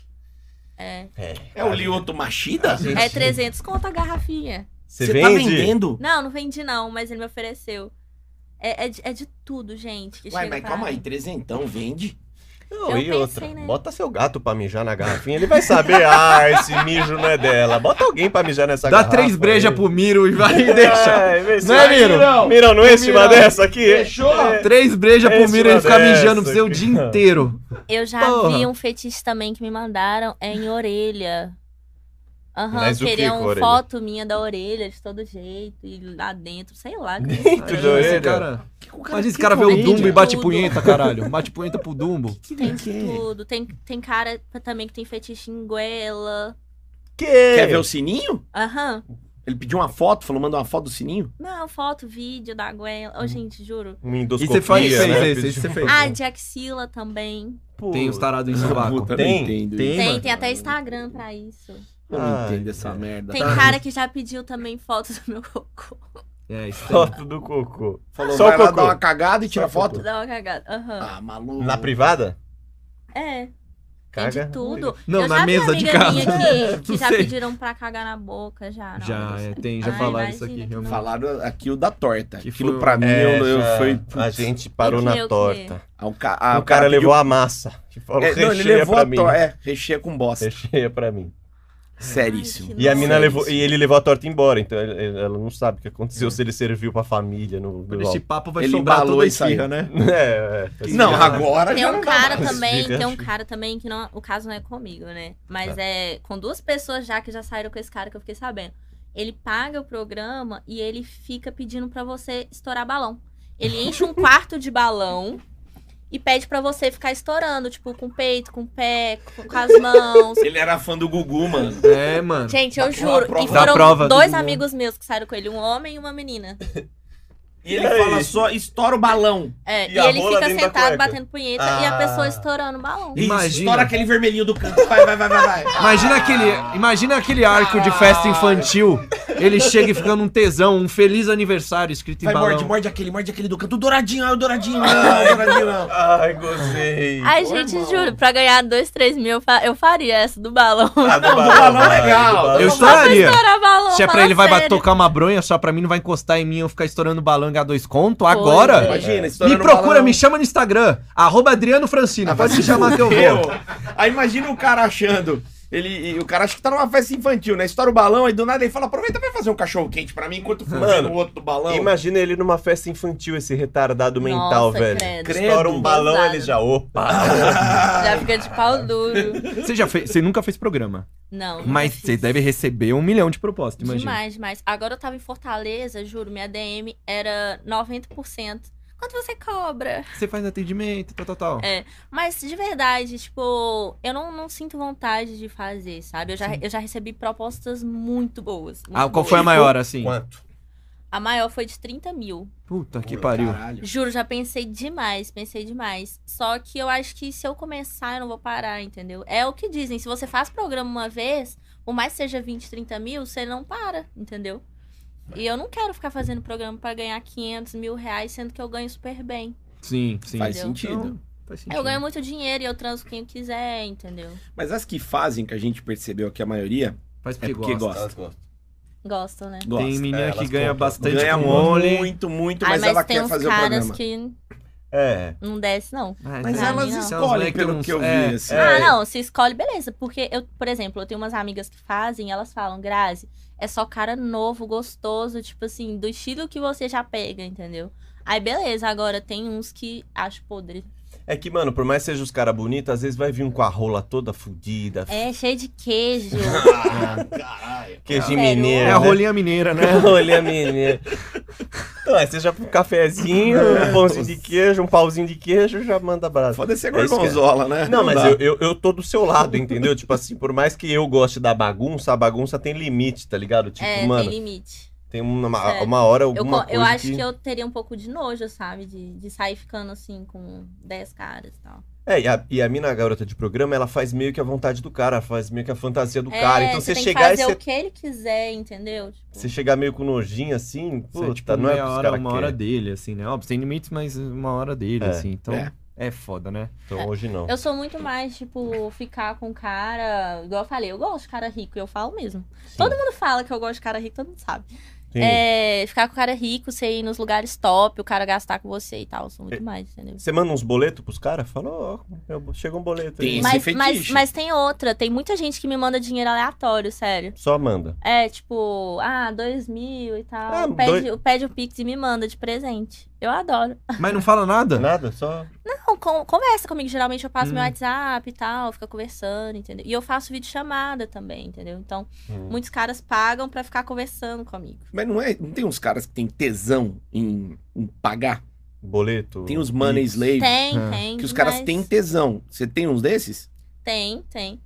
S4: É.
S1: É o Lioto Machida?
S4: É 300 conto a garrafinha.
S2: Você
S1: Você
S2: vende?
S1: tá vendendo?
S4: Não, não vendi não, mas ele me ofereceu. É, é de, é de tudo, gente. Que
S1: Uai,
S4: chega
S1: mas
S4: pra
S1: calma
S4: mim.
S1: aí, trezentão vende?
S2: Não,
S4: Eu
S2: e
S4: pensei,
S2: outra.
S4: né?
S2: Bota seu gato pra mijar na garrafinha. Ele vai saber. ah, esse mijo não é dela. Bota alguém pra mijar nessa
S3: Dá
S2: garrafa.
S3: três brejas
S2: aí.
S3: pro Miro e vai e
S2: É,
S3: deixa.
S2: vê se
S3: Não é,
S2: vai.
S3: Miro?
S2: Mirão, não enche uma
S3: Mirão.
S2: dessa aqui?
S1: Fechou?
S2: É.
S3: Três brejas pro
S2: Esse
S3: Miro e ele fica
S2: uma
S3: mijando pra
S2: dessa
S3: você o
S2: aqui,
S3: dia
S2: ó.
S3: inteiro.
S4: Eu já
S3: Porra.
S4: vi um fetiche também que me mandaram é em orelha. Aham,
S2: Mas o quê
S4: queriam
S2: com a orelha?
S4: foto minha da orelha de todo jeito. E lá dentro, sei lá. que-
S2: Dentro de orelha?
S3: cara,
S1: Que o
S3: imagina esse
S1: que
S3: cara vê o
S1: comédia.
S3: Dumbo e bate
S4: Tudo.
S3: punheta, caralho. Bate punheta pro Dumbo.
S4: Tem de tudo. Tem, tem cara também que tem fetiche em goela.
S2: Que?
S1: Quer ver o sininho?
S4: Aham.
S1: Ele pediu uma foto, falou, manda uma foto do sininho.
S4: Não, foto, vídeo da goela. Ô, gente, juro.
S2: Uma
S3: E
S2: endoscopia,
S3: você faz isso,
S2: né?
S3: isso, isso você fez.
S4: Ah, de axila também.
S3: Tem os tarados em sovaco.
S1: Puta,
S2: Tem?
S1: não entendo isso.
S3: Ah, Tem,
S1: Ah, é.
S4: Tem,
S3: mano.
S4: tem até Instagram pra isso.
S1: Eu não
S2: Ai,
S1: entendo essa
S2: cara.
S1: merda.
S4: Tem cara que já pediu também foto do meu cocô.
S3: É, isso tem.
S2: Foto do cocô.
S1: Falou,
S2: Só
S1: vai
S2: o
S1: lá
S2: cocô.
S1: dar uma cagada e tira
S2: Só o
S1: foto?
S2: cocô.
S4: Dá uma cagada. Aham.
S1: Ah, maluco.
S2: Na privada?
S4: É, tem
S2: Caga.
S4: de tudo.
S3: Não,
S4: Eu
S3: na
S4: já vi
S3: mesa de
S4: amiga
S3: casa.
S4: minha que, que
S3: Não
S4: já
S3: sei.
S4: pediram pra cagar na boca, já. na hora
S3: Já,
S4: do
S3: é,
S4: sexo.
S3: tem, já
S4: Ai,
S3: falaram isso aqui.
S4: imagina que
S3: realmente.
S1: Falaram aqui o da torta.
S3: Que
S1: Aquilo
S3: foi-
S1: pra mim
S2: É,
S1: eu, eu
S2: já-
S1: foi.
S2: a gente parou
S4: Eu
S2: na
S4: que- é. eu que-
S2: torta.
S1: Ah, O, ca- ah,
S2: o cara levou
S1: pediu-
S2: a massa. Que falou,
S1: É, não, ele
S2: recheia
S1: levou
S2: pra
S1: a
S2: mim.
S1: torta. É, recheia com bosta.
S2: Recheia pra mim.
S1: Seríssimo.
S4: Ai, que
S2: E a mina
S1: Seríssimo.
S2: levou, e ele levou a torta embora, então ele- ele- ela não sabe o que aconteceu,
S1: Hum.
S2: se ele serviu pra família no
S3: Quando
S2: no
S3: Esse
S2: álbum.
S3: papo vai
S1: Ele
S3: sobrar
S1: embalou
S3: toda a
S1: e saiu.
S3: esfirra, né?
S2: É, é.
S3: Que
S1: Não,
S3: Esse cara-
S1: agora
S4: Tem
S1: já
S4: um
S1: não dá
S4: cara
S1: mais.
S4: também,
S2: Explica.
S4: tem um cara também que não, o caso não é comigo, né? Mas
S3: Tá.
S4: é com duas pessoas já que já saíram com esse cara que eu fiquei sabendo. Ele paga o programa e ele fica pedindo pra você estourar balão. Ele enche um quarto de balão e pede pra você ficar estourando, tipo, com o peito, com o pé, com, com as mãos.
S1: Ele era fã do Gugu, mano.
S3: É, mano.
S4: Gente, eu
S1: Dá
S4: juro.
S1: prova.
S4: E
S1: Dá
S4: foram
S3: prova.
S4: dois amigos meus que saíram com ele, um homem e uma menina.
S1: E ele
S2: E aí?
S1: fala só, estoura o balão.
S4: É,
S2: E
S4: e,
S2: a
S4: ele
S2: rola
S4: fica
S2: dentro da
S4: sentado
S2: cueca.
S4: batendo punheta e
S2: Ah.
S4: a pessoa estourando o balão.
S1: Isso,
S3: Imagina.
S1: Estoura aquele vermelhinho do canto. Vai, vai, vai, vai. vai.
S3: Imagina aquele, imagina aquele arco de festa infantil. Ele chega e fica num tesão, um feliz aniversário escrito em
S1: Vai, morde,
S3: balão.
S1: morde aquele, morde aquele do canto. O douradinho, ah, o douradinho. Não, o douradinho não.
S2: Ai, gozei.
S4: Ai,
S1: Pô,
S4: gente,
S1: irmão.
S4: juro, pra ganhar dois, três mil, eu fa- eu faria essa do balão.
S2: Tá
S1: Ah, não, do
S2: balão,
S1: balão é legal.
S2: do
S3: Eu
S1: Eu
S3: estouraria.
S4: Estourar balão,
S3: Se é pra
S4: fala
S3: ele vai ba-
S4: sério.
S3: tocar uma bronha, só pra mim não vai encostar em mim eu ficar estourando balão e ganhar dois conto
S4: Pois
S3: agora.
S4: é.
S1: Imagina,
S3: Me
S1: estourando um
S3: procura,
S1: balão.
S3: me chama no Instagram, arroba Adriano Francino.
S1: Ah, vai
S3: Pode me
S1: se
S3: chamar que eu
S1: fuder,
S3: vou.
S1: ô. Aí imagina o cara achando. Ele, e o cara acha que tá numa festa infantil, né? Estoura o balão, aí do nada ele fala: aproveita pra fazer um cachorro quente pra mim enquanto fazendo
S2: Mano,
S1: o outro do balão.
S2: Imagina ele numa festa infantil, esse retardado
S4: Nossa,
S2: mental, velho.
S4: credo.
S2: Estoura um
S1: Credo.
S2: balão,
S4: Pesado.
S2: ele já. Opa!
S4: Já fica de pau duro.
S3: Você já fez, você nunca fez programa,
S4: Não.
S3: mas
S4: nunca
S3: você
S4: fiz.
S3: deve receber um milhão de propostas, imagina.
S4: Demais, demais. Agora eu tava em Fortaleza, juro, minha DM era 90%. Quanto você cobra?
S3: Você faz atendimento, tal, tal, tal.
S4: É. Mas de verdade, tipo, eu não, não sinto vontade de fazer, sabe? Eu já, eu já recebi propostas muito boas. muito
S3: Ah, qual
S4: boas.
S3: foi a maior, assim?
S2: Quanto?
S4: A maior foi de 30 mil.
S3: Puta que pariu.
S1: Caralho.
S4: Juro, já pensei demais, pensei demais. Só que eu acho que se eu começar, eu não vou parar, entendeu? É o que dizem. Se você faz programa uma vez, por mais que seja 20, 30 mil, você não para, entendeu? E eu não quero ficar fazendo programa pra ganhar 500 mil reais, sendo que eu ganho super bem.
S3: Sim, sim.
S1: Faz
S4: Entendeu?
S1: sentido.
S3: Então, faz
S4: É, Eu ganho muito dinheiro e eu transo quem eu quiser, entendeu?
S1: Mas as que fazem, que a gente percebeu que a maioria
S3: Faz
S1: é
S3: porque,
S1: porque
S3: gosta.
S1: gosta.
S4: Gosto, né?
S1: Gosta.
S3: Tem menina
S2: É,
S3: que
S2: elas
S3: ganha
S2: contam.
S3: bastante
S1: Ganha
S3: com o Only.
S1: muito, muito,
S4: Ai,
S1: mas, ela
S4: tem
S1: quer
S4: uns
S1: fazer o
S4: caras
S1: programa.
S4: que.
S2: É.
S4: Não desce, não.
S1: Mas
S3: é
S4: Pra
S1: elas
S4: mim, não.
S1: escolhem pelo que eu vi, assim.
S2: É.
S4: Ah, não, se escolhe, beleza. Porque eu, por exemplo, eu tenho umas amigas que fazem, elas falam, Grazi, é só cara novo, gostoso, tipo assim, do estilo que você já pega, entendeu? Aí, beleza, agora tem uns que acho podre.
S2: É que, mano, por mais que seja os caras bonitos, às vezes vai vir um com a rola toda fudida,
S4: É, cheio de queijo. é,
S1: Ah, Caralho.
S2: queijo
S4: Sério?
S2: mineiro.
S4: É
S3: É
S2: né?
S3: a rolinha mineira, né?
S2: Olha, menina. Então, é, seja um cafezinho,
S3: É,
S2: um pãozinho de queijo, um pauzinho de queijo, já manda brasa.
S1: Foda-se a
S2: É isso que é.
S1: gorgonzola, né?
S2: Não, mas
S1: dá.
S2: eu, eu, eu tô do seu lado, entendeu? Tipo assim, por mais que eu goste da bagunça, a bagunça tem limite, tá ligado? Tipo,
S4: é,
S2: mano,
S4: tem
S2: tem,
S4: limite.
S2: uma,
S4: Sério.
S2: uma hora
S4: Eu,
S2: alguma
S4: co- eu
S2: coisa
S4: acho que... eu teria um pouco de nojo, sabe? De, de sair ficando assim com 10 caras e tal.
S2: É, e a, e a mina, a garota de programa, ela faz meio que a vontade do cara, faz meio que a fantasia do
S4: é,
S2: cara. Então
S4: você
S2: você
S4: tem
S2: chegar
S4: que
S2: e
S4: fazer
S2: você,
S4: o que ele quiser, entendeu? Tipo,
S2: você chegar meio com nojinho assim,
S3: Isso é,
S2: puta,
S3: tipo,
S2: não é
S3: meia
S2: pros
S3: hora,
S2: caras
S3: uma
S2: que-
S3: hora dele, assim, né? Óbvio, tem limites, mas uma hora dele,
S2: É.
S3: assim. Então,
S1: É.
S3: é. foda, né?
S2: Então hoje não.
S4: Eu sou muito mais, tipo, ficar com cara. Igual eu falei, eu gosto de cara rico, eu falo mesmo.
S2: Sim.
S4: Todo mundo fala que eu gosto de cara rico, todo mundo sabe.
S2: Sim.
S4: É, ficar com cara rico, você ir nos lugares top, o cara gastar com você e tal. Eu sou muito mais, entendeu?
S2: Você manda uns boletos pros caras? Fala, ó, eu- chega um boleto aí.
S1: Tem esse
S4: Mas, mas,
S1: fetiche.
S4: mas tem outra, tem muita gente que me manda dinheiro aleatório, sério.
S2: Só manda.
S4: É, tipo, ah, dois mil e tal.
S2: Ah,
S4: pede, pede o Pix e me manda de presente. Eu adoro.
S3: Mas não fala nada?
S2: Nada, só.
S4: Não, con- conversa comigo. Geralmente eu passo meu
S3: Hum.
S4: WhatsApp e tal, fica conversando, entendeu? E eu faço vídeo chamada também, entendeu? Então,
S2: Hum.
S4: muitos caras pagam pra ficar conversando comigo.
S1: Mas não, é, não tem uns caras que tem tesão em, em pagar?
S2: Boleto.
S1: Tem os money
S2: Pix.
S1: slave,
S4: Tem,
S3: Ah.
S4: tem.
S1: que os caras
S4: demais.
S1: têm tesão. Você tem uns desses?
S4: Tem, tem.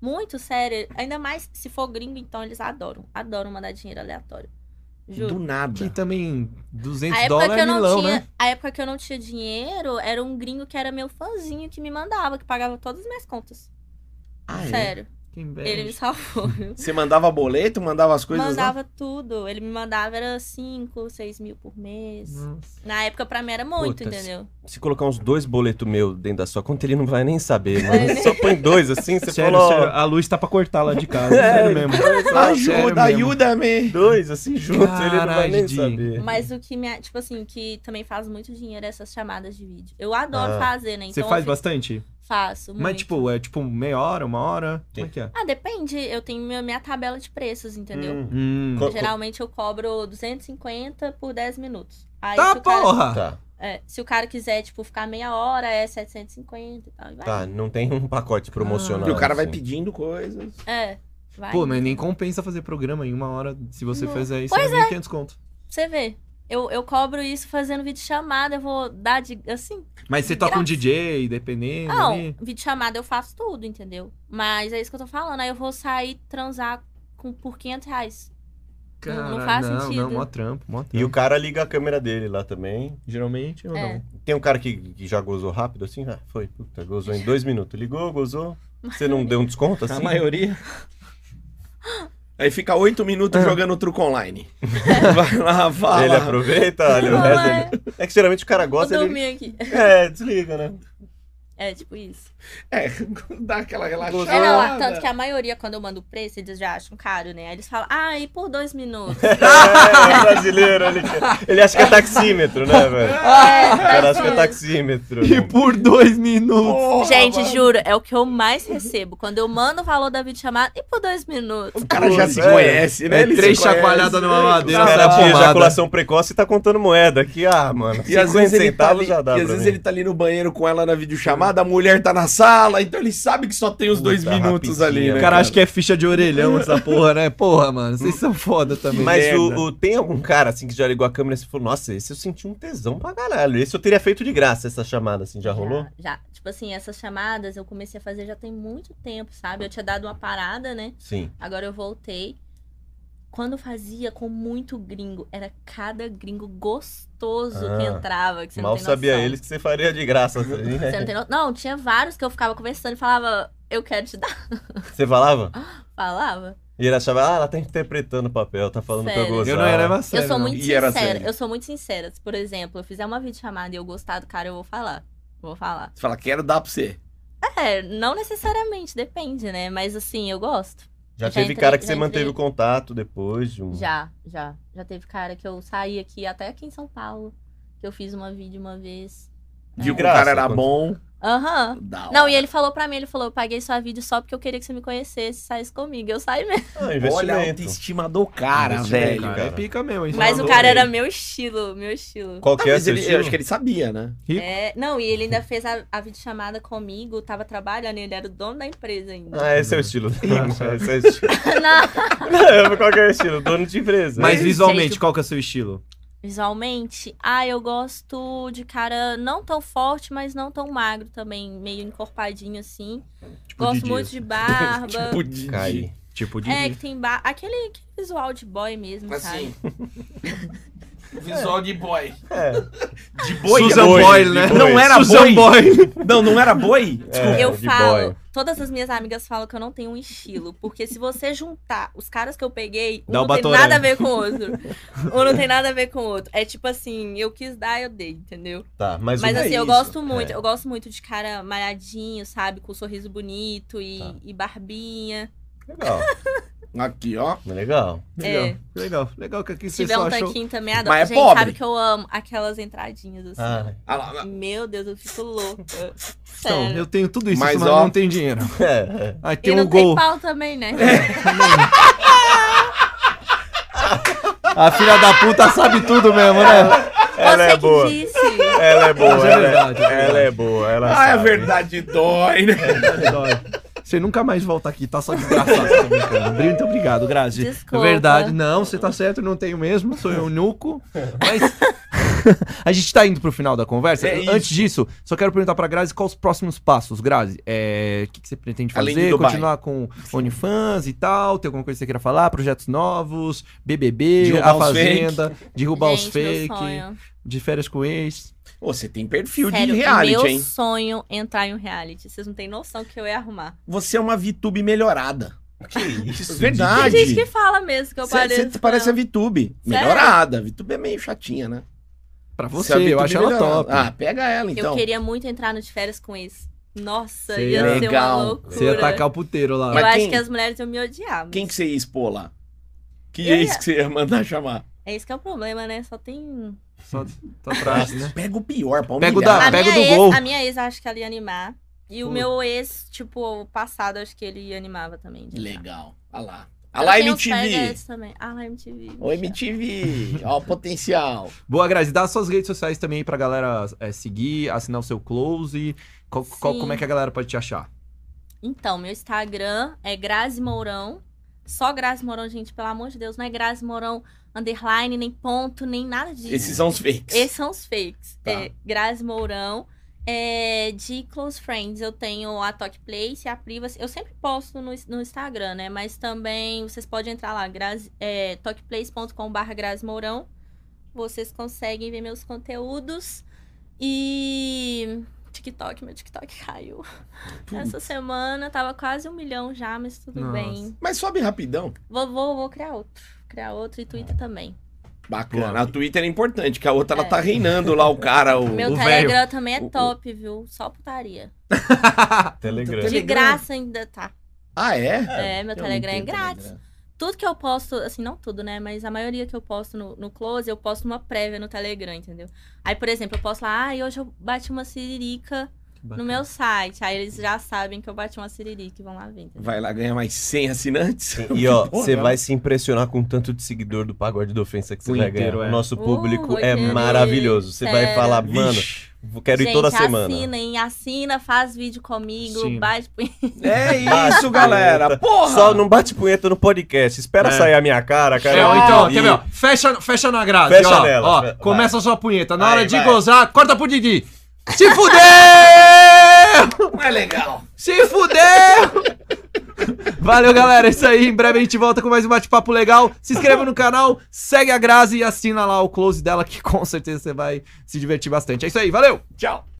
S4: Muito sério. Ainda mais se for gringo, então eles adoram. Adoram mandar dinheiro aleatório.
S1: Do
S4: Juro.
S3: Que
S1: nada.
S3: também 200
S4: A época,
S3: dólares
S4: que
S3: é
S4: eu não
S3: milão,
S4: tinha,
S3: né?
S4: a época que eu não tinha dinheiro, era um gringo que era meu fãzinho que me mandava, que pagava todas as minhas contas.
S1: Ah, é?
S4: Sério.
S3: Que
S4: Ele
S3: inveja.
S4: me salvou. viu?
S1: Você mandava boleto, mandava as coisas né? lá?
S4: mandava tudo. Ele me mandava, era 5, 6 mil por mês.
S3: Nossa.
S4: Na época, pra mim, era muito,
S2: Putas.
S4: entendeu?
S2: Se colocar uns dois boletos meu dentro da sua conta, ele não vai nem saber,
S4: Vai
S2: mano.
S4: nem-
S2: Só põe dois assim, você
S3: Sério,
S2: falou. ó,
S3: sério, a luz tá pra cortar lá de casa.
S2: É,
S3: sério mesmo. Ah, Sério
S1: Ah, Ajuda,
S3: mesmo.
S1: ajuda-me!
S2: Dois assim juntos, ele não vai nem
S3: Caralho,
S2: saber.
S4: Mas o que me. Tipo assim, que também faz muito dinheiro é essas chamadas de vídeo. Eu adoro
S2: Ah.
S4: fazer, né? Então
S3: Você
S4: eu
S3: faz
S4: fico-
S3: bastante?
S4: Faço. Muito.
S3: Mas, tipo, é tipo meia hora, uma hora? Como é que é?
S4: Ah, depende. Eu tenho minha, minha tabela de preços, entendeu? Então,
S2: Hum.
S3: Hum.
S2: Co-
S4: Geralmente eu cobro 250 por 10 minutos. Aí, se,
S3: Tá,
S4: o cara,
S3: porra!
S2: Tá,
S4: é, se o cara quiser, tipo, ficar meia hora, é 750 e tal. E vai.
S2: tá, não tem um pacote promocional.
S1: Ah. E o cara vai
S2: assim.
S1: pedindo coisas.
S4: É, vai.
S3: Pô, mas nem compensa fazer programa em uma hora. Se você
S4: Não.
S3: fizer isso, é 1.500 conto.
S4: Você vê. Eu, eu cobro isso fazendo vídeo chamada, eu vou dar de. assim,
S3: Mas você toca um DJ, dependendo.
S4: Não,
S3: ali.
S4: vídeo chamada eu faço tudo, entendeu? Mas é isso que eu tô falando. Aí eu vou sair transar com, por 500 reais.
S3: Cara,
S4: não faz
S3: não,
S4: sentido.
S3: Não, mó trampo, mó trampo.
S2: E o cara liga a câmera dele lá também.
S3: Geralmente ou
S4: É.
S3: não?
S2: Tem um cara que, que já gozou rápido assim? Ah, foi, puta, gozou em dois minutos. Ligou, gozou. Você não deu um desconto assim?
S3: maioria.
S1: Aí fica oito
S3: É.
S1: minutos jogando truco online. Vai lá, fala.
S2: Ele aproveita, olha o
S4: Não,
S2: resto
S4: é.
S2: dele. É que geralmente o cara
S4: Vou
S2: gosta, ele...
S4: dormir aqui.
S2: É, desliga, né?
S4: É, tipo isso.
S1: É, dá aquela relaxada.
S4: É, não, tanto que a maioria, quando eu mando o preço, eles já acham caro, né? Aí eles falam, ah, e por dois minutos?
S2: É, é brasileiro, ele, ele acha que é taxímetro, né, velho? O cara acha que é
S4: assim,
S2: taxímetro.
S3: E por dois minutos.
S1: Porra,
S4: Gente,
S1: mano.
S4: juro, é o que eu mais recebo. Quando eu mando o valor da videochamada, e por dois minutos?
S1: O cara já se
S2: É.
S1: conhece, né?
S3: É
S1: Ele se
S3: três
S1: conhece.
S3: chacoalhadas numa
S2: Os
S3: madeira. né? sai a
S2: caras de
S3: pomada.
S2: ejaculação precoce tá contando moeda aqui. Ah, mano.
S1: E às vezes, ele tá, ali,
S2: já dá
S1: e às
S2: pra
S1: vezes
S2: mim.
S1: ele tá ali no banheiro com ela na videochamada, a mulher tá na sala, então ele sabe que só tem os dois
S2: Puta,
S1: minutos
S2: rapidinho,
S1: ali, né?
S2: né,
S3: O cara acha que é ficha de orelhão essa porra, né? Porra, mano, vocês são foda também.
S2: Mas o,
S1: merda.
S2: o- tem algum cara assim que já ligou a câmera e você falou, nossa, esse eu senti um tesão pra caralho. Esse eu teria feito de graça essa chamada, assim, já rolou?
S4: Já. Tipo assim, essas chamadas eu comecei a fazer já tem muito tempo, sabe? Eu tinha dado uma parada, né?
S2: Sim.
S4: Agora eu voltei. Quando eu fazia com muito gringo, era cada gringo gostoso que
S2: Ah,
S4: entrava. Que você
S2: Mal
S4: não tem
S2: sabia
S4: noção.
S2: eles que você faria de graça. assim, né?
S4: Você não, tem no... não, tinha vários que eu ficava conversando e falava, eu quero te dar.
S2: Você falava?
S4: Falava.
S2: E ele achava, ah, ela tá interpretando o papel, tá falando pra eu
S4: Sério.
S2: gozar.
S3: Eu não era mais
S4: eu
S3: sério,
S4: sou
S3: não.
S4: muito
S1: E era
S4: sincera.
S1: sério.
S4: Eu sou muito sincera. Se, por exemplo, eu fizer uma videochamada e eu gostar do cara, eu vou falar. Vou falar.
S1: Você fala, quero dar pra você.
S4: É, não necessariamente, depende, né? Mas assim, eu gosto.
S2: Já
S4: Já
S2: teve
S4: entrei-
S2: cara que
S4: já
S2: você manteve
S4: entrei.
S2: o contato depois de um.
S4: Já, já. Já teve cara que eu saí aqui, até aqui em São Paulo, que eu fiz uma vídeo uma vez.
S1: Viu que o
S2: Graça,
S1: cara era
S2: quando-
S1: bom.
S4: Aham.
S1: da
S4: Não,
S1: hora.
S4: e ele falou pra mim, ele falou, eu paguei sua vídeo só porque eu queria que você me conhecesse e saísse comigo. Eu saí mesmo.
S2: Ah,
S1: Olha a
S2: investimento.
S1: autoestima do cara,
S2: Investimento,
S1: velho.
S2: cara.
S3: É pica mesmo. isso
S4: Mas o
S3: mandou
S4: cara
S3: bem.
S4: era meu estilo, meu estilo.
S2: Qual que é
S1: Talvez
S2: seu
S1: ele, eu
S2: estilo?
S1: acho que ele sabia, né?
S4: É, não, e ele ainda fez a, a videochamada comigo, tava trabalhando, ele era o dono da empresa ainda.
S2: Ah, esse é o estilo. esse é o estilo.
S4: Não.
S2: Não, Qual que é o estilo? Dono de empresa.
S3: Mas visualmente,
S4: Jeito-
S3: qual que é o seu estilo?
S4: Visualmente, ah, eu gosto de cara não tão forte, mas não tão magro também, meio encorpadinho assim.
S3: Tipo
S4: gosto
S3: Didi.
S4: muito de barba.
S1: de
S2: Cai.
S3: Tipo de.
S4: é, que tem barba. Aquele, aquele visual de boy mesmo, sabe?
S1: Visual de boy.
S2: É.
S1: De boi?
S3: Susan
S1: Boi.
S3: Boyle, né?
S2: Boy.
S1: Não era
S3: Susan
S1: boi?
S3: Boyle.
S1: Não, não era boi? Desculpa.
S2: É,
S4: eu
S2: de
S4: falo,
S2: boy.
S4: todas as minhas amigas falam que eu não tenho um estilo, porque se você juntar os caras que eu peguei, um
S3: Dá o
S4: não tem
S3: Batoré.
S4: nada a ver com o outro. um não tem nada a ver com o outro. É tipo assim, eu quis dar, eu dei, entendeu?
S2: Tá, mas,
S4: Mas
S2: o...
S4: assim, eu
S1: isso.
S4: gosto muito,
S2: É.
S4: eu gosto muito de cara malhadinho, sabe? Com um sorriso bonito e,
S2: Tá.
S4: e barbinha.
S2: é Legal,
S1: Aqui, ó.
S2: legal.
S4: É.
S3: Legal, legal. Legal que aqui
S4: Se
S3: você
S4: tiver
S3: só
S4: um
S3: achou.
S4: tanquinho também, adoro.
S1: Mas é
S4: Gente,
S1: pobre.
S4: sabe que eu amo aquelas entradinhas assim.
S2: Ah,
S1: Ah lá, lá.
S4: Meu Deus, eu fico louca.
S3: Então,
S4: Sério.
S3: eu tenho tudo isso,
S1: Mas,
S3: mas
S1: ó-
S3: não tem dinheiro.
S2: é, é.
S3: Aí
S4: E
S3: tem
S4: não
S3: um
S4: tem
S3: gol.
S4: pau também, né?
S3: A filha da puta sabe tudo mesmo, né?
S2: Ela
S4: Você
S2: é
S4: que
S2: boa.
S4: disse.
S2: Ela é boa,
S3: Mas é
S2: ela
S3: verdade, é
S2: é, ela é boa, ela
S1: Ah, é
S2: sabe. É.
S1: verdade, dói, né?
S3: Dói. Você nunca mais volta aqui, tá só desgraçado. tá brincando. Muito obrigado, Grazi.
S4: Desculpa.
S3: É verdade, não, você tá certo, não tenho mesmo, sou eu nuco. Mas a gente tá indo pro final da conversa.
S1: É
S3: Antes disso, só quero perguntar pra Grazi quais os próximos passos, Grazi. É, O que, que você pretende
S1: Além de
S3: fazer?
S1: Dubai.
S3: Continuar com OnlyFans e tal? Tem alguma coisa que você queira falar? Projetos novos? BBB?
S1: Derrubar
S3: a
S1: os fake.
S3: Fazenda? Derrubar é os
S4: Gente, meu
S3: fake?
S4: sonho.
S3: De férias com ex?
S1: Ô, Você tem perfil
S4: Sério,
S1: de reality,
S4: meu
S1: hein?
S4: sonho é entrar em um reality. Vocês não têm noção que eu ia arrumar.
S1: Você é uma VTube melhorada.
S2: Que isso? é
S1: Verdade.
S4: Tem gente que fala mesmo que eu pareço.
S1: Você parece a VTube. Melhorada. A VTube é meio chatinha, né? é
S3: Pra
S1: a
S3: você, eu
S1: VTube
S3: acho ela
S1: melhorada.
S3: top.
S1: Ah, pega ela
S4: Eu
S1: então.
S4: queria muito entrar no de férias com eles. Nossa,
S3: Você
S4: ia
S3: ia-
S4: ser
S1: Legal.
S4: uma loucura.
S3: você ia tacar o puteiro lá.
S4: Eu
S1: Mas
S4: acho
S1: quem-
S4: que as mulheres iam me odiar. mas
S1: Quem que você ia expor lá? Que
S4: Eu
S1: ex
S4: ia-
S1: que você ia mandar chamar?
S4: É isso que é o problema, né? Só tem.
S3: Só, só atrás, né?
S1: Pega o pior pra
S3: Pega o
S1: humilhar.
S3: da- Ah,
S4: a,
S3: pega
S4: minha
S3: do
S4: ex,
S3: gol.
S4: a minha ex, acho que ela ia animar. E o
S3: Pô.
S4: meu ex, tipo, passado, acho que ele animava também. de entrar.
S1: Legal. Olha lá.
S4: Eu
S1: Olha lá,
S4: tenho uns
S1: MTV.
S4: pegas também. Ah, lá, MTV.
S1: Ô, MTV. Ó, o potencial.
S3: Boa, Grazi, dá suas redes sociais também aí pra galera é, seguir, assinar o seu close. Co- co-
S4: Sim.
S3: como é que a galera pode te achar?
S4: Então, meu Instagram é Grazi Mourão. Só Grazi Mourão, gente, pelo amor de Deus. Não é Grazi Mourão underline, nem ponto, nem nada disso.
S1: Esses são os fakes.
S4: Esses são os fakes.
S1: Tá.
S4: É, Grazi Mourão. É, de Close Friends, eu tenho a Talk Place e a Privacy. Eu sempre posto no, no Instagram, né? Mas também vocês podem entrar lá, Grazi- é, talkplace.com.br Grazi Mourão. Vocês conseguem ver meus conteúdos. E. TikTok, meu TikTok caiu. Essa semana tava quase um milhão já, mas tudo
S3: Nossa.
S4: bem.
S1: Mas sobe rapidão.
S4: Vou, vou, vou criar outro. Criar outro e Twitter também.
S1: Bacana.
S3: Boa.
S1: A Twitter é importante, que a outra ela
S4: É.
S1: tá reinando lá o cara, o.
S4: Meu
S3: o
S4: Telegram também é
S1: o- o-
S4: top, viu? Só putaria.
S2: Telegram.
S4: De
S1: Telegram.
S4: graça ainda tá.
S1: Ah, é?
S4: É, meu
S1: Eu não
S4: Telegram é
S1: tenho
S4: grátis.
S1: Telegram.
S4: Tudo que eu posto, assim, não tudo, né? Mas a maioria que eu posto no, no Close, eu posto uma prévia no Telegram, entendeu? Aí, por exemplo, eu posto lá, ah, e hoje eu bati uma siririca no meu site. Aí eles já sabem que eu bati uma siririca e vão lá ver, entendeu?
S1: Vai lá ganhar mais 100 assinantes.
S2: E ó,
S1: Que porra,
S2: você
S1: né?
S2: vai se impressionar com o tanto de seguidor do Pagode da Ofensa que você
S3: O
S2: vai
S3: inteiro,
S2: ganhar.
S3: é.
S2: O nosso
S4: Uh,
S2: público
S4: vai
S2: é
S4: querer.
S2: maravilhoso. Você vai
S4: Sério.
S2: falar, mano,
S1: Vixe.
S2: vou- quero
S4: Gente,
S2: ir toda semana.
S4: assinem, assina, faz vídeo comigo,
S3: Sim.
S4: bate punheta.
S1: É isso, galera. Porra!
S2: Só não bate punheta no podcast. Espera
S3: É.
S2: sair a minha cara, cara.
S3: É, ó, então,
S2: E-
S3: quer ver, ó, fecha, fecha na Grazi,
S2: Fecha
S3: ó,
S2: nela,
S3: ó,
S2: fe-
S3: começa a sua punheta, na
S2: Vai,
S3: hora de
S2: vai.
S3: gozar, corta pro Didi, se fudeu,
S1: não é legal.
S3: se fudeu, valeu galera, é isso aí, em breve a gente volta com mais um bate-papo legal, se inscreva no canal, segue a Grazi e assina lá o close dela que com certeza você vai se divertir bastante, é isso aí, valeu!
S1: Tchau.